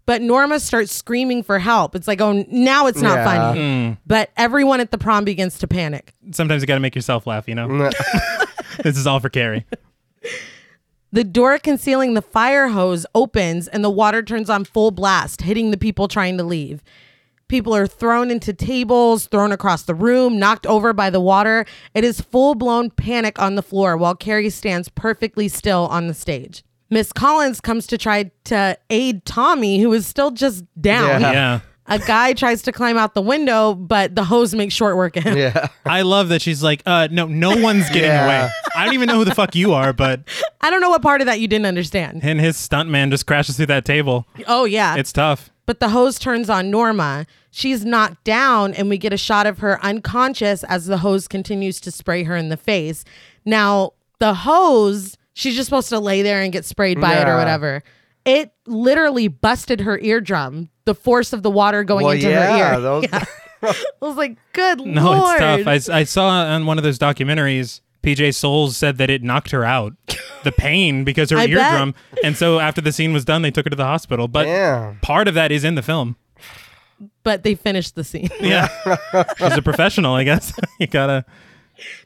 Speaker 1: But Norma starts screaming for help. It's like, oh, now it's not
Speaker 2: Yeah. Hmm.
Speaker 1: funny. But everyone at the prom begins to panic.
Speaker 3: Sometimes you got to make yourself laugh, you know? this is all for Carrie.
Speaker 1: The door concealing the fire hose opens and the water turns on full blast, hitting the people trying to leave. People are thrown into tables, thrown across the room, knocked over by the water. It is full blown panic on the floor while Carrie stands perfectly still on the stage. Miss Collins comes to try to aid Tommy, who is still just down.
Speaker 2: Yeah.
Speaker 3: Yeah.
Speaker 1: A guy tries to climb out the window, but the hose makes short work of him.
Speaker 2: yeah.
Speaker 3: I love that she's like, uh, no, no one's getting
Speaker 2: Yeah.
Speaker 3: away. I don't even know who the fuck you are, but
Speaker 1: I don't know what part of that you didn't understand.
Speaker 3: and his stuntman just crashes through that table.
Speaker 1: Oh, yeah.
Speaker 3: It's tough.
Speaker 1: But the hose turns on Norma. She's knocked down, and we get a shot of her unconscious as the hose continues to spray her in the face. Now, the hose, she's just supposed to lay there and get sprayed by it or
Speaker 2: Yeah.
Speaker 1: whatever. It literally busted her eardrum, the force of the water going
Speaker 2: Well,
Speaker 1: into her
Speaker 2: yeah.
Speaker 1: ear.
Speaker 2: Those,
Speaker 1: I was like, good
Speaker 3: No,
Speaker 1: lord.
Speaker 3: it's tough. I, I saw on one of those documentaries, PJ Souls said that it knocked her out, the pain because her
Speaker 1: I bet.
Speaker 3: eardrum. And so after the scene was done, they took her to the hospital. But
Speaker 2: Yeah.
Speaker 3: part of that is in the film.
Speaker 1: but they finished the scene.
Speaker 3: Yeah. She's a professional, I guess. you gotta.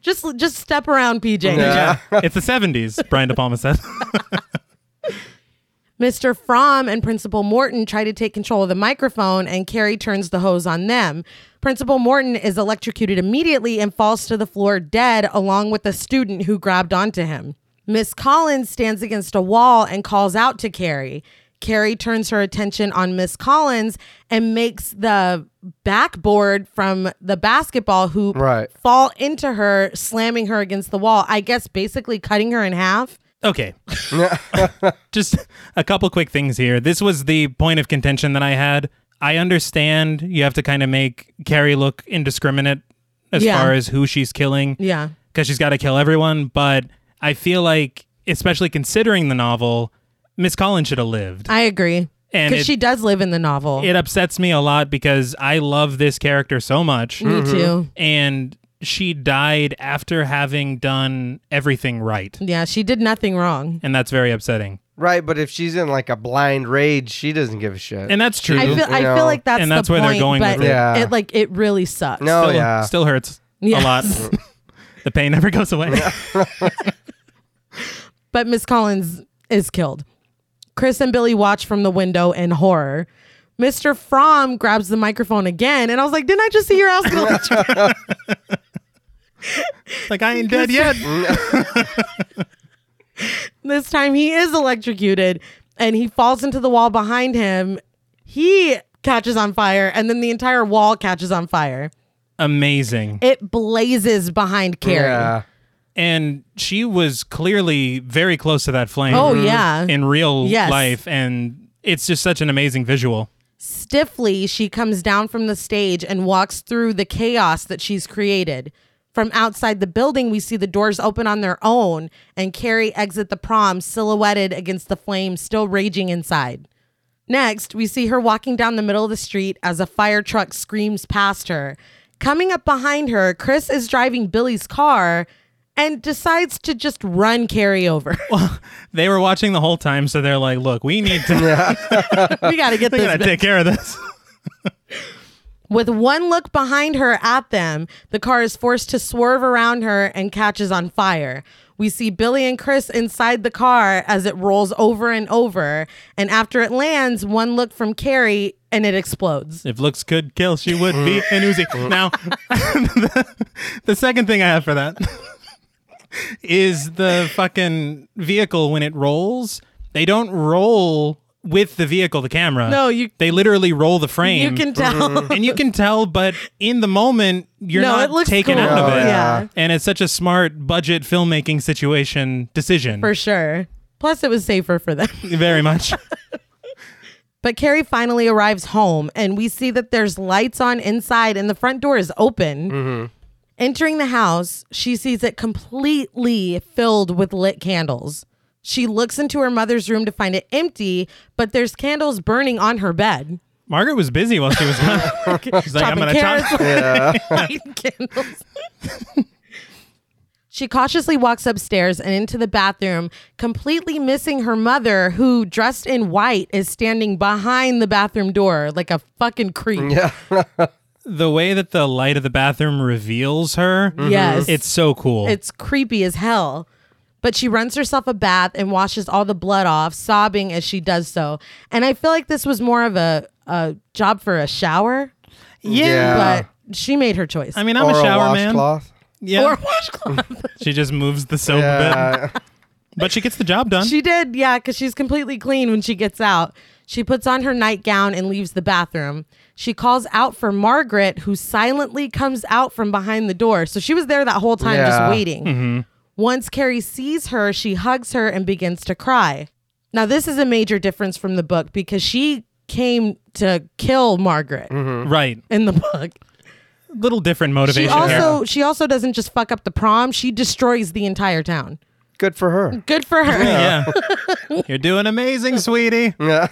Speaker 1: just just step around, PJ.
Speaker 2: Yeah.
Speaker 3: It's the 70s, Brian De Palma said.
Speaker 1: Mr. Fromm and Principal Morton try to take control of the microphone, and Carrie turns the hose on them. Principal Morton is electrocuted immediately and falls to the floor dead, along with the student who grabbed onto him. Miss Collins stands against a wall and calls out to Carrie. Carrie turns her attention on Miss Collins and makes the backboard from the basketball hoop
Speaker 2: Right.
Speaker 1: fall into her, slamming her against the wall. I guess basically cutting her in half.
Speaker 3: Okay. Just a couple quick things here. This was the point of contention that I had. I understand you have to kind of make Carrie look indiscriminate as
Speaker 1: Yeah.
Speaker 3: far as who she's killing.
Speaker 1: Yeah.
Speaker 3: Because she's got to kill everyone. But I feel like, especially considering the novel, Miss Collins should have lived.
Speaker 1: I agree.
Speaker 3: And
Speaker 1: Because
Speaker 3: it-
Speaker 1: she does live in the novel.
Speaker 3: It upsets me a lot because I love this character so much.
Speaker 1: Me
Speaker 2: Mm-hmm.
Speaker 1: too.
Speaker 3: And she died after having done everything right.
Speaker 1: Yeah, she did nothing wrong.
Speaker 3: And that's very upsetting.
Speaker 2: right. But if she's in like a blind rage, she doesn't give a shit.
Speaker 3: And that's true.
Speaker 1: I feel I
Speaker 2: Yeah.
Speaker 1: feel like that's
Speaker 3: Mm-hmm. And
Speaker 1: the
Speaker 3: that's where they're
Speaker 1: point,
Speaker 3: going
Speaker 1: but
Speaker 3: with
Speaker 2: it. Yeah.
Speaker 1: it like it really sucks.
Speaker 2: no,
Speaker 3: still,
Speaker 2: yeah.
Speaker 3: still hurts
Speaker 1: Yes.
Speaker 3: a lot. the pain never goes away.
Speaker 1: But Miss Collins is killed. Chris and Billy watch from the window in horror. Mr. Fromm grabs the microphone again, and I was like, "Didn't I just see your ass get electrocuted?"
Speaker 3: like I ain't dead yet.
Speaker 1: this time?" He is electrocuted, and he falls into the wall behind him. He catches on fire, and then the entire wall catches on fire.
Speaker 3: Amazing.
Speaker 1: It blazes behind Carrie.
Speaker 2: yeah.
Speaker 3: And she was clearly very close to that flame.
Speaker 1: Oh, yeah.
Speaker 3: In real
Speaker 1: Yes.
Speaker 3: life. And it's just such an amazing visual.
Speaker 1: Stiffly, she comes down from the stage and walks through the chaos that she's created. From outside the building, we see the doors open on their own and Carrie exit the prom silhouetted against the flames still raging inside. Next, we see her walking down the middle of the street as a fire truck screams past her. Coming up behind her, Chris is driving Billy's car and decides to just run Carrie over.
Speaker 3: They were watching the whole time, so they're like, look, we need to
Speaker 1: we got to get
Speaker 3: we
Speaker 1: this
Speaker 3: gotta take care of this.
Speaker 1: With one look behind her at them, the car is forced to swerve around her and catches on fire. We see Billy and Chris inside the car as it rolls over and over. And after it lands, one look from Carrie and it explodes.
Speaker 3: If looks could kill, she would be an Uzi. Now, the, the second thing I have for that is the fucking vehicle when it rolls. They don't roll with the vehicle, the camera.
Speaker 1: No, you-
Speaker 3: They literally roll the frame.
Speaker 1: You can tell.
Speaker 3: and you can tell, but in the moment, you're
Speaker 1: No,
Speaker 3: not
Speaker 1: it looks
Speaker 3: taken
Speaker 1: cool.
Speaker 3: out of it.
Speaker 1: Yeah.
Speaker 3: And it's such a smart budget filmmaking situation decision.
Speaker 1: for sure. Plus, it was safer for them.
Speaker 3: Very much.
Speaker 1: But Carrie finally arrives home, and we see that there's lights on inside, and the front door is open. Entering the house, she sees it completely filled with lit candles. She looks into her mother's room to find it empty, but there's candles burning on her bed.
Speaker 3: Margaret was busy while she was gone. She's like, I'm
Speaker 1: Chopping
Speaker 3: gonna chop.
Speaker 1: carrots, lighting candles. She cautiously walks upstairs and into the bathroom, completely missing her mother, who, dressed in white, is standing behind the bathroom door like a fucking creep.
Speaker 2: Yeah.
Speaker 3: The way that the light of the bathroom reveals her,
Speaker 2: Mm-hmm.
Speaker 1: Yes.
Speaker 3: it's so cool.
Speaker 1: It's creepy as hell. But she runs herself a bath and washes all the blood off, sobbing as she does so. And I feel like this was more of a, a job for a shower,
Speaker 2: Yeah.
Speaker 1: but she made her choice.
Speaker 3: I mean, I'm
Speaker 2: or
Speaker 3: a shower man.
Speaker 2: washcloth.
Speaker 3: Yeah,
Speaker 1: or washcloth.
Speaker 3: she just moves the soap a bit,
Speaker 2: Yeah.
Speaker 3: but she gets the job done.
Speaker 1: she did, yeah, because she's completely clean when she gets out. She puts on her nightgown and leaves the bathroom. She calls out for Margaret, who silently comes out from behind the door. So she was there that whole time
Speaker 2: Yeah.
Speaker 1: just waiting. Once Carrie sees her, she hugs her and begins to cry. Now, this is a major difference from the book because she came to kill Margaret
Speaker 2: Mm-hmm.
Speaker 3: Right,
Speaker 1: in the book.
Speaker 3: little different motivation
Speaker 1: She
Speaker 3: here.
Speaker 1: also she also doesn't just fuck up the prom, she destroys the entire town.
Speaker 2: Good for her.
Speaker 1: Good for her.
Speaker 3: yeah. You're doing amazing, sweetie.
Speaker 2: Yeah.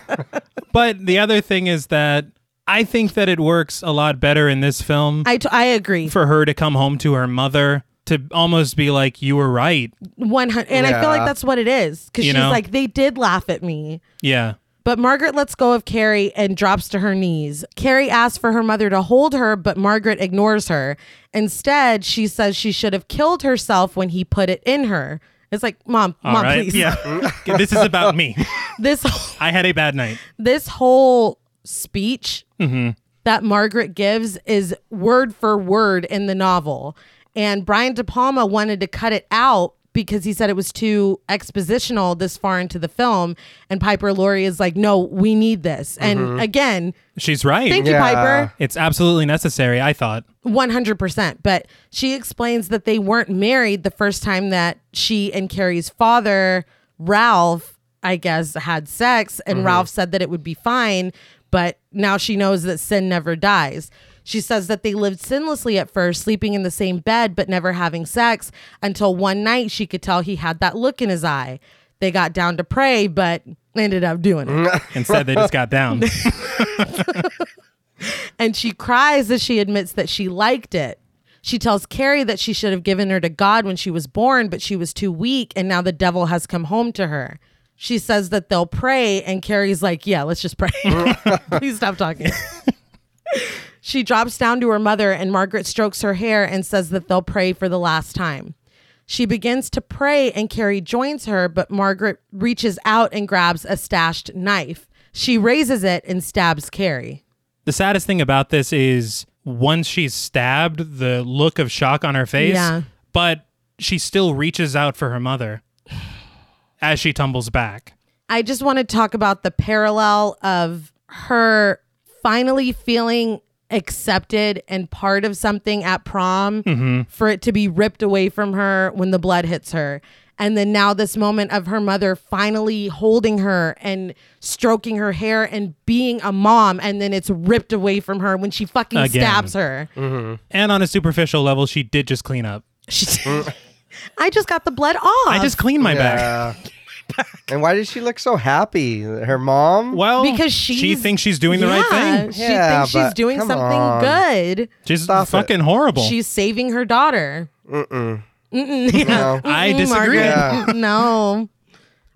Speaker 3: But the other thing is that I think that it works a lot better in this film
Speaker 1: I, t- I agree.
Speaker 3: for her to come home to her mother to almost be like, you were right.
Speaker 1: One hundred, and I feel like
Speaker 2: Yeah.
Speaker 1: that's what it is because
Speaker 3: You
Speaker 1: she's
Speaker 3: know?
Speaker 1: like, they did laugh at me.
Speaker 3: Yeah.
Speaker 1: But Margaret lets go of Carrie and drops to her knees. Carrie asks for her mother to hold her, but Margaret ignores her. Instead, she says she should have killed herself when he put it in her. It's like, mom,
Speaker 3: All right.
Speaker 1: mom, please.
Speaker 3: Yeah. this is about me.
Speaker 1: This
Speaker 3: I had a bad night.
Speaker 1: this whole speech that Margaret gives is word for word in the novel. And Brian De Palma wanted to cut it out because he said it was too expositional this far into the film. And Piper Laurie is like, no, we need this. And again,
Speaker 3: She's right.
Speaker 1: thank you,
Speaker 2: Yeah.
Speaker 1: Piper.
Speaker 3: It's absolutely necessary, I thought.
Speaker 1: 100%. But she explains that they weren't married the first time that she and Carrie's father, Ralph, I guess, had sex. And Ralph said that it would be fine. But now she knows that sin never dies. She says that they lived sinlessly at first, sleeping in the same bed, but never having sex until one night she could tell he had that look in his eye. They got down to pray, but ended up doing it.
Speaker 3: Instead, they just got down.
Speaker 1: and she cries as she admits that she liked it. She tells Carrie that she should have given her to God when she was born, but she was too weak, and now the devil has come home to her. She says that they'll pray, and Carrie's like, Yeah, let's just pray. Please stop talking. she drops down to her mother, and Margaret strokes her hair and says that they'll pray for the last time. She begins to pray, and Carrie joins her, but Margaret reaches out and grabs a stashed knife. She raises it and stabs Carrie.
Speaker 3: The saddest thing about this is once she's stabbed, the look of shock on her face,
Speaker 1: Yeah.
Speaker 3: but she still reaches out for her mother as she tumbles back.
Speaker 1: I just want to talk about the parallel of her finally feeling accepted and part of something at prom
Speaker 3: Mm-hmm.
Speaker 1: for it to be ripped away from her when the blood hits her. And then now this moment of her mother finally holding her and stroking her hair and being a mom and then it's ripped away from her when she fucking
Speaker 3: Again. Mm.
Speaker 1: stabs her.
Speaker 3: And on a superficial level, she did just clean up.
Speaker 1: She- I just got the blood off.
Speaker 3: Mm. I just cleaned my back.
Speaker 2: Yeah. and why did she look so happy? Her mom?
Speaker 3: Well,
Speaker 1: because
Speaker 3: she
Speaker 1: she's-
Speaker 3: thinks she's doing the
Speaker 1: Yeah,
Speaker 3: right thing.
Speaker 1: She
Speaker 2: Yeah,
Speaker 1: thinks she's
Speaker 2: but
Speaker 1: doing
Speaker 2: come
Speaker 1: something
Speaker 2: on.
Speaker 1: good.
Speaker 3: She's
Speaker 2: Stop it.
Speaker 3: fucking horrible.
Speaker 1: She's saving her daughter. Mm-mm. Mm-mm. Yeah.
Speaker 3: I
Speaker 1: Mm,
Speaker 3: disagree.
Speaker 1: Margaret. no.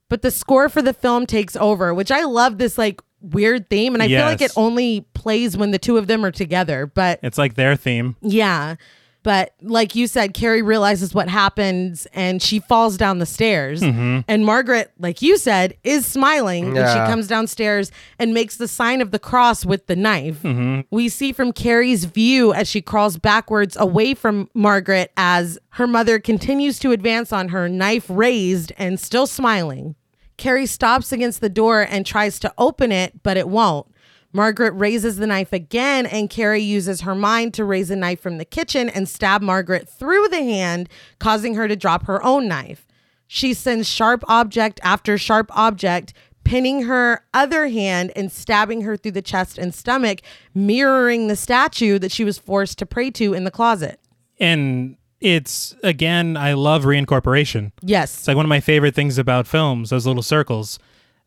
Speaker 1: But the score for the film takes over, which I love this like weird theme. And I feel like it
Speaker 3: Yes.
Speaker 1: only plays when the two of them are together. But
Speaker 3: It's like their theme.
Speaker 1: yeah. But like you said, Carrie realizes what happens and she falls down the stairs.
Speaker 3: Mm-hmm.
Speaker 1: And Margaret, like you said, is smiling when she
Speaker 2: Yeah.
Speaker 1: comes downstairs and makes the sign of the cross with the knife.
Speaker 3: Mm-hmm.
Speaker 1: We see from Carrie's view as she crawls backwards away from Margaret as her mother continues to advance on her, knife raised and still smiling. Carrie stops against the door and tries to open it, but it won't. Margaret raises the knife again, and Carrie uses her mind to raise a knife from the kitchen and stab Margaret through the hand, causing her to drop her own knife. She sends sharp object after sharp object, pinning her other hand and stabbing her through the chest and stomach, mirroring the statue that she was forced to pray to in the closet.
Speaker 3: And it's, again, I love reincorporation. It's
Speaker 1: Yes.
Speaker 3: like one of my favorite things about films, those little circles.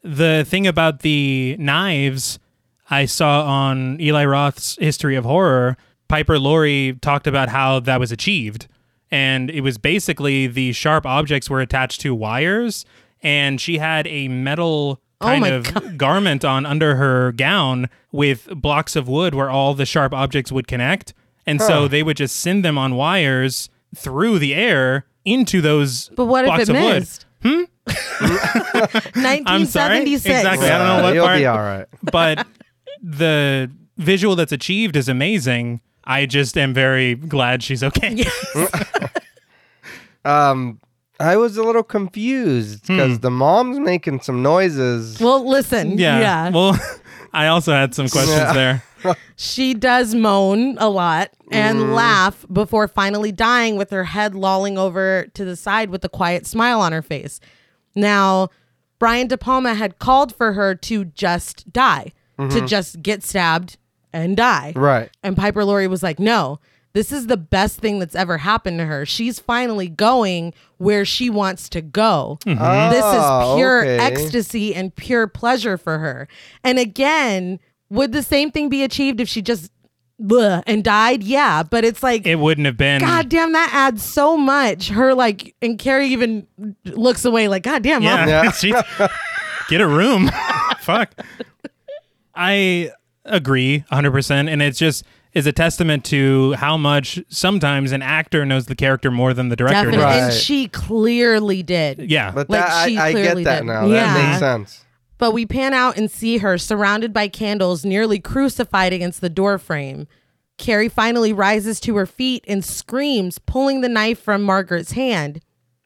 Speaker 3: The thing about the knives I saw on Eli Roth's History of Horror, Piper Laurie talked about how that was achieved. and it was basically the sharp objects were attached to wires, and she had a metal
Speaker 1: Oh
Speaker 3: kind
Speaker 1: my
Speaker 3: of garment on under her gown with blocks of wood where all the sharp objects would connect, and so they would just send them on wires through the air into those
Speaker 1: But what
Speaker 3: blocks
Speaker 1: if it
Speaker 3: of wood.
Speaker 1: missed? Hmm?
Speaker 3: I'm sorry?
Speaker 1: 1976.
Speaker 3: Exactly. I don't know
Speaker 2: Uh,
Speaker 3: what
Speaker 2: You'll
Speaker 3: part-
Speaker 2: be all right.
Speaker 3: but the visual that's achieved is amazing. I just am very glad she's okay.
Speaker 2: Um, I was a little confused because
Speaker 3: Hmm.
Speaker 2: the mom's making some noises.
Speaker 1: Well, listen.
Speaker 3: Yeah.
Speaker 1: Yeah.
Speaker 3: Well, I also had some questions
Speaker 2: Yeah.
Speaker 3: there.
Speaker 1: She does moan a lot and laugh before finally dying with her head lolling over to the side with a quiet smile on her face. Now, Brian De Palma had called for her to just die, to just get stabbed and die.
Speaker 2: Right.
Speaker 1: And Piper Laurie was like, no, this is the best thing that's ever happened to her. She's finally going where she wants to go. This
Speaker 2: Oh,
Speaker 1: is pure
Speaker 2: okay.
Speaker 1: ecstasy and pure pleasure for her. And again, would the same thing be achieved if she just bleh, and died? Yeah, but it's like,
Speaker 3: It wouldn't have been.
Speaker 1: God damn, that adds so much. Her like, and Carrie even looks away like, God damn,
Speaker 3: Yeah.
Speaker 1: Mom.
Speaker 2: Yeah.
Speaker 3: She- get a room. Fuck. I agree 100%. And it's just is a testament to how much sometimes an actor knows the character more than the director
Speaker 1: definitely.
Speaker 3: does.
Speaker 1: And
Speaker 2: Right.
Speaker 1: she clearly did.
Speaker 3: Yeah.
Speaker 2: But
Speaker 1: Like,
Speaker 2: that,
Speaker 1: she
Speaker 2: I, I
Speaker 1: clearly
Speaker 2: get that
Speaker 1: did.
Speaker 2: now. That
Speaker 1: Yeah.
Speaker 2: makes sense.
Speaker 1: but we pan out and see her surrounded by candles, nearly crucified against the door frame. Carrie finally rises to her feet and screams, pulling the knife from Margaret's hand.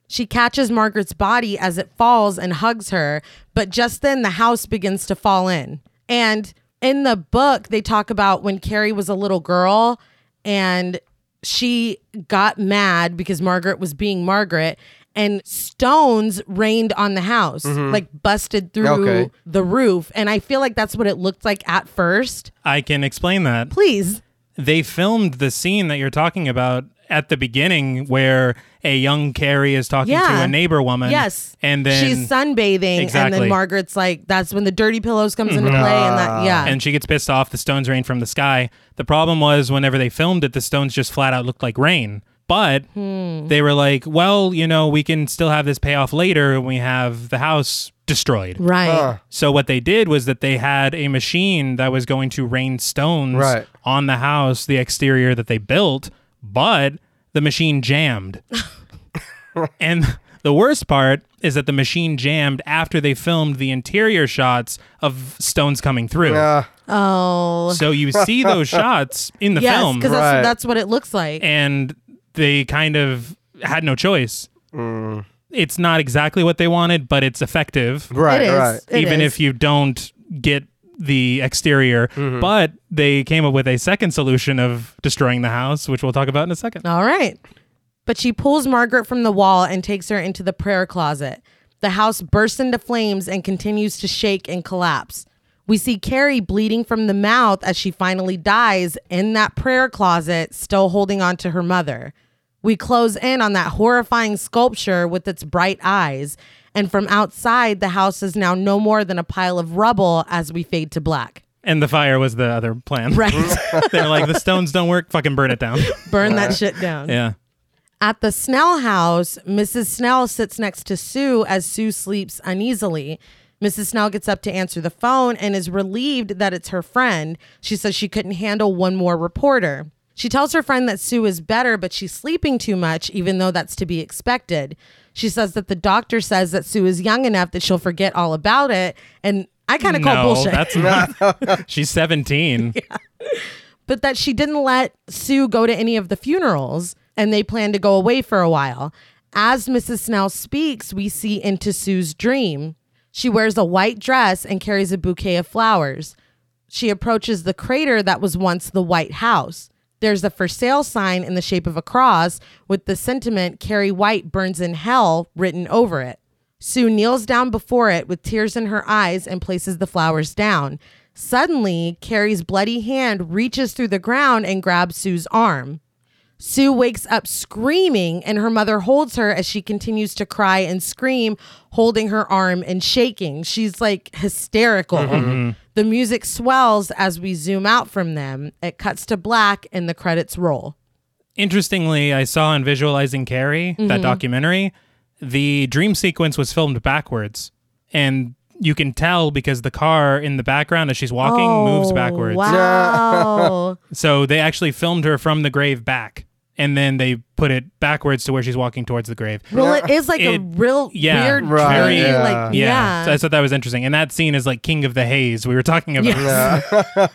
Speaker 1: She catches Margaret's body as it falls and hugs her, but just then the house begins to fall in. And in the book, they talk about when Carrie was a little girl and she got mad because Margaret was being Margaret and stones rained on the house, like busted through
Speaker 2: Okay.
Speaker 1: the roof. And I feel like that's what it looked like at first.
Speaker 3: I can explain that.
Speaker 1: Please.
Speaker 3: they filmed the scene that you're talking about at the beginning where a young Carrie is talking to
Speaker 1: Yeah.
Speaker 3: a neighbor woman.
Speaker 1: Yes.
Speaker 3: And then
Speaker 1: she's sunbathing and
Speaker 3: Exactly. Mm-hmm.
Speaker 1: then Margaret's like, that's when the dirty pillows comes into play and that yeah.
Speaker 3: Ah. and she gets pissed off the stones rain from the sky. The problem was whenever they filmed it the stones just flat out looked like rain. But
Speaker 1: Hmm.
Speaker 3: they were like, well, you know, we can still have this payoff later when we have the house destroyed.
Speaker 1: right.
Speaker 3: So what they did was that they had a machine that was going to rain stones
Speaker 2: Right.
Speaker 3: on the house, the exterior that they built, but the machine jammed. and the worst part is that the machine jammed after they filmed the interior shots of stones coming through.
Speaker 2: Uh,
Speaker 1: Oh.
Speaker 3: So you see those shots in the
Speaker 1: yes,
Speaker 3: film
Speaker 1: because
Speaker 2: Right.
Speaker 1: that's, that's what it looks like.
Speaker 3: and they kind of had no choice. It's not exactly what they wanted, but it's effective
Speaker 2: right,
Speaker 1: it is.
Speaker 2: right.
Speaker 1: It
Speaker 3: even
Speaker 1: is.
Speaker 3: if you don't get the exterior. But they came up with a second solution of destroying the house, which we'll talk about in a second.
Speaker 1: All right. But she pulls Margaret from the wall and takes her into the prayer closet. The house bursts into flames and continues to shake and collapse. We see Carrie bleeding from the mouth as she finally dies in that prayer closet, still holding on to her mother. We close in on that horrifying sculpture with its bright eyes, and from outside, the house is now no more than a pile of rubble as we fade to black.
Speaker 3: And the fire was the other plan.
Speaker 1: Right?
Speaker 3: They're like, the stones don't work, fucking burn it down.
Speaker 1: Burn that shit down.
Speaker 3: Yeah.
Speaker 1: At the Snell house, Mrs. Snell sits next to Sue as Sue sleeps uneasily. Mrs. Snell gets up to answer the phone and is relieved that it's her friend. She says she couldn't handle one more reporter. She tells her friend that Sue is better, but she's sleeping too much, even though that's to be expected. She says that the doctor says that Sue is young enough that she'll forget all about it. And I kind of
Speaker 3: no,
Speaker 1: call bullshit.
Speaker 3: that's not. She's 17.
Speaker 1: but that she didn't let Sue go to any of the funerals and they plan to go away for a while. As Mrs. Snell speaks, we see into Sue's dream. She wears a white dress and carries a bouquet of flowers. She approaches the crater that was once the White House. There's a for sale sign in the shape of a cross with the sentiment, Carrie White burns in hell, written over it. Sue kneels down before it with tears in her eyes and places the flowers down. Suddenly, Carrie's bloody hand reaches through the ground and grabs Sue's arm. Sue wakes up screaming, and her mother holds her as she continues to cry and scream, holding her arm and shaking. She's like hysterical.
Speaker 3: Mm-hmm.
Speaker 1: The music swells as we zoom out from them. It cuts to black, and the credits roll.
Speaker 3: Interestingly, I saw in Visualizing Carrie,
Speaker 1: Mm-hmm.
Speaker 3: that documentary, the dream sequence was filmed backwards. And you can tell because the car in the background as she's walking moves
Speaker 1: Oh,
Speaker 3: backwards.
Speaker 1: Wow.
Speaker 3: So they actually filmed her from the grave back. And then they put it backwards to where she's walking towards the grave.
Speaker 1: well, it is like a
Speaker 3: It-
Speaker 1: real
Speaker 3: yeah,
Speaker 1: weird
Speaker 2: Right,
Speaker 1: dream.
Speaker 2: yeah.
Speaker 1: Like,
Speaker 3: Yeah.
Speaker 1: yeah.
Speaker 3: So I thought that was interesting. And that scene is like King of the Haze we were talking about.
Speaker 2: Uh,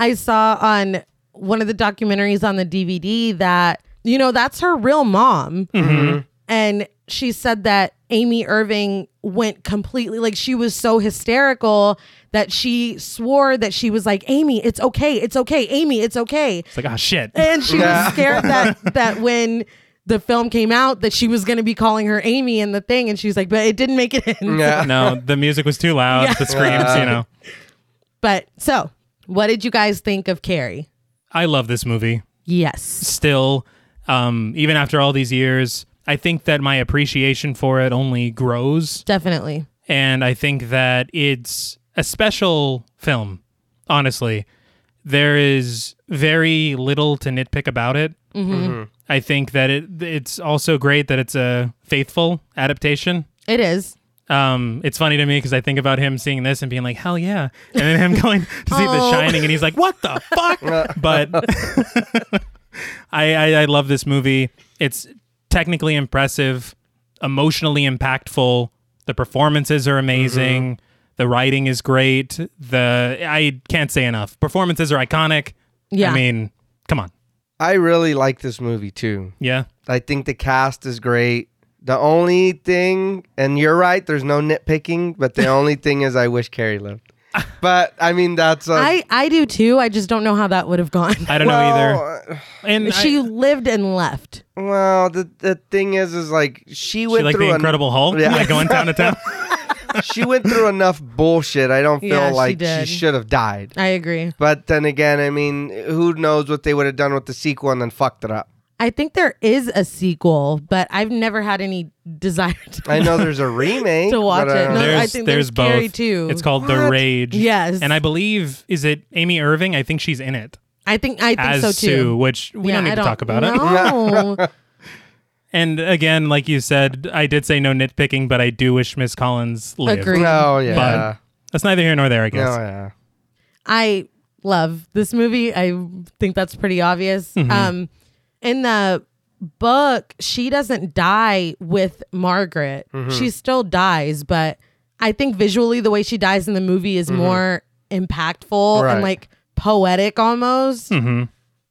Speaker 1: I saw on one of the documentaries on the DVD that, you know, that's her real mom.
Speaker 3: Mm-hmm.
Speaker 1: And she said that Amy Irving went completely, like, she was so hysterical that she swore that she was like, Amy, it's okay. It's okay. Amy, it's okay.
Speaker 3: It's like, oh, shit.
Speaker 1: And she was scared that, that when the film came out that she was going to be calling her Amy in the thing. And she was like, but it didn't make it in.
Speaker 2: Yeah.
Speaker 3: no, the music was too loud. The screams, you know.
Speaker 1: But so what did you guys think of Carrie?
Speaker 3: I love this movie.
Speaker 1: Yes.
Speaker 3: still, um, even after all these years, I think that my appreciation for it only grows.
Speaker 1: Definitely.
Speaker 3: And I think that it's a special film, honestly. There is very little to nitpick about it. I think that it it's also great that it's a faithful adaptation.
Speaker 1: It is.
Speaker 3: Um, it's funny to me because I think about him seeing this and being like, "Hell yeah!" and then him going to see The
Speaker 1: Oh.
Speaker 3: Shining, and he's like, "What the fuck?" but I, I I love this movie. It's technically impressive, emotionally impactful. The performances are amazing.
Speaker 2: Mm-hmm.
Speaker 3: The writing is great. The I can't say enough. Performances are iconic.
Speaker 1: Yeah.
Speaker 3: I mean, come on,
Speaker 2: I really like this movie too.
Speaker 3: yeah.
Speaker 2: I think the cast is great. The only thing, and you're right, there's no nitpicking, but the only thing is I wish Carrie lived. But I mean, that's a,
Speaker 1: I, I do too. I just don't know how that would have gone.
Speaker 3: Uh, I don't know
Speaker 2: well, uh,
Speaker 3: either. And
Speaker 1: she
Speaker 3: I,
Speaker 1: lived and left.
Speaker 2: Well, the the thing is, is like she
Speaker 3: she
Speaker 2: went
Speaker 3: like
Speaker 2: through
Speaker 3: the
Speaker 2: an-
Speaker 3: Incredible Hulk,
Speaker 2: Yeah.
Speaker 3: like going town to town.
Speaker 2: she went through enough bullshit. I don't feel
Speaker 1: Yeah, she
Speaker 2: like she,
Speaker 1: did.
Speaker 2: should have died.
Speaker 1: I agree.
Speaker 2: But then again, I mean, who knows what they would have done with the sequel and then fucked it up.
Speaker 1: I think there is a sequel, but I've never had any desire to.
Speaker 2: I know there's a remake
Speaker 1: To watch
Speaker 2: but uh, I
Speaker 1: it.
Speaker 2: don't
Speaker 1: No,
Speaker 2: know.
Speaker 3: there's,
Speaker 1: I think
Speaker 3: there's,
Speaker 1: there's
Speaker 3: both.
Speaker 1: Carrie, too.
Speaker 3: It's called The
Speaker 2: What?
Speaker 3: Rage.
Speaker 1: Yes.
Speaker 3: And I believe is it Amy Irving? I think she's in it
Speaker 1: I think I think
Speaker 3: as
Speaker 1: so
Speaker 3: Sue,
Speaker 1: too.
Speaker 3: which we
Speaker 1: Yeah,
Speaker 3: don't need
Speaker 1: I
Speaker 3: to talk about it.
Speaker 1: no.
Speaker 3: And again, like you said, I did say no nitpicking, but I do wish Miss Collins lived.
Speaker 1: Agree.
Speaker 2: No, Oh, yeah,
Speaker 3: That's neither here nor there, I
Speaker 2: no,
Speaker 3: guess.
Speaker 2: yeah.
Speaker 1: I love this movie. I think that's pretty obvious. Um, in the book, she doesn't die with Margaret. She still dies, but I think visually the way she dies in the movie is more impactful
Speaker 2: Right.
Speaker 1: and like poetic almost.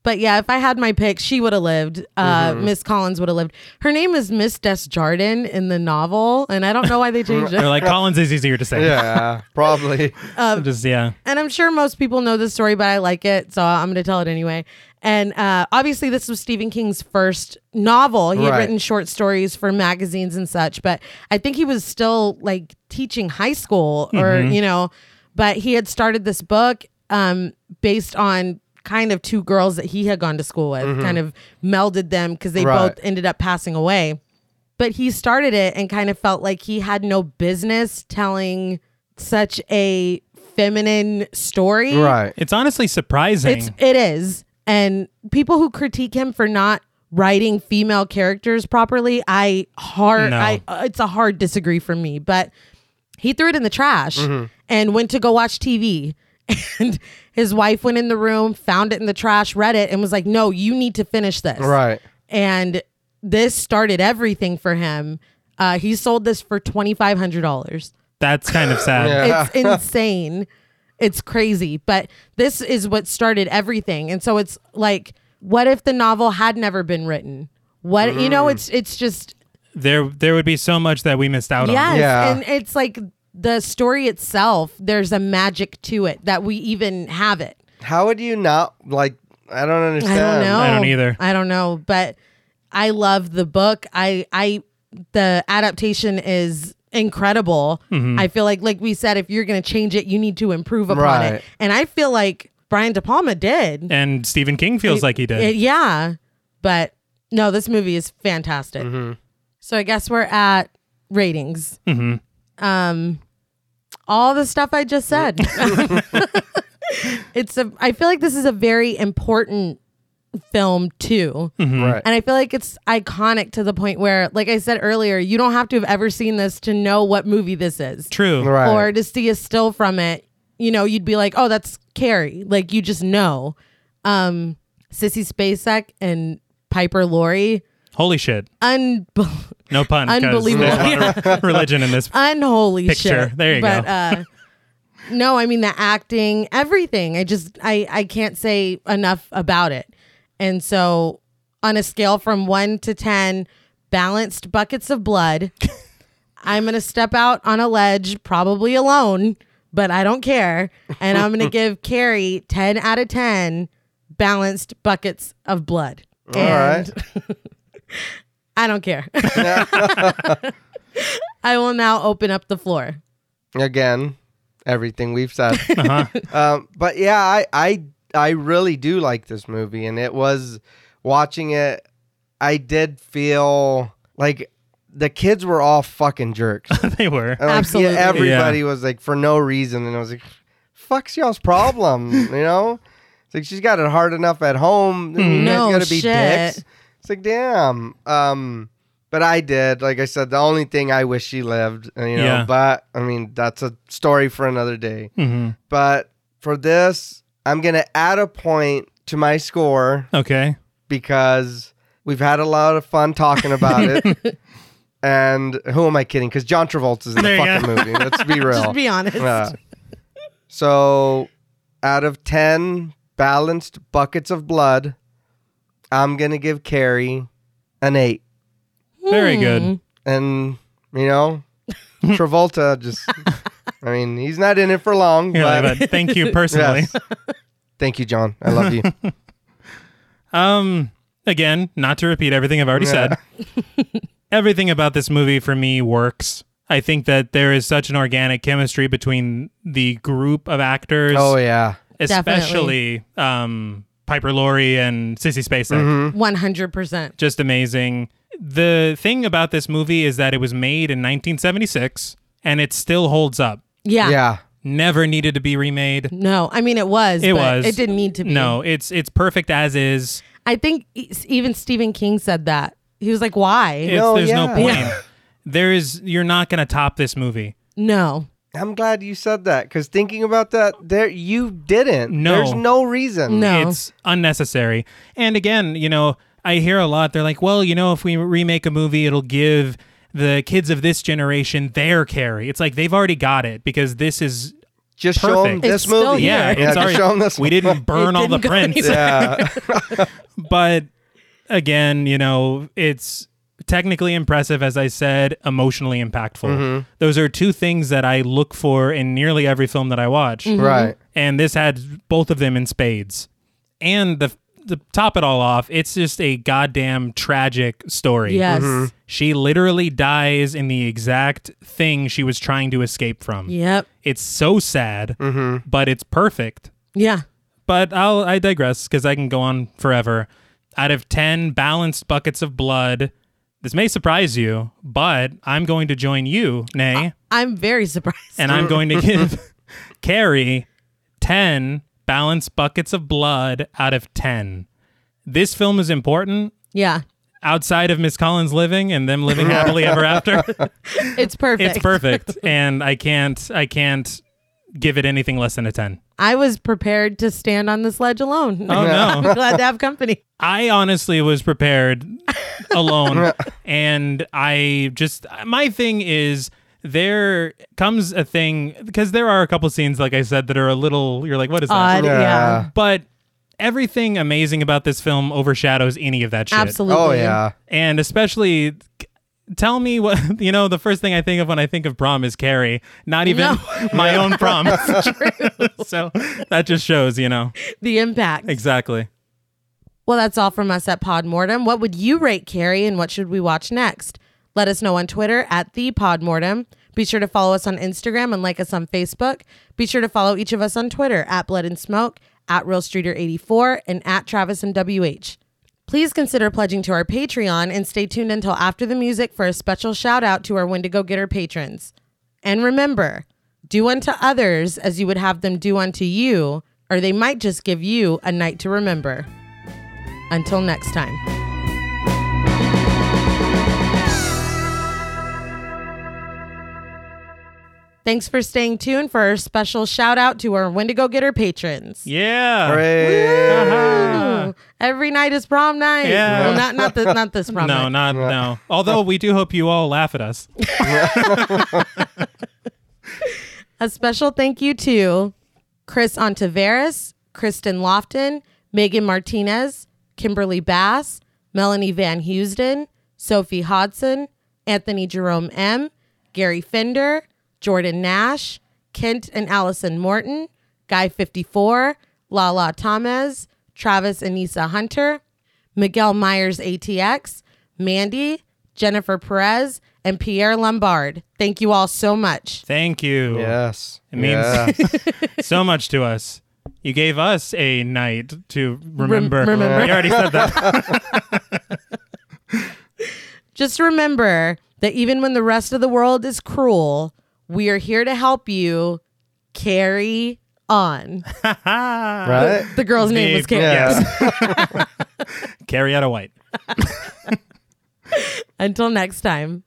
Speaker 1: But yeah, if I had my pick, she would have lived. Uh, Miss Collins would have lived. Her name is Miss Desjardins in the novel, and I don't know why they changed
Speaker 3: They're
Speaker 1: it.
Speaker 3: like Collins is easier to say.
Speaker 2: yeah, probably.
Speaker 1: Uh, Um,
Speaker 3: Just yeah.
Speaker 1: and I'm sure most people know this story, but I like it, so I'm going to tell it anyway. And uh, obviously, this was Stephen King's first novel. He
Speaker 2: Right.
Speaker 1: had written short stories for magazines and such, but I think he was still like teaching high school or,
Speaker 2: Mm-hmm.
Speaker 1: you know, but he had started this book um, based on kind of two girls that he had gone to school with, kind of melded them because they
Speaker 2: Mm-hmm. Right.
Speaker 1: both ended up passing away but he started it and kind of felt like he had no business telling such a feminine story.
Speaker 2: Right.
Speaker 3: It's honestly surprising.
Speaker 1: It's it is. And people who critique him for not writing female characters properly, I hard
Speaker 3: No.
Speaker 1: I uh, it's a hard disagree from me, but he threw it in the trash
Speaker 2: Mm-hmm.
Speaker 1: and went to go watch TV. And his wife went in the room, found it in the trash, read it, and was like, No, you need to finish this
Speaker 2: Right.
Speaker 1: and this started everything for him. Uh, he sold this for twenty five hundred dollars.
Speaker 3: That's kind of sad.
Speaker 2: Yeah.
Speaker 1: It's insane. It's crazy, but this is what started everything. And so it's like, what if the novel had never been written? What you know? It's it's just
Speaker 3: There there would be so much that we missed out on.
Speaker 1: yes,
Speaker 2: Yeah.
Speaker 1: and it's like the story itself. There's a magic to it that we even have it.
Speaker 2: How would you not like? I don't
Speaker 1: I
Speaker 2: understand.
Speaker 1: don't know.
Speaker 3: I don't either.
Speaker 1: I don't know, but I love the book. I I the adaptation is incredible.
Speaker 3: Mm-hmm.
Speaker 1: I feel like like we said if you're going to change it, you need to improve upon
Speaker 2: Right.
Speaker 1: it. And I feel like Brian De Palma did.
Speaker 3: And Stephen King feels like he did.
Speaker 1: Uh, yeah. But no, this movie is fantastic. So I guess we're at ratings.
Speaker 3: Mm-hmm.
Speaker 1: Um all the stuff I just said. it's a I feel like this is a very important film too.
Speaker 3: Hmm.
Speaker 2: Right.
Speaker 1: And I feel like it's iconic to the point where, like I said earlier, you don't have to have ever seen this to know what movie this is.
Speaker 3: True.
Speaker 2: Right.
Speaker 1: Or to see a still from it, you know, you'd be like, oh, that's Carrie. Like, you just know. Um, Sissy Spacek and Piper Laurie,
Speaker 3: Holy shit.
Speaker 1: unbelievable.
Speaker 3: No pun. 'cause
Speaker 1: Unbelievable.
Speaker 3: There's a lot of religion in this.
Speaker 1: unholy
Speaker 3: Picture.
Speaker 1: shit.
Speaker 3: There you
Speaker 1: but,
Speaker 3: go.
Speaker 1: uh, no, I mean the acting, everything. I just I I can't say enough about it. And so, on a scale from one to ten, balanced buckets of blood, I'm gonna step out on a ledge, probably alone, but I don't care, and I'm gonna give Carrie ten out of ten balanced buckets of blood. and I don't care. I will now open up the floor.
Speaker 2: again everything we've said
Speaker 1: Uh-huh.
Speaker 2: um, but yeah I, I i really do like this movie and it was watching it i did feel like the kids were all fucking jerks And,
Speaker 3: they were.
Speaker 2: like, yeah,
Speaker 1: Absolutely.
Speaker 2: everybody was like for no reason and i was like fuck's y'all's problem you know it's like she's got it hard enough at home you guys
Speaker 1: Hmm. No
Speaker 2: gotta be
Speaker 1: shit.
Speaker 2: dicks it's like damn um but I did, like I said, the only thing I wish she lived, uh, you know.
Speaker 3: Yeah.
Speaker 2: But I mean, that's a story for another day.
Speaker 3: hmm
Speaker 2: But for this, I'm going to add a point to my score
Speaker 3: Okay.
Speaker 2: because we've had a lot of fun talking about it. And who am I kidding? Because John Travolta's in
Speaker 3: There
Speaker 2: the
Speaker 3: you
Speaker 2: fucking movie. Let's be real.
Speaker 1: Just be honest.
Speaker 2: Yeah. so, out of 10 balanced buckets of blood, I'm going to give Carrie an 8.
Speaker 3: Very
Speaker 2: Hmm.
Speaker 3: good.
Speaker 2: And, you know, Travolta just, I mean, he's not in it for long.
Speaker 3: Yeah,
Speaker 2: but,
Speaker 3: but thank you personally.
Speaker 2: Yes. Thank you, John. I love you.
Speaker 3: Um, again, not to repeat everything I've already
Speaker 2: Yeah.
Speaker 3: said. everything about this movie for me works. I think that there is such an organic chemistry between the group of actors,
Speaker 2: Oh yeah,
Speaker 3: especially um, Piper Laurie and Sissy Spacek.
Speaker 2: Mm-hmm.
Speaker 1: One hundred percent.
Speaker 3: Just amazing. The thing about this movie is that it was made in 1976 and it still holds up.
Speaker 1: Yeah.
Speaker 2: yeah.
Speaker 3: Never needed to be remade.
Speaker 1: No, I mean it was.
Speaker 3: It
Speaker 1: but
Speaker 3: was.
Speaker 1: It didn't need to be.
Speaker 3: No, it's it's perfect as is.
Speaker 1: I think e- even Stephen King said that. He was like, "Why?
Speaker 3: It's,
Speaker 2: No,
Speaker 3: there's no
Speaker 2: yeah.
Speaker 3: point.
Speaker 1: Yeah.
Speaker 3: There is you're not going to top this movie.
Speaker 1: No."
Speaker 2: I'm glad you said that because thinking about that, there you didn't.
Speaker 3: No.
Speaker 2: there's no reason.
Speaker 1: No.
Speaker 3: It's unnecessary. And again, you know, I hear a lot. They're like, well, you know, if we remake a movie, it'll give the kids of this generation their carry. It's like they've already got it because this is
Speaker 2: just show them
Speaker 3: Perfect.
Speaker 2: this
Speaker 1: It's still
Speaker 2: movie.
Speaker 1: here.
Speaker 3: yeah, it's
Speaker 2: just
Speaker 3: already-
Speaker 2: show 'em this.
Speaker 3: we
Speaker 2: one.
Speaker 3: didn't burn
Speaker 1: It
Speaker 3: all the
Speaker 1: didn't go
Speaker 3: prints,
Speaker 1: anywhere.
Speaker 2: Yeah,
Speaker 3: but again, you know, it's technically impressive as I said, emotionally impactful. Those are two things that I look for in nearly every film that I watch.
Speaker 2: right.
Speaker 3: and this had both of them in spades. And the the top it all off, it's just a goddamn tragic story.
Speaker 1: Yes.
Speaker 3: She literally dies in the exact thing she was trying to escape from.
Speaker 1: Yep.
Speaker 3: It's so sad, but it's perfect.
Speaker 1: Yeah.
Speaker 3: But I'll I digress because I can go on forever. Out of ten balanced buckets of blood, this may surprise you, but I'm going to join you, Nay
Speaker 1: I'm very surprised.
Speaker 3: and I'm going to give Carrie 10 balanced buckets of blood out of 10. This film is important
Speaker 1: yeah.
Speaker 3: outside of Miss Collins living and them living happily ever after.
Speaker 1: It's perfect.
Speaker 3: it's perfect and I can't I can't give it anything less than a 10.
Speaker 1: I was prepared to stand on this ledge alone.
Speaker 3: Oh no.
Speaker 1: I'm glad to have company.
Speaker 3: I honestly was prepared alone. and I just, my thing is, there comes a thing, because there are a couple scenes, like I said, that are a little, you're like, what is that?
Speaker 1: Odd. Yeah.
Speaker 2: Yeah.
Speaker 3: But everything amazing about this film overshadows any of that shit.
Speaker 1: Absolutely.
Speaker 2: Oh yeah.
Speaker 3: And especially. Tell me what you know. The first thing I think of when I think of prom is Carrie, not even
Speaker 1: No.
Speaker 3: my own prom. so that just shows, you know,
Speaker 1: The impact.
Speaker 3: exactly.
Speaker 1: Well, that's all from us at Podmortem. What would you rate Carrie and what should we watch next? Let us know on Twitter at the Podmortem. Be sure to follow us on Instagram and like us on Facebook. Be sure to follow each of us on Twitter at Blood and Smoke, at Real Streeter 84, and at Travis and WH. Please consider pledging to our Patreon and stay tuned until after the music for a special shout out to our Wendigo Getter patrons. And remember, do unto others as you would have them do unto you, or they might just give you a night to remember. Until next time. Thanks for staying tuned for our special shout out to our Wendigo Getter patrons.
Speaker 3: Yeah.
Speaker 2: Hooray.
Speaker 3: Ah.
Speaker 1: Ooh, Every night is prom night.
Speaker 3: Yeah.
Speaker 1: Well, not not this not this prom
Speaker 3: No,
Speaker 1: night.
Speaker 3: not no. Although we do hope you all laugh at us.
Speaker 1: A special thank you to Chris Ontiveros, Kristen Lofton, Megan Martinez, Kimberly Bass, Melanie Van Houston, Sophie Hodson, Anthony Jerome M, Gary Fender, Jordan Nash, Kent and Allison Morton, Guy 54, Lala Thomas, Travis and Nisa Hunter, Miguel Myers ATX, Mandy, Jennifer Perez, and Pierre Lombard. Thank you all so much.
Speaker 3: Thank you.
Speaker 2: Yes.
Speaker 3: It means
Speaker 2: Yeah.
Speaker 3: so much to us. You gave us a night to remember.
Speaker 1: remember.
Speaker 3: We already said that.
Speaker 1: Just remember that even when the rest of the world is cruel, we are here to help you carry on.
Speaker 2: right?
Speaker 1: The girl's name was
Speaker 3: The-
Speaker 1: Carrie.
Speaker 3: Yes. Carrie out of white.
Speaker 1: Until next time.